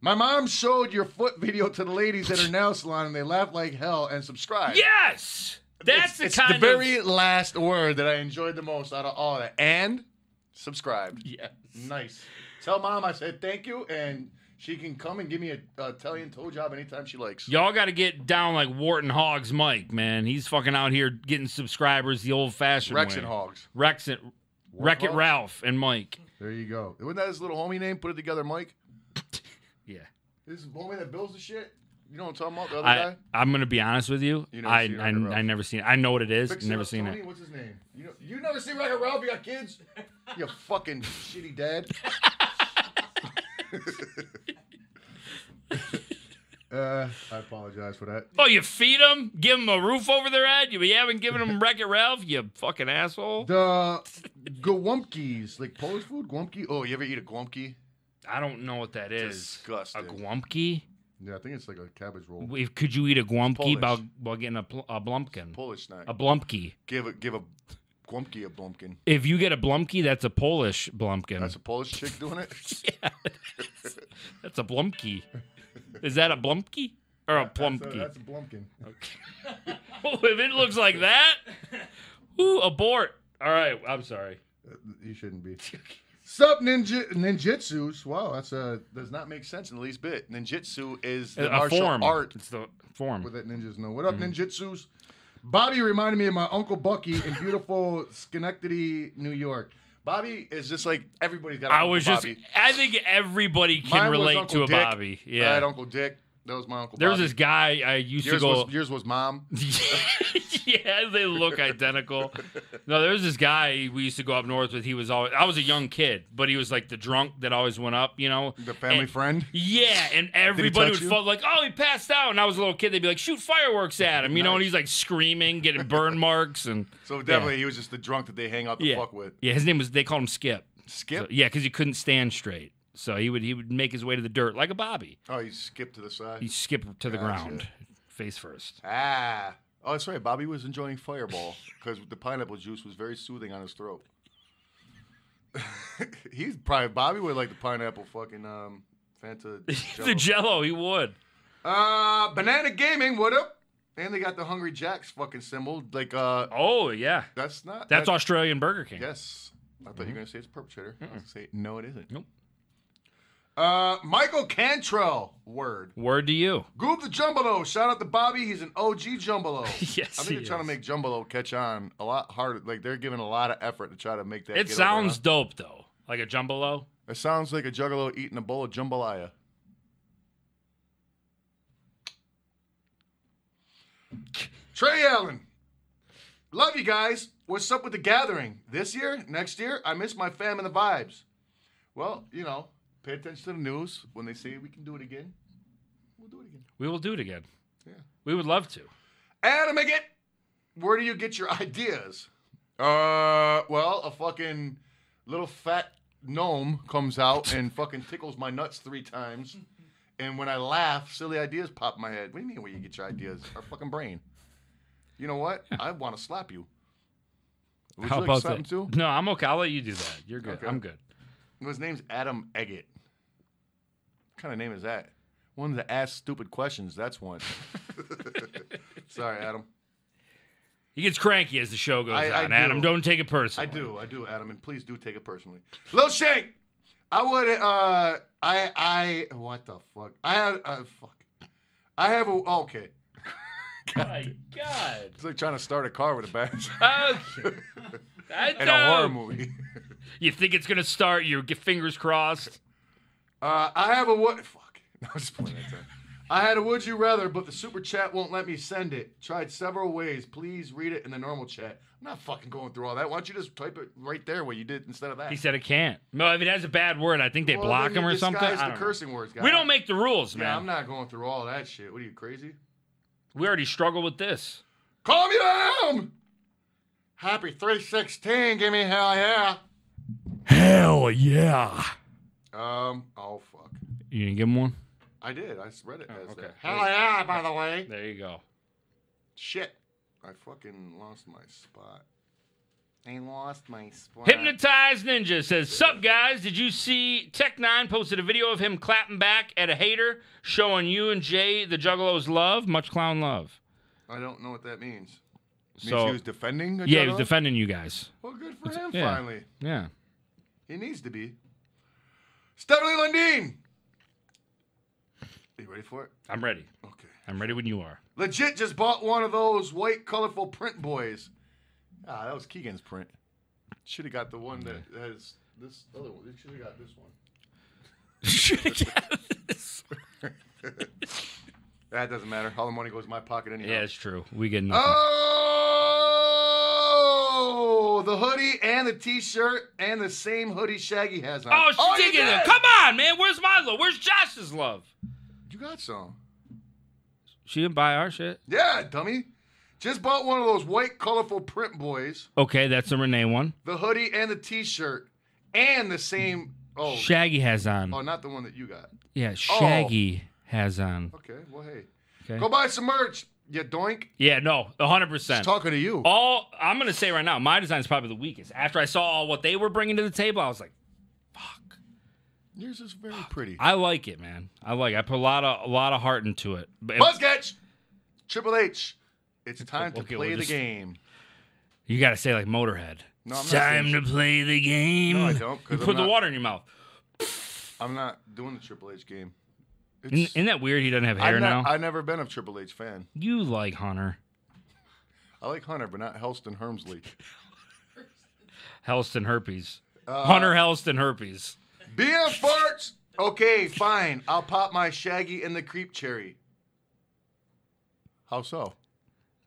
S2: My mom showed your foot video to the ladies at her nail salon, and they laughed like hell and subscribed.
S1: Yes, that's
S2: it's,
S1: the
S2: it's
S1: kind
S2: the very last word that I enjoyed the most out of all that. And subscribed.
S1: of. Yeah.
S2: Nice. Tell mom I said thank you, and she can come and give me a uh, Italian toe job anytime she likes.
S1: Y'all got to get down like Wharton Hogs Mike, man. He's fucking out here getting subscribers the old-fashioned
S2: Rex
S1: way.
S2: and hogs.
S1: Rex and Wreck It
S2: Hogs?
S1: Ralph and Mike.
S2: There you go. Wasn't that his little homie name? Put it together, Mike.
S1: Yeah.
S2: This homie that builds the shit. You know what I'm talking about? The other
S1: I,
S2: guy.
S1: I'm gonna be honest with you.
S2: You never
S1: I
S2: seen
S1: I,
S2: Wreck-It Ralph.
S1: I never seen. It. I know what it is.
S2: Fix
S1: never
S2: Up
S1: seen
S2: Tony?
S1: it.
S2: What's his name? You know, you never seen Wreck-It Ralph? You got kids? You fucking
S1: (laughs)
S2: shitty dad. (laughs) uh, I apologize for that.
S1: Oh, you feed them, give them a roof over their head. You, you haven't given them Wreck It Ralph, you fucking asshole.
S2: The Gwumpkies, like Polish food, Gwumpki. Oh, you ever eat a Gwumpki?
S1: I don't know what that is.
S2: Disgusting.
S1: A guumpki?
S2: Yeah, I think it's like a cabbage roll.
S1: If- Could you eat a guumpki
S2: Polish.
S1: by, by getting a, pl- a blumpkin?
S2: Polish snack.
S1: A blumpki.
S2: give a give a Gwumpki a Blumpkin.
S1: If you get a blumpki, that's a Polish blumpkin.
S2: That's a Polish chick
S1: (laughs)
S2: doing it.
S1: That's a blumpki. Is that a blumpki or a plumpki?
S2: That's a, that's a Blumpkin.
S1: Oh, (laughs) if it looks like that, ooh, abort. All right, I'm sorry.
S2: You shouldn't
S1: (laughs)
S2: be. Sup ninja ninjitsus? Wow, that's uh does not make sense in the least bit. Ninjitsu is the
S1: a
S2: martial
S1: form. Mm-hmm.
S2: art
S1: It's the form.
S2: that ninjas know. What up, ninjitsus? Bobby reminded me of my uncle Bucky in beautiful Schenectady, New York. Bobby is just like everybody's got. an
S1: I
S2: Uncle
S1: was just.
S2: Bobby.
S1: I think everybody can
S2: Mine was
S1: relate to
S2: Uncle
S1: a
S2: Dick.
S1: Bobby.
S2: I had
S1: Yeah.
S2: Uncle Dick. That was my uncle.
S1: There was
S2: Bobby.
S1: this guy I used to
S2: Yours
S1: go. (laughs)
S2: was, (laughs) yours was mom.
S1: yeah, they look identical. No, there was this guy we used to go up north with. He was always. I was a young kid, but he was like the drunk that always went up. You know.
S2: The family
S1: And-
S2: friend.
S1: Yeah, and
S2: he
S1: everybody
S2: touch
S1: would
S2: you?
S1: fall like, "Oh, he passed out." And I was a little kid. They'd be like, "Shoot fireworks at him," you know. And
S2: Nice.
S1: he's like screaming, getting burn marks, and
S2: So definitely he was just the drunk that they hang out the
S1: Yeah.
S2: fuck with.
S1: yeah, his name was. They called him Skip. So-
S2: Skip.
S1: yeah, because he couldn't stand straight, so he would he would make his way to the dirt like a bobby.
S2: oh, he skipped to the side.
S1: He skipped to the
S2: Gotcha.
S1: ground, face first.
S2: Ah. Oh, that's right. Bobby was enjoying Fireball because the pineapple juice was very soothing on his throat. (laughs) He's probably Bobby would like the pineapple fucking um Fanta.
S1: (laughs) the
S2: Jell-O.
S1: Jello, he would.
S2: uh, Banana Gaming, what up? And they got the Hungry Jack's fucking symbol. Like uh,
S1: Oh yeah,
S2: that's not.
S1: that's
S2: that-
S1: Australian Burger King.
S2: Yes. I thought you were gonna say it's a perpetrator. I was gonna say no, it isn't.
S1: Nope.
S2: Uh, Michael Cantrell. Word.
S1: Word to you.
S2: Goob the Jumbolo. Shout out to Bobby. He's an
S1: (laughs)
S2: OG Jumbolo.
S1: Yes,
S2: I think
S1: he
S2: they're trying
S1: is.
S2: to make Jumbolo catch on a lot harder. Like they're giving a lot of effort to try to make that.
S1: It
S2: get over
S1: sounds
S2: on.
S1: dope though, like a jumbolo.
S2: It sounds like a juggalo eating a bowl of jambalaya. Trey Allen. Love you guys. What's up with the gathering? This year? Next year? I miss my fam and the vibes. Well, you know, pay attention to the news. When they say we can do it again, we'll do it again.
S1: We will do it again.
S2: Yeah.
S1: We would love to.
S2: Adam again. Where do you get your (laughs) ideas? Uh, well, a fucking little fat gnome comes out and (laughs) fucking tickles my nuts three times, and when I laugh, silly ideas pop in my head. What do you mean? Where you get your ideas? Our fucking brain. You know what? I want to slap you. Would you like to slap him
S1: that?
S2: too?
S1: No, I'm okay. I'll let you do that. You're good.
S2: Okay.
S1: I'm good.
S2: His name's Adam Eggett. What kind of name is that? One that asks stupid questions. That's (laughs) one. Sorry, Adam.
S1: He gets cranky as the show goes
S2: I- I
S1: on.
S2: do.
S1: Adam, don't take it
S2: I
S1: personally.
S2: do, I do, Adam, and please do take it personally. Lil Shank, I would, uh, I, I, what the fuck? I had, uh, fuck. I have a, oh, okay.
S1: Oh My
S2: (laughs)
S1: God.
S2: It's like trying to start a car with a (laughs) badge
S1: Okay. I
S2: in a horror
S1: don't-
S2: movie. (laughs)
S1: You think it's gonna start? Your g- fingers crossed.
S2: Uh, I have a what? Fuck. (laughs) No, I'm just playing that time. I had a would you rather, but the super chat won't let me send it. Tried several ways. Please read it in the normal chat. I'm not fucking going through all that. Why don't you just type it right there what you did instead of that?
S1: He said it can't. No, if it has a bad word, I think they
S2: Well,
S1: block
S2: then
S1: him
S2: you
S1: or something.
S2: disguise
S1: I
S2: the
S1: don't know.
S2: cursing words, guy.
S1: We don't make the rules,
S2: Yeah,
S1: man.
S2: I'm not going through all that shit. What are you crazy?
S1: We already struggle with this.
S2: Calm you down. Happy 316. Give me hell yeah.
S1: Hell yeah!
S2: Um. Oh fuck.
S1: You gonna give him one?
S2: I did. I read it as
S1: Oh, okay.
S2: that. Hell yeah. By the way.
S1: There you go.
S2: Shit. I fucking lost my spot. I lost my spot.
S1: Hypnotized Ninja says, Sup, guys? Did you see Tech9 posted a video of him clapping back at a hater showing you and Jay the Juggalos love? Much clown love.
S2: I don't know what that means. Means
S1: So,
S2: he was defending. A
S1: yeah, he was
S2: Juggalos?
S1: defending you guys.
S2: Well, good for him.
S1: yeah.
S2: Finally,
S1: Yeah.
S2: he needs to be. Stephanie Lundeen. Are you ready for it?
S1: I'm ready.
S2: Okay.
S1: I'm ready when you
S2: (laughs)
S1: are.
S2: Legit just bought one of those white colorful print boys. Ah, that was Keegan's print. Should have got the one that has this other one. Should have got this one. (laughs) That doesn't matter. All the money goes in my pocket anyhow.
S1: yeah, it's true. We get nothing.
S2: Oh, the hoodie and the t-shirt and the same hoodie Shaggy has on.
S1: oh, she's
S2: you
S1: digging
S2: did!
S1: it. Come on, man. Where's my love? Where's Josh's love?
S2: You got some.
S1: She didn't buy our shit.
S2: Yeah, dummy. Just bought one of those white colorful print boys,
S1: Okay, that's the Renee one.
S2: the hoodie and the t-shirt and the same oh,
S1: Shaggy has on.
S2: oh not the one that you got.
S1: Yeah, Shaggy has on.
S2: Okay, well hey.
S1: Okay.
S2: Go buy some merch, you doink.
S1: Yeah, no, 100%.
S2: Just talking to you.
S1: all I'm gonna say right now, my design is probably the weakest. After I saw all what they were bringing to the table, I was like, "Fuck,
S2: Yours is very pretty.
S1: I like it, man. I like. It. I put a lot of a lot of heart into it." But
S2: Buzzcatch! Triple H. It's time to
S1: Okay,
S2: play
S1: we'll
S2: the
S1: just-
S2: game.
S1: you gotta say like Motorhead.
S2: No, I'm
S1: it's
S2: not
S1: time to
S2: saying-
S1: play the game.
S2: No, I don't, 'cause
S1: You
S2: I'm
S1: put the
S2: not-
S1: water in your mouth.
S2: I'm not doing the Triple H game.
S1: Isn't,
S2: It's-
S1: isn't that weird? He doesn't have hair
S2: I've not-
S1: now.
S2: I've never been a Triple H fan.
S1: you like Hunter
S2: I like Hunter, but not Helston Hermsley.
S1: Helston herpes.
S2: Uh,
S1: Hunter Helston herpes.
S2: BM farts. Okay, fine. I'll pop my Shaggy in the creep cherry. How so?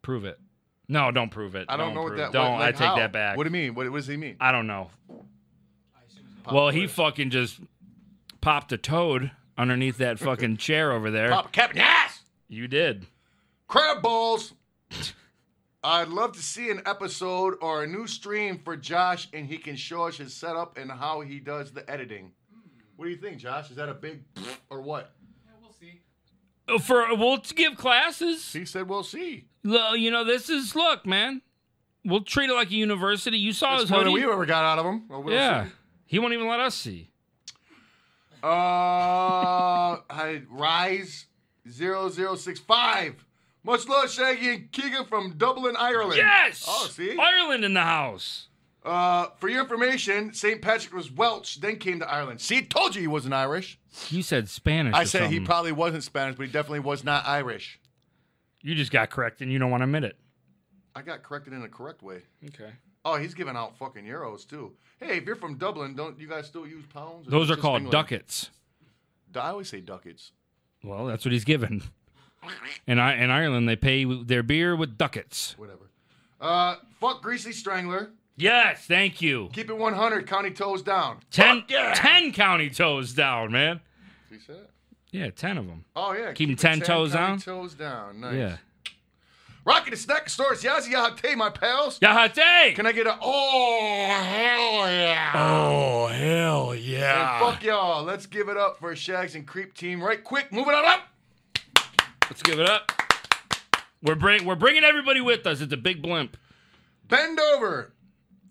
S1: Prove it. No, don't prove it.
S2: I don't, know what
S1: prove
S2: that.
S1: it. Don't.
S2: what- like
S1: I take
S2: how?
S1: that back.
S2: What do you mean? What, what does he mean?
S1: I don't know.
S3: I assume it's
S2: Pop
S1: Well, he
S2: what?
S1: fucking just popped a toad underneath that
S2: (laughs)
S1: fucking chair over there.
S2: pop a cap. Yes.
S1: You did.
S2: Crab balls. I'd love to see an episode or a new stream for Josh, and he can show us his setup and how he does the editing. What do you think, Josh? Is that a big or what?
S3: Yeah, we'll see.
S1: Oh, For we'll t- give classes.
S2: He said, "We'll see."
S1: Lo- You know, this is look, man. We'll treat it like a university. You saw his
S2: That's more than
S1: hoodie.
S2: we ever got out of him. Or we'll
S1: yeah,
S2: see.
S1: he won't even let us see.
S2: Uh, I rise 0065. Much love, Shaggy and Keegan from Dublin, Ireland.
S1: Yes.
S2: Oh, see?
S1: Ireland in the house.
S2: Uh, for your information, St. Patrick was Welsh, then came to Ireland. See, told you he wasn't Irish.
S1: You said Spanish.
S2: I
S1: or
S2: said he
S1: something.
S2: probably wasn't Spanish, but he definitely was not Irish.
S1: You just got correct, and you don't want to admit it.
S2: I got corrected in a correct way.
S1: Okay.
S2: Oh, he's giving out fucking euros too. Hey, if you're from Dublin, don't you guys still use pounds?
S1: Those are
S2: Just
S1: called
S2: England?
S1: ducats.
S2: I always say ducats.
S1: Well, that's what he's given. In, I- in Ireland, they pay their beer with ducats.
S2: Whatever. Uh, fuck Greasy Strangler.
S1: Yes, thank you.
S2: Keep it 100. County toes down.
S1: Ten, ten county toes down, man.
S2: Did you say that?
S1: Yeah, ten of them.
S2: Oh yeah.
S1: Keep 'em
S2: it
S1: 10 toes
S2: county
S1: down?
S2: Toes down. Nice.
S1: Yeah.
S2: Rocky the snack stores. Yazzie Yahate, my pals.
S1: Yahate!
S2: Can I get a? Oh hell yeah.
S1: Oh, hell
S2: And
S1: yeah.
S2: fuck y'all. Let's give it up for Shags and Creep Team right quick. Move it on up.
S1: Let's give it up. We're, bring, we're bringing everybody with us. It's a big blimp.
S2: Bend over.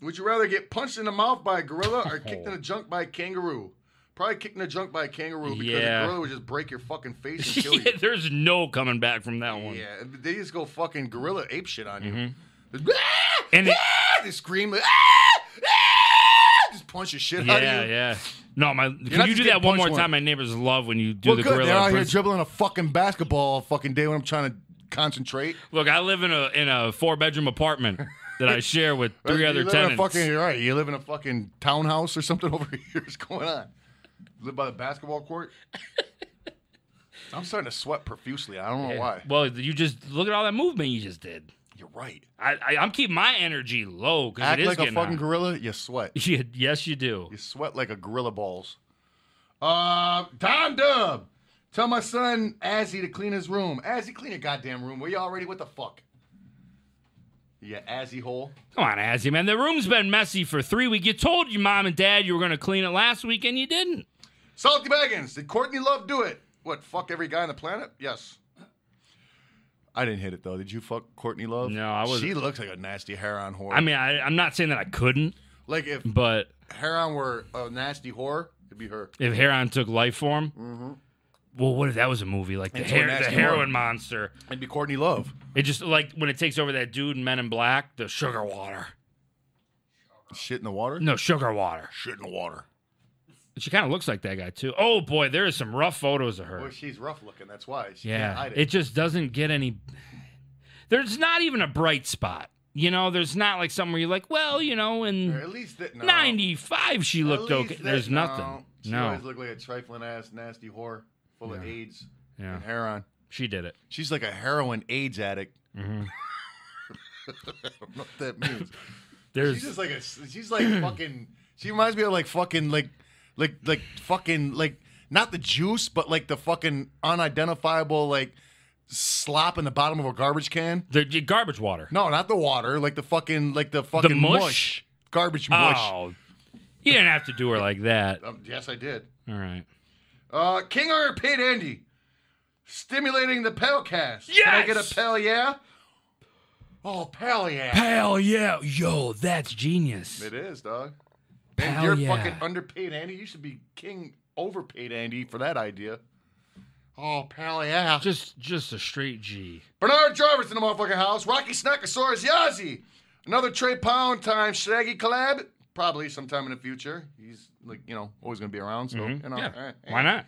S2: Would you rather get punched in the mouth by a gorilla or kicked
S1: Oh.
S2: in the junk by a kangaroo? Probably kicked in the junk by a kangaroo because
S1: Yeah.
S2: a gorilla would just break your fucking
S1: (laughs)
S2: face and kill you.
S1: yeah, there's no coming back from that one.
S2: Yeah, they just go fucking gorilla ape shit on you.
S1: Mm-hmm. And it-
S2: Ah! They scream, ah! Ah! just punch your shit out
S1: yeah,
S2: of you.
S1: yeah. No, my.
S4: not
S1: Can you
S4: just
S1: do
S4: getting
S1: that
S4: punched
S1: one more
S4: one.
S1: time? My neighbors love when you do
S4: Well,
S1: the
S4: good.
S1: gorilla.
S4: They're out here
S1: impress-
S4: dribbling a fucking basketball all fucking day when I'm trying to concentrate.
S1: Look, I live in a in a four bedroom apartment that
S2: (laughs)
S1: I share with three
S4: you
S1: other
S4: live
S1: tenants.
S4: In a fucking, you're right. You live in a fucking townhouse or
S2: (laughs)
S4: something over here. What's going on?
S2: Live by the basketball
S1: (laughs)
S2: court. I'm starting to sweat profusely. I don't know why.
S1: Well, you just look at all that movement you just did.
S2: You're right.
S1: I, I I'm keeping my energy low because
S4: Act
S1: it is
S4: like a
S1: getting
S4: fucking
S1: hot.
S4: gorilla. You sweat.
S1: (laughs) Yeah, yes, you do.
S2: You sweat like a gorilla balls. Uh, Don Dub, tell my son Azzy to clean his room. Azzy, clean your goddamn room. Were you already? What the fuck? Yeah, Azzy hole.
S1: Come on, Azzy, man. The room's been messy for three weeks. You told your mom and dad you were going to clean it last week, and you didn't.
S2: Salty Baggins, did Courtney Love do it? What? Fuck every guy on the planet? Yes.
S4: I didn't hit it though. Did you fuck Courtney Love?
S1: No, I wasn't.
S4: She looks like a nasty hair on whore.
S1: I mean, I, I'm not saying that I couldn't,
S4: like if
S1: but
S4: hair on were a nasty whore, it'd be her.
S1: if Heron took life form, well, what if that was a movie like the,
S4: Mm-hmm. Into a
S1: hair, the
S4: nasty
S1: heroin
S4: one.
S1: monster?
S4: It'd be Courtney Love.
S1: It just like when it takes over that dude in Men in Black, the sugar water.
S4: Shit in the water.
S1: No, sugar water.
S4: Shit in the water.
S1: She kind of looks like that guy too. Oh boy, there is some rough photos of
S2: Well,
S1: her.
S2: she's rough looking. That's why. She can't
S1: Yeah,
S2: hide it.
S1: it just doesn't get any. There's not even a bright spot. You know, there's not like somewhere you're like, well, you know,
S2: Or
S1: in
S2: at least that. No.
S1: '95 she
S2: At
S1: looked
S2: least
S1: okay.
S2: that-
S1: There's
S2: no.
S1: nothing.
S2: She
S1: No,
S2: always looked like a trifling ass nasty whore full of
S1: Yeah.
S2: AIDS
S1: yeah,
S4: And hair on.
S1: she did it.
S4: She's like a heroin AIDS addict.
S1: hmm
S4: (laughs) I don't know what that means.
S1: (laughs) There's
S2: She's just like a.
S1: (clears throat)
S2: She's like fucking.
S4: She reminds me of like fucking like like like fucking like not the juice, but like the fucking unidentifiable like slop in the bottom of a garbage can.
S1: the the garbage
S2: (laughs)
S1: water.
S4: No, not the water, like the fucking like the fucking
S1: mush?
S4: Garbage mush.
S1: Oh, you didn't have to do her like that.
S2: Um, yes, I did.
S1: All right.
S2: Uh, King Arthur paid Andy. Stimulating the pal cast. Can I get
S1: Yes!
S2: a pal yeah? Oh, pal yeah.
S1: Hell yeah, yo, that's genius.
S2: It is, dog.
S1: Pal
S2: and you're
S1: yeah.
S2: fucking underpaid Andy. You should be king overpaid Andy for that idea. Oh, pal yeah.
S1: Just, just a straight G.
S2: Bernard Jarvis in the motherfucking house. Rocky Snackosaurus Yazzie. Another Trey Pound time Shaggy collab. Probably sometime in the future. He's like, you know, always gonna be around. So, you know,
S1: Mm-hmm. yeah.
S2: all right.
S1: Why not?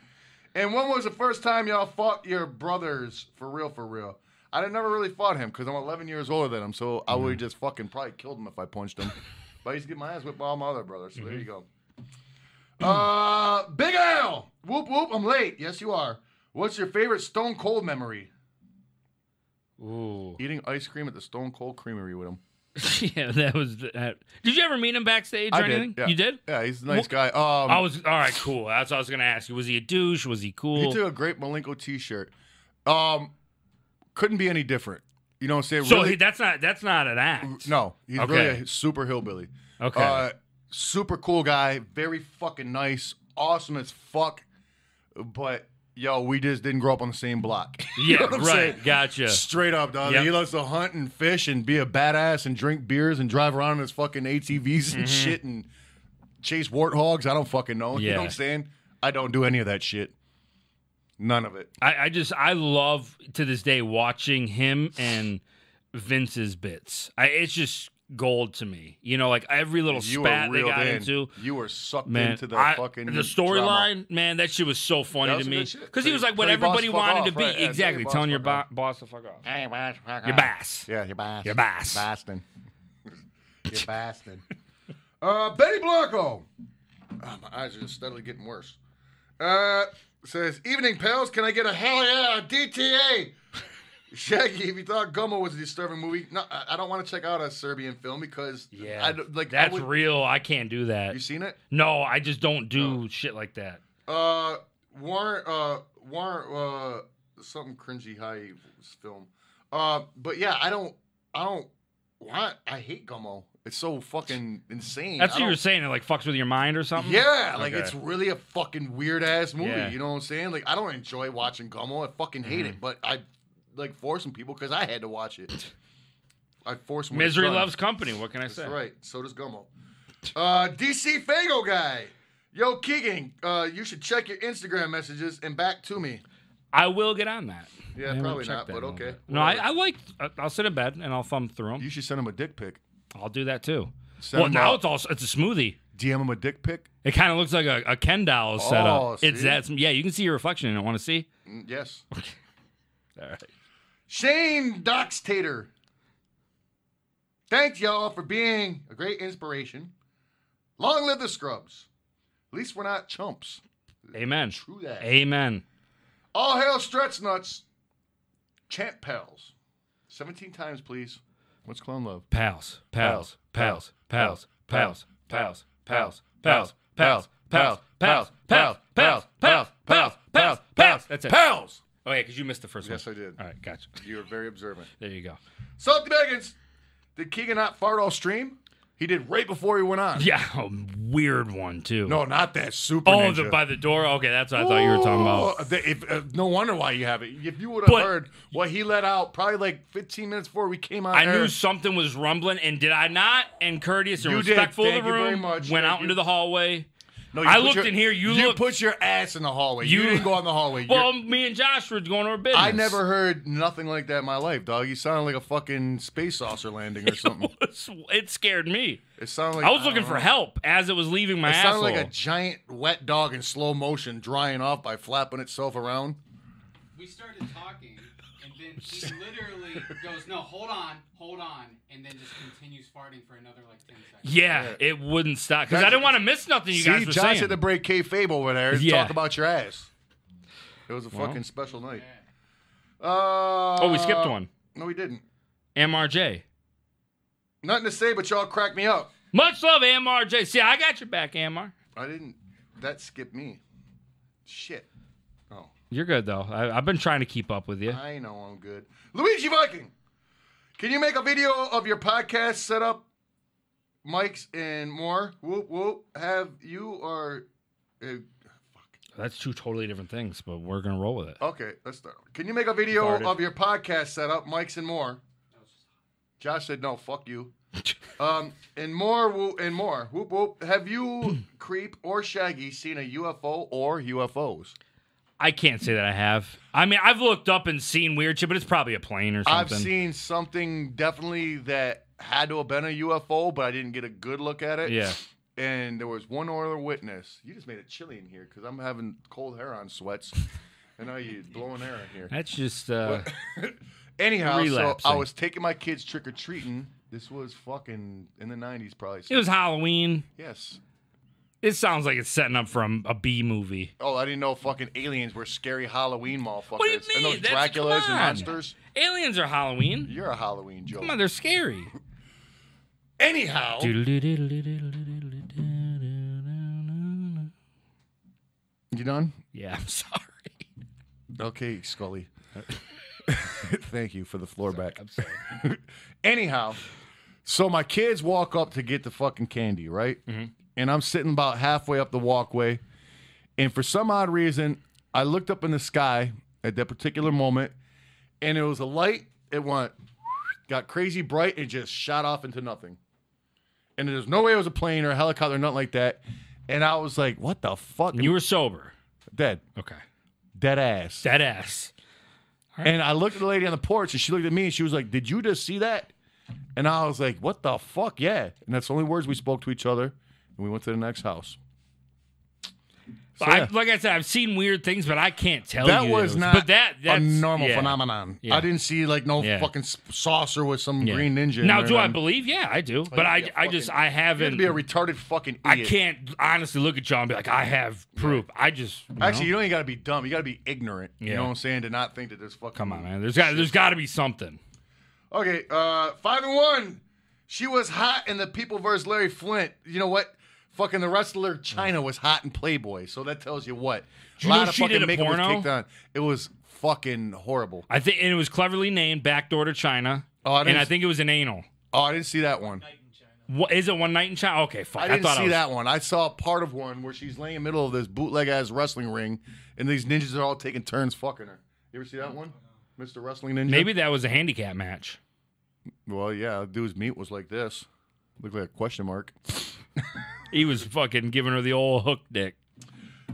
S2: And when was the first time y'all fought your brothers for real, for real? I done never really fought him because I'm 11 years older than him, so I
S1: Mm-hmm.
S2: would have just fucking probably killed him if I
S1: (laughs)
S2: punched him. but I used to get my ass whipped by all my other brothers, so there you go.
S1: Mm-hmm.
S2: Uh, Big Al! Whoop whoop, I'm late. Yes, you are. What's your favorite Stone Cold memory?
S1: Ooh. (laughs)
S2: Eating ice cream at the Stone Cold Creamery with him.
S1: yeah, that was. That. Did you ever meet him backstage
S4: I
S1: or
S4: did,
S1: anything?
S4: yeah.
S1: You did.
S4: Yeah, he's a nice guy.
S1: I
S4: Um,
S1: was all right. Cool. That's what I was gonna ask you. Was he a douche? Was he cool?
S4: he took a great Malenko T-shirt. Um, couldn't be any different. You know what I'm saying?
S1: so
S4: Really-
S1: he, that's not that's not an act.
S4: no, he's
S1: Okay.
S4: really a super hillbilly. (laughs)
S1: Okay.
S4: Uh, super cool guy, very fucking nice, awesome as fuck. But yo, we just didn't grow up on the same
S1: (laughs)
S4: block. You
S1: yeah.
S4: know what I'm
S1: right.
S4: saying?
S1: Gotcha.
S4: Straight up, dog.
S1: Yep.
S4: He loves to hunt and fish and be a badass and drink beers and drive around in his fucking ATVs
S1: Mm-hmm.
S4: and shit and chase warthogs. I don't fucking know. You
S1: Yeah.
S4: know what I'm saying? I don't do any of that shit. None of it.
S1: I, I just I love to this day watching him and Vince's bits. I, it's just gold to me. You know, like every little
S4: You
S1: spat
S4: were
S1: they
S4: reeled
S1: got
S4: in.
S1: into.
S4: You were sucked
S1: Man,
S4: into the
S1: I-
S4: fucking
S1: the
S4: drama.
S1: storyline, man, that shit was so funny
S4: That
S1: to
S4: was
S1: me
S4: good shit.
S1: because he
S4: Tell
S1: was
S4: your-
S1: like what
S4: tell your boss
S1: everybody
S4: fuck
S1: wanted
S4: off,
S1: to
S4: right?
S1: be.
S4: Yeah, tell your
S1: exactly,
S4: boss
S1: telling
S4: fuck
S1: your bo-
S4: off.
S1: boss to fuck off.
S2: Hey, boss.
S1: Your bass.
S4: Yeah, your bass.
S1: Your bass. (laughs)
S4: Boston.
S2: You bastard. Uh, Betty Blanco. Ah, my eyes are just steadily
S1: (laughs)
S2: getting worse. Uh, says, Evening, pals. Can I get a hell yeah, DTA? Shaggy, if you thought Gummo was a disturbing movie, no, I I don't want to check out a Serbian film because
S1: Yeah,
S2: I don't- like I
S1: that's
S2: would-
S1: real. I can't do that.
S2: You seen it?
S1: No, I just don't do shit like that.
S2: Uh, Warren, uh, Warren, uh, something cringy high film. Uh, but yeah, I don't, I don't want. I hate Gummo. It's so fucking insane.
S1: That's
S2: I
S1: what you
S2: don't-
S1: were saying. It like fucks with your mind or something.
S2: Yeah, like
S1: Okay.
S2: it's really a fucking weird ass movie.
S1: Yeah. Mm-hmm.
S2: You know what I'm saying? Like I don't enjoy watching Gummo. I fucking hate it, but I like forcing people because I had to watch it. I forced them with a
S1: Misery
S2: gun.
S1: loves company. What can I say?
S2: That's right. So does Gummo. Uh, DC Fago guy. Yo, Keegan, uh, you should check your Instagram messages and back to me.
S1: I will get on that.
S2: Yeah,
S1: I will
S2: probably
S1: check
S2: not,
S1: that a
S2: but
S1: little
S2: okay.
S1: bit. No, I,
S2: Whatever.
S1: I like. I- I'll sit in bed and I'll thumb through them.
S4: You should send him a dick pic.
S1: I'll do that too.
S4: Send
S1: well,
S4: him
S1: now
S4: a-
S1: it's all it's a smoothie.
S4: DM him a dick pic.
S1: It kind of looks like a, a Ken doll set
S2: Oh,
S1: up. It's
S2: see?
S1: that. sm- Yeah, you can see your reflection. in it. want to see?
S2: Mm,
S1: (laughs)
S2: Yes.
S1: All right.
S2: Shane Doxtator. Thank y'all for being a great inspiration. Long live the scrubs. At least we're not chumps.
S1: Amen.
S2: True that.
S1: Amen.
S2: All hail stretch nuts. Champ pals. 17 times, please.
S4: What's clown love?
S1: Pals. Pals. Pals. Pals. Pals. Pals. Pals. Pals. Pals. Pals. Pals. Pals. Pals. Pals. Pals. Pals. Pals. That's it.
S4: Pals.
S1: Oh yeah, because you missed the first one.
S2: Yes, I did.
S1: All right, gotcha.
S2: You're very observant.
S1: There you go.
S2: Salty Baggins. Did Keegan not fart off stream? He did right before he went
S1: (laughs)
S2: on.
S1: Yeah, a weird one too.
S4: No, not that super.
S1: Oh,
S4: ninja.
S1: the by the door. Okay, that's what I thought you were talking about.
S4: Oh, the- if- uh, no wonder why you have it.
S2: If you would have
S1: But-
S2: heard what he let out probably like 15 minutes before we came on
S1: I
S2: air,
S1: knew something was rumbling, and did I not? And courteous and
S2: You did.
S1: respectful
S2: Thank
S1: of the
S2: you
S1: room,
S2: very much.
S1: went
S2: Thank
S1: out
S2: you.
S1: into the hallway.
S4: No,
S1: I
S4: put
S1: looked
S4: your-
S1: in here. You,
S2: you
S1: looked.
S2: put your ass in the hallway. You,
S1: You-
S2: didn't go in the hallway. You're-
S1: well, me and Josh were going to our business.
S2: I never heard nothing like that in my life, dog. You sounded like a fucking space saucer landing or
S1: (laughs)
S2: something.
S1: (laughs) it scared me.
S2: It sounded like
S1: I was
S2: don't
S1: looking
S2: know.
S1: for help as it was leaving my
S2: Uh-huh. It sounded
S1: asshole.
S2: like a giant wet dog in slow motion drying off by flapping itself around.
S3: We started talking, and then he
S2: (laughs)
S3: literally goes, "No, hold on, hold on," and then just continues farting for another like ten seconds.
S1: yeah, it wouldn't stop because I
S2: That's-
S1: didn't want to miss nothing you
S2: See,
S1: guys were
S2: Josh
S1: saying.
S2: had to break kayfabe over there. to
S1: Yeah.
S2: Talk about your ass. It was a fucking special night. Uh,
S1: oh, we skipped one.
S2: No, we didn't.
S1: MRJ.
S2: Nothing to say, but y'all cracked me up.
S1: Much love, MRJ. See, I got your back, Amar.
S2: I didn't. That skipped me. Shit. Oh,
S1: You're good though. I, I've been trying to keep up with you.
S2: I know I'm good. Luigi Viking, can you make a video of your podcast setup, mics, and more? Whoop whoop. Have you or? Uh, fuck.
S1: That's two totally different things, but we're gonna roll with it.
S2: Okay, let's start. Can you make a video
S1: Started.
S2: of your podcast setup, mics, and more? Josh said no.
S1: (laughs)
S2: Fuck you. Um, and more, woo, and more. Whoop whoop. Have you,
S1: (clears throat)
S2: creep or Shaggy, seen a UFO or UFOs?
S1: I can't say that I have. I mean, I've looked up and seen weird shit, but it's probably a plane or something.
S2: I've seen something definitely that had to have been a UFO, but I didn't get a good look at it.
S1: Yeah.
S2: And there was one other witness. You just made it chilly in here because I'm having cold hair on sweats. and now you're blowing air in here.
S1: That's just uh,
S2: Anyhow, so I
S1: Relapsing.
S2: was taking my kids trick or treating. This was fucking in the 90s, probably.
S1: it was Halloween.
S2: yes.
S1: This sounds like it's setting up from a B movie.
S2: Oh, I didn't know fucking aliens were scary Halloween motherfuckers.
S1: What do you
S2: And those
S1: mean? That's- come
S2: Draculas and
S1: on.
S2: monsters.
S1: Aliens are Halloween.
S2: You're a Halloween joke.
S1: Come on, they're scary.
S2: Anyhow. You done?
S1: Yeah, (laughs) I'm sorry.
S2: Okay,
S1: (laughs)
S2: Scully. Thank you for the floor back.
S1: I'm sorry.
S2: (laughs) Anyhow, so my kids walk up to get the fucking candy, right?
S1: Mm-hmm.
S2: And I'm sitting about halfway up the walkway. And for some odd reason, I looked up in the sky at that particular moment, and it was a light. It went, got crazy bright, and just shot off into nothing. And there's no way it was a plane or a helicopter, nothing like that. And I was like, what the fuck?
S1: You were sober.
S2: dead,
S1: Okay.
S2: dead ass.
S1: Dead ass.
S2: And I looked at the lady on the porch and she looked at me and she was like, Did you just see that? And I was like, What the fuck? Yeah. And that's the only words we spoke to each other. And we went to the next house.
S1: I,
S2: yeah.
S1: Like I said, I've seen weird things, but I can't tell
S2: That
S1: you.
S2: was
S1: those.
S2: not
S1: but that, that's,
S2: a normal
S1: yeah.
S2: phenomenon.
S1: Yeah.
S2: I didn't see like no
S1: Yeah.
S2: fucking s- saucer with some
S1: Yeah.
S2: green ninja. in
S1: Now,
S2: there,
S1: do I
S2: and-
S1: believe? Yeah, I do. But
S2: you'd
S1: I,
S2: be a
S1: I just,
S2: fucking-
S1: I
S2: You have to
S1: haven't.
S2: be a retarded fucking idiot.
S1: I can't honestly look at y'all and be like, I have proof. I just you
S2: Actually,
S1: know?
S2: you don't even got to be dumb. You got to be ignorant. You
S1: Yeah.
S2: know what I'm saying? To not think that there's fucking.
S1: come on, man. There's got, there's got to be something.
S7: Okay, uh, five and one. She was hot in the People vs. Larry Flint.
S2: You know what? Fucking the wrestler China was hot in Playboy, so that tells you what.
S1: Do you know she did a
S2: makeup
S1: porno?
S2: was kicked on. It was fucking horrible.
S1: I think, and it was cleverly named "Backdoor to China,"
S2: Oh, I didn't
S1: and I
S2: s-
S1: think it was an anal.
S2: Oh, I didn't see that one.
S1: What is it? One night in China? Okay, fuck.
S2: I
S1: I,
S2: didn't
S1: thought
S2: see
S1: I was,
S2: that one. I saw part of one where she's laying in the middle of this bootleg ass wrestling ring, and these ninjas are all taking turns fucking her. You ever see that one, Mister Wrestling Ninja?
S1: Maybe that was a handicap match.
S2: Well, yeah, dude's meat was like this. Looked like a question mark.
S1: He was fucking giving her the old hook dick.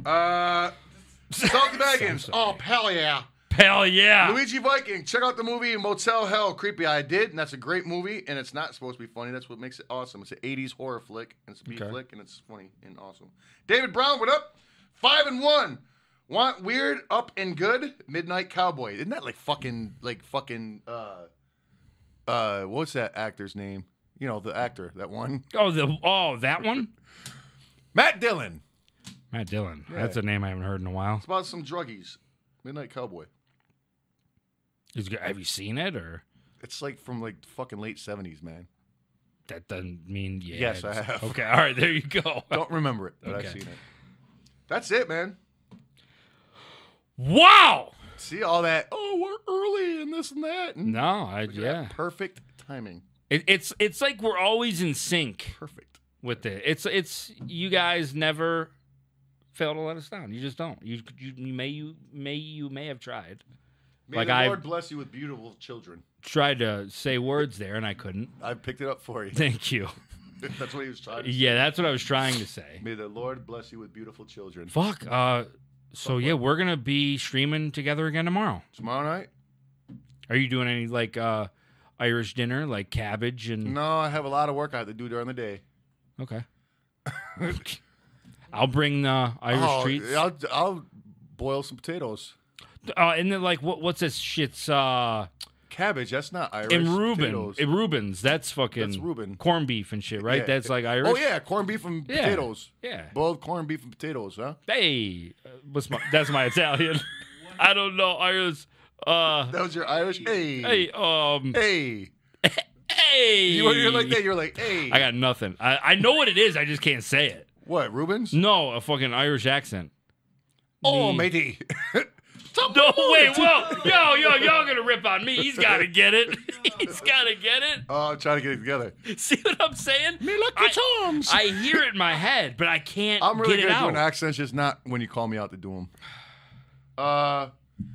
S7: Uh,
S2: (laughs)
S7: Salty Baggins. oh, hell yeah.
S1: Hell
S2: Ah.
S1: yeah!
S7: Luigi Viking. Check out the movie Motel Hell. Creepy. I did, and that's a great movie, and it's not supposed to be funny. That's what makes it awesome. It's an 80s horror flick, and it's a B flick, and it's funny and awesome. David Brown, what up? Five and one. Want weird, up and good? Midnight Cowboy.
S2: Isn't that like fucking like fucking uh uh what's that actor's name? You know, the actor, that one.
S1: oh, the oh that one.
S2: Matt Dillon.
S1: Matt Dillon. That's a name I haven't heard in a while.
S7: It's about some druggies. Midnight Cowboy.
S1: Is- have you seen it or?
S2: It's like from like fucking late
S1: (laughs)
S2: seventies, man.
S1: That doesn't mean yeah.
S2: Yes, I
S1: it's- (laughs)
S2: have.
S1: Okay, all right, there you go.
S2: Don't remember it, but I've
S1: Oh, Okay.
S2: seen it.
S7: That's it, man.
S1: Wow.
S2: See all that, oh, we're early and this and that. And
S1: No, I
S2: Look at that
S1: yeah.
S2: Perfect timing.
S1: It, it's it's like we're always in sync
S2: Perfect.
S1: with it. It's it's you guys never fail to let us down. You just don't. You you, you may you may you may have tried
S2: May
S1: Like
S2: the
S1: I-
S2: Lord bless you with beautiful children.
S1: tried to say words there and I couldn't. (laughs)
S2: I picked it up for you. (laughs)
S1: Thank you.
S2: That's what he was trying to
S1: Yeah, that's what I was trying to say.
S2: May the Lord bless you with beautiful children.
S1: Fuck. Uh, so yeah, we're gonna be streaming together again tomorrow.
S2: Tomorrow night?
S1: Are you doing any like uh Irish dinner, like cabbage and?
S2: No, I have a lot of work I have to do during the day.
S1: Okay.
S2: (laughs)
S1: I'll bring the Irish
S2: Oh,
S1: treats.
S2: I'll, I'll boil some potatoes.
S1: Uh, and then like what what's this shit's uh
S2: Cabbage, that's not Irish.
S1: in Reuben.
S2: Potatoes.
S1: In Reuben's, that's fucking
S2: That's Reuben.
S1: corned beef and shit, right?
S2: Yeah.
S1: That's like Irish.
S2: Oh yeah, corned beef and
S1: Yeah.
S2: potatoes.
S1: Yeah.
S2: Boiled corned beef and potatoes, huh?
S1: Hey, uh, what's my that's my
S2: (laughs)
S1: Italian. I don't know Irish uh
S2: That was your Irish. Hey,
S1: hey um
S2: hey.
S1: hey.
S2: You were you're like that. You're like, hey.
S1: I got nothing. I, I know what it is, I just can't say it.
S2: what, Rubens?
S1: No, a fucking Irish accent.
S2: Oh,
S1: Me.
S2: matey. (laughs)
S1: No, wait, whoa, yo, yo, y'all gonna rip on me. He's gotta get it. (laughs) He's gotta get it.
S2: Oh, I'm trying to get it together.
S1: See what I'm saying?
S2: Me lucky
S1: I-
S2: charms.
S1: I hear it in my head, but I can't
S2: am really
S1: get
S2: good
S1: it
S2: at
S1: out.
S2: doing accents, just not when you call me out to do them. Uh,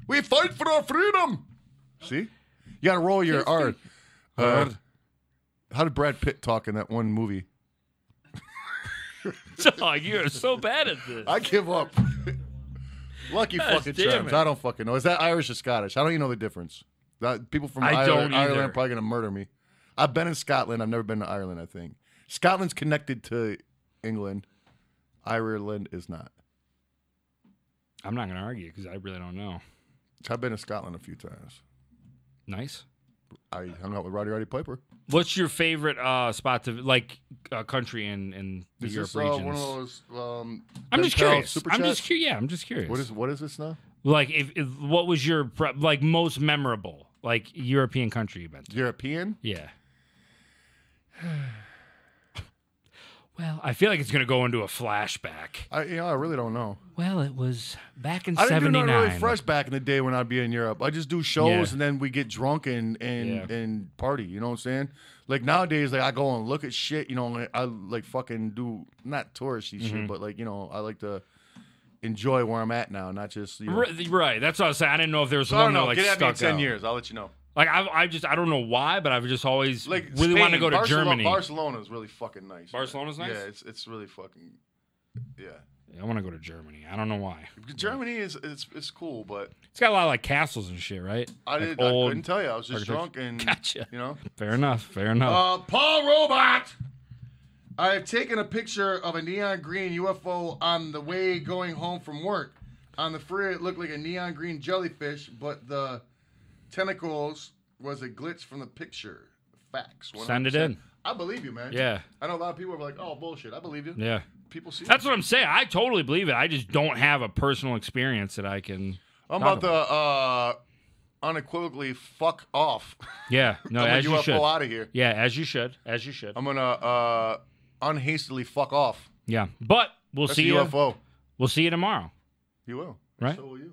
S2: we fight for our freedom. See, you got to roll your R. Uh, how did Brad Pitt talk in that one movie?
S1: (laughs) Dog, you are so bad at this.
S2: I give up. (laughs) Lucky fucking
S1: damn
S2: charms.
S1: it.
S2: I don't fucking know. Is that Irish or Scottish? I don't even know the difference. That- people from
S1: I
S2: Ireland,
S1: don't either.
S2: Ireland are probably gonna murder me. I've been in Scotland. I've never been to Ireland. I think Scotland's connected to England. Ireland is not.
S1: I'm not gonna argue because I really don't know.
S2: I've been to Scotland a few times.
S1: Nice.
S2: I hung out with Roddy Roddy Piper.
S1: What's your favorite uh, spot to like uh, country in in the
S2: Is
S1: Europe
S2: this uh,
S1: regions?
S2: one of those? Um,
S1: I'm
S2: Ben
S1: just
S2: Powell
S1: curious.
S2: Super
S1: I'm
S2: Chat?
S1: just curious. Yeah, I'm just curious.
S2: What is what is this now?
S1: like if, if what was your pre- like most memorable like European country you've been to?
S2: European?
S1: Yeah. (sighs) Well, I feel like it's gonna go into a flashback.
S2: I you know, I really don't know.
S1: Well, it was back in
S2: I didn't do
S1: '79.
S2: nothing really fresh back in the day when I'd be in Europe. I just do shows
S1: Yeah.
S2: and then we get drunk and and
S1: Yeah.
S2: and party. You know what I'm saying? Like nowadays, like I go and look at shit. You know, like, I like fucking do not touristy
S1: Mm-hmm.
S2: shit, but like you know, I like to enjoy where I'm at now, not just you know.
S1: Ri- Right, that's what I was saying. I didn't know if there was
S2: So I
S1: one
S2: don't know.
S1: that like
S2: get at me in
S1: stuck
S2: ten
S1: out.
S2: years. I'll let you know.
S1: Like I, I just I don't know why, but I've just always
S2: Like
S1: really want to
S2: Spain,
S1: go to
S2: Barcelona,
S1: Germany.
S2: Barcelona is really fucking nice. man.
S1: Barcelona's nice?
S2: Yeah, it's it's really fucking yeah.
S1: I want to go to Germany. I don't know why.
S2: Germany is it's it's cool, but
S1: It's got a lot of like castles and shit, right?
S2: I
S1: Like,
S2: did
S1: (laughs)
S2: I couldn't tell you. I was just
S1: architecture.
S2: drunk and
S1: Gotcha.
S2: you know.
S1: Fair enough. Fair enough.
S7: Uh, Paul Robot.
S8: I have taken a picture of a neon green UFO on the way going home from work. On the free, it looked like a neon green jellyfish, but the tentacles was a glitch from the picture. Facts. 100%.
S1: Send it in.
S8: I believe you, man.
S1: Yeah.
S8: I know a lot of people are like, "Oh, bullshit." I believe you.
S1: Yeah.
S8: People see.
S1: That's what I'm saying. I totally believe it. I just don't have a personal experience that I can.
S2: I'm
S1: talk
S2: about to uh, unequivocally fuck
S8: (laughs)
S2: off.
S1: Yeah. No,
S2: I'm
S1: as
S2: a
S1: you
S2: UFO
S1: should.
S2: out of here.
S1: Yeah, as you should. As you should.
S2: I'm gonna uh, unhastily fuck off.
S1: Yeah. But we'll
S2: That's
S1: see you.
S2: a UFO.
S1: We'll see you tomorrow.
S2: You will.
S1: Right?
S2: So will you.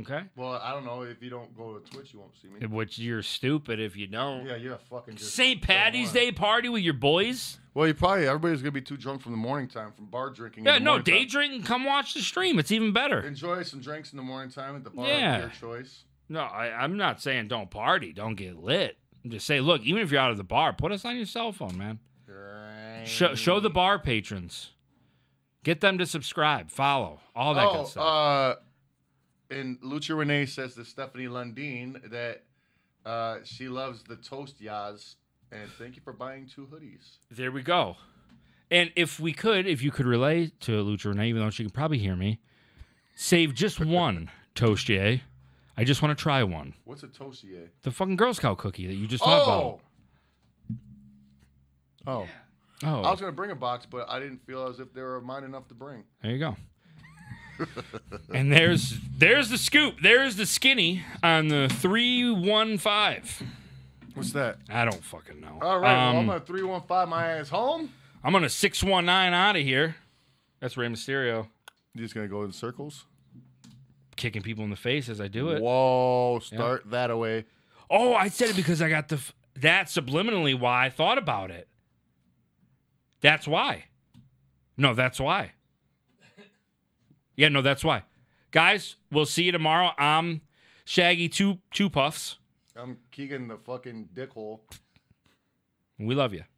S1: Okay.
S2: Well, I don't know. If you don't go to Twitch, you won't see me.
S1: Which you're stupid if you don't.
S2: Yeah, you're a fucking. just-
S1: St. Patty's Day party with your boys?
S2: Well, you probably everybody's gonna be too drunk from the morning time from bar drinking. in
S1: Yeah,
S2: the
S1: no,
S2: morning
S1: day
S2: time.
S1: drinking. Come watch the stream. It's even better.
S2: Enjoy some drinks in the morning time at the bar
S1: Yeah.
S2: of your choice.
S1: No, I, I'm not saying don't party. Don't get lit. I'm just saying, look, even if you're out of the bar, put us on your cell phone, man. Show, show the bar patrons. Get them to subscribe, follow, all that good
S2: Oh,
S1: stuff.
S2: uh, and Lucha Renee says to Stephanie Lundeen that uh, she loves the toast yas, and thank you for buying two hoodies.
S1: there we go. And if we could, if you could relay to Lucha Renee, even though she can probably hear me, save
S2: (laughs)
S1: just one toastier. I just want to try one.
S2: What's a toastier?
S1: The fucking Girl Scout cookie that you just talked
S2: Oh, oh.
S1: about.
S2: I
S1: Oh,
S2: was gonna bring a box, but I didn't feel as if they were mine enough to bring.
S1: there you go. (laughs) and there's there's the scoop. There's the skinny on the three one five.
S2: What's that?
S1: I don't fucking know.
S2: All right, well, I'm
S1: Um,
S2: gonna three one five my ass home.
S1: I'm on a six one nine out of here. That's Rey Mysterio
S2: You just gonna go in circles?
S1: kicking people in the face as I do it.
S2: Whoa! Start that away.
S1: Oh, I said it because I got the. F- that's subliminally why I thought about it. That's why. No, that's why. Yeah, no, that's why. Guys, we'll see you tomorrow. I'm Shaggy Two Two Puffs.
S2: I'm Keegan the fucking dickhole.
S1: We love you.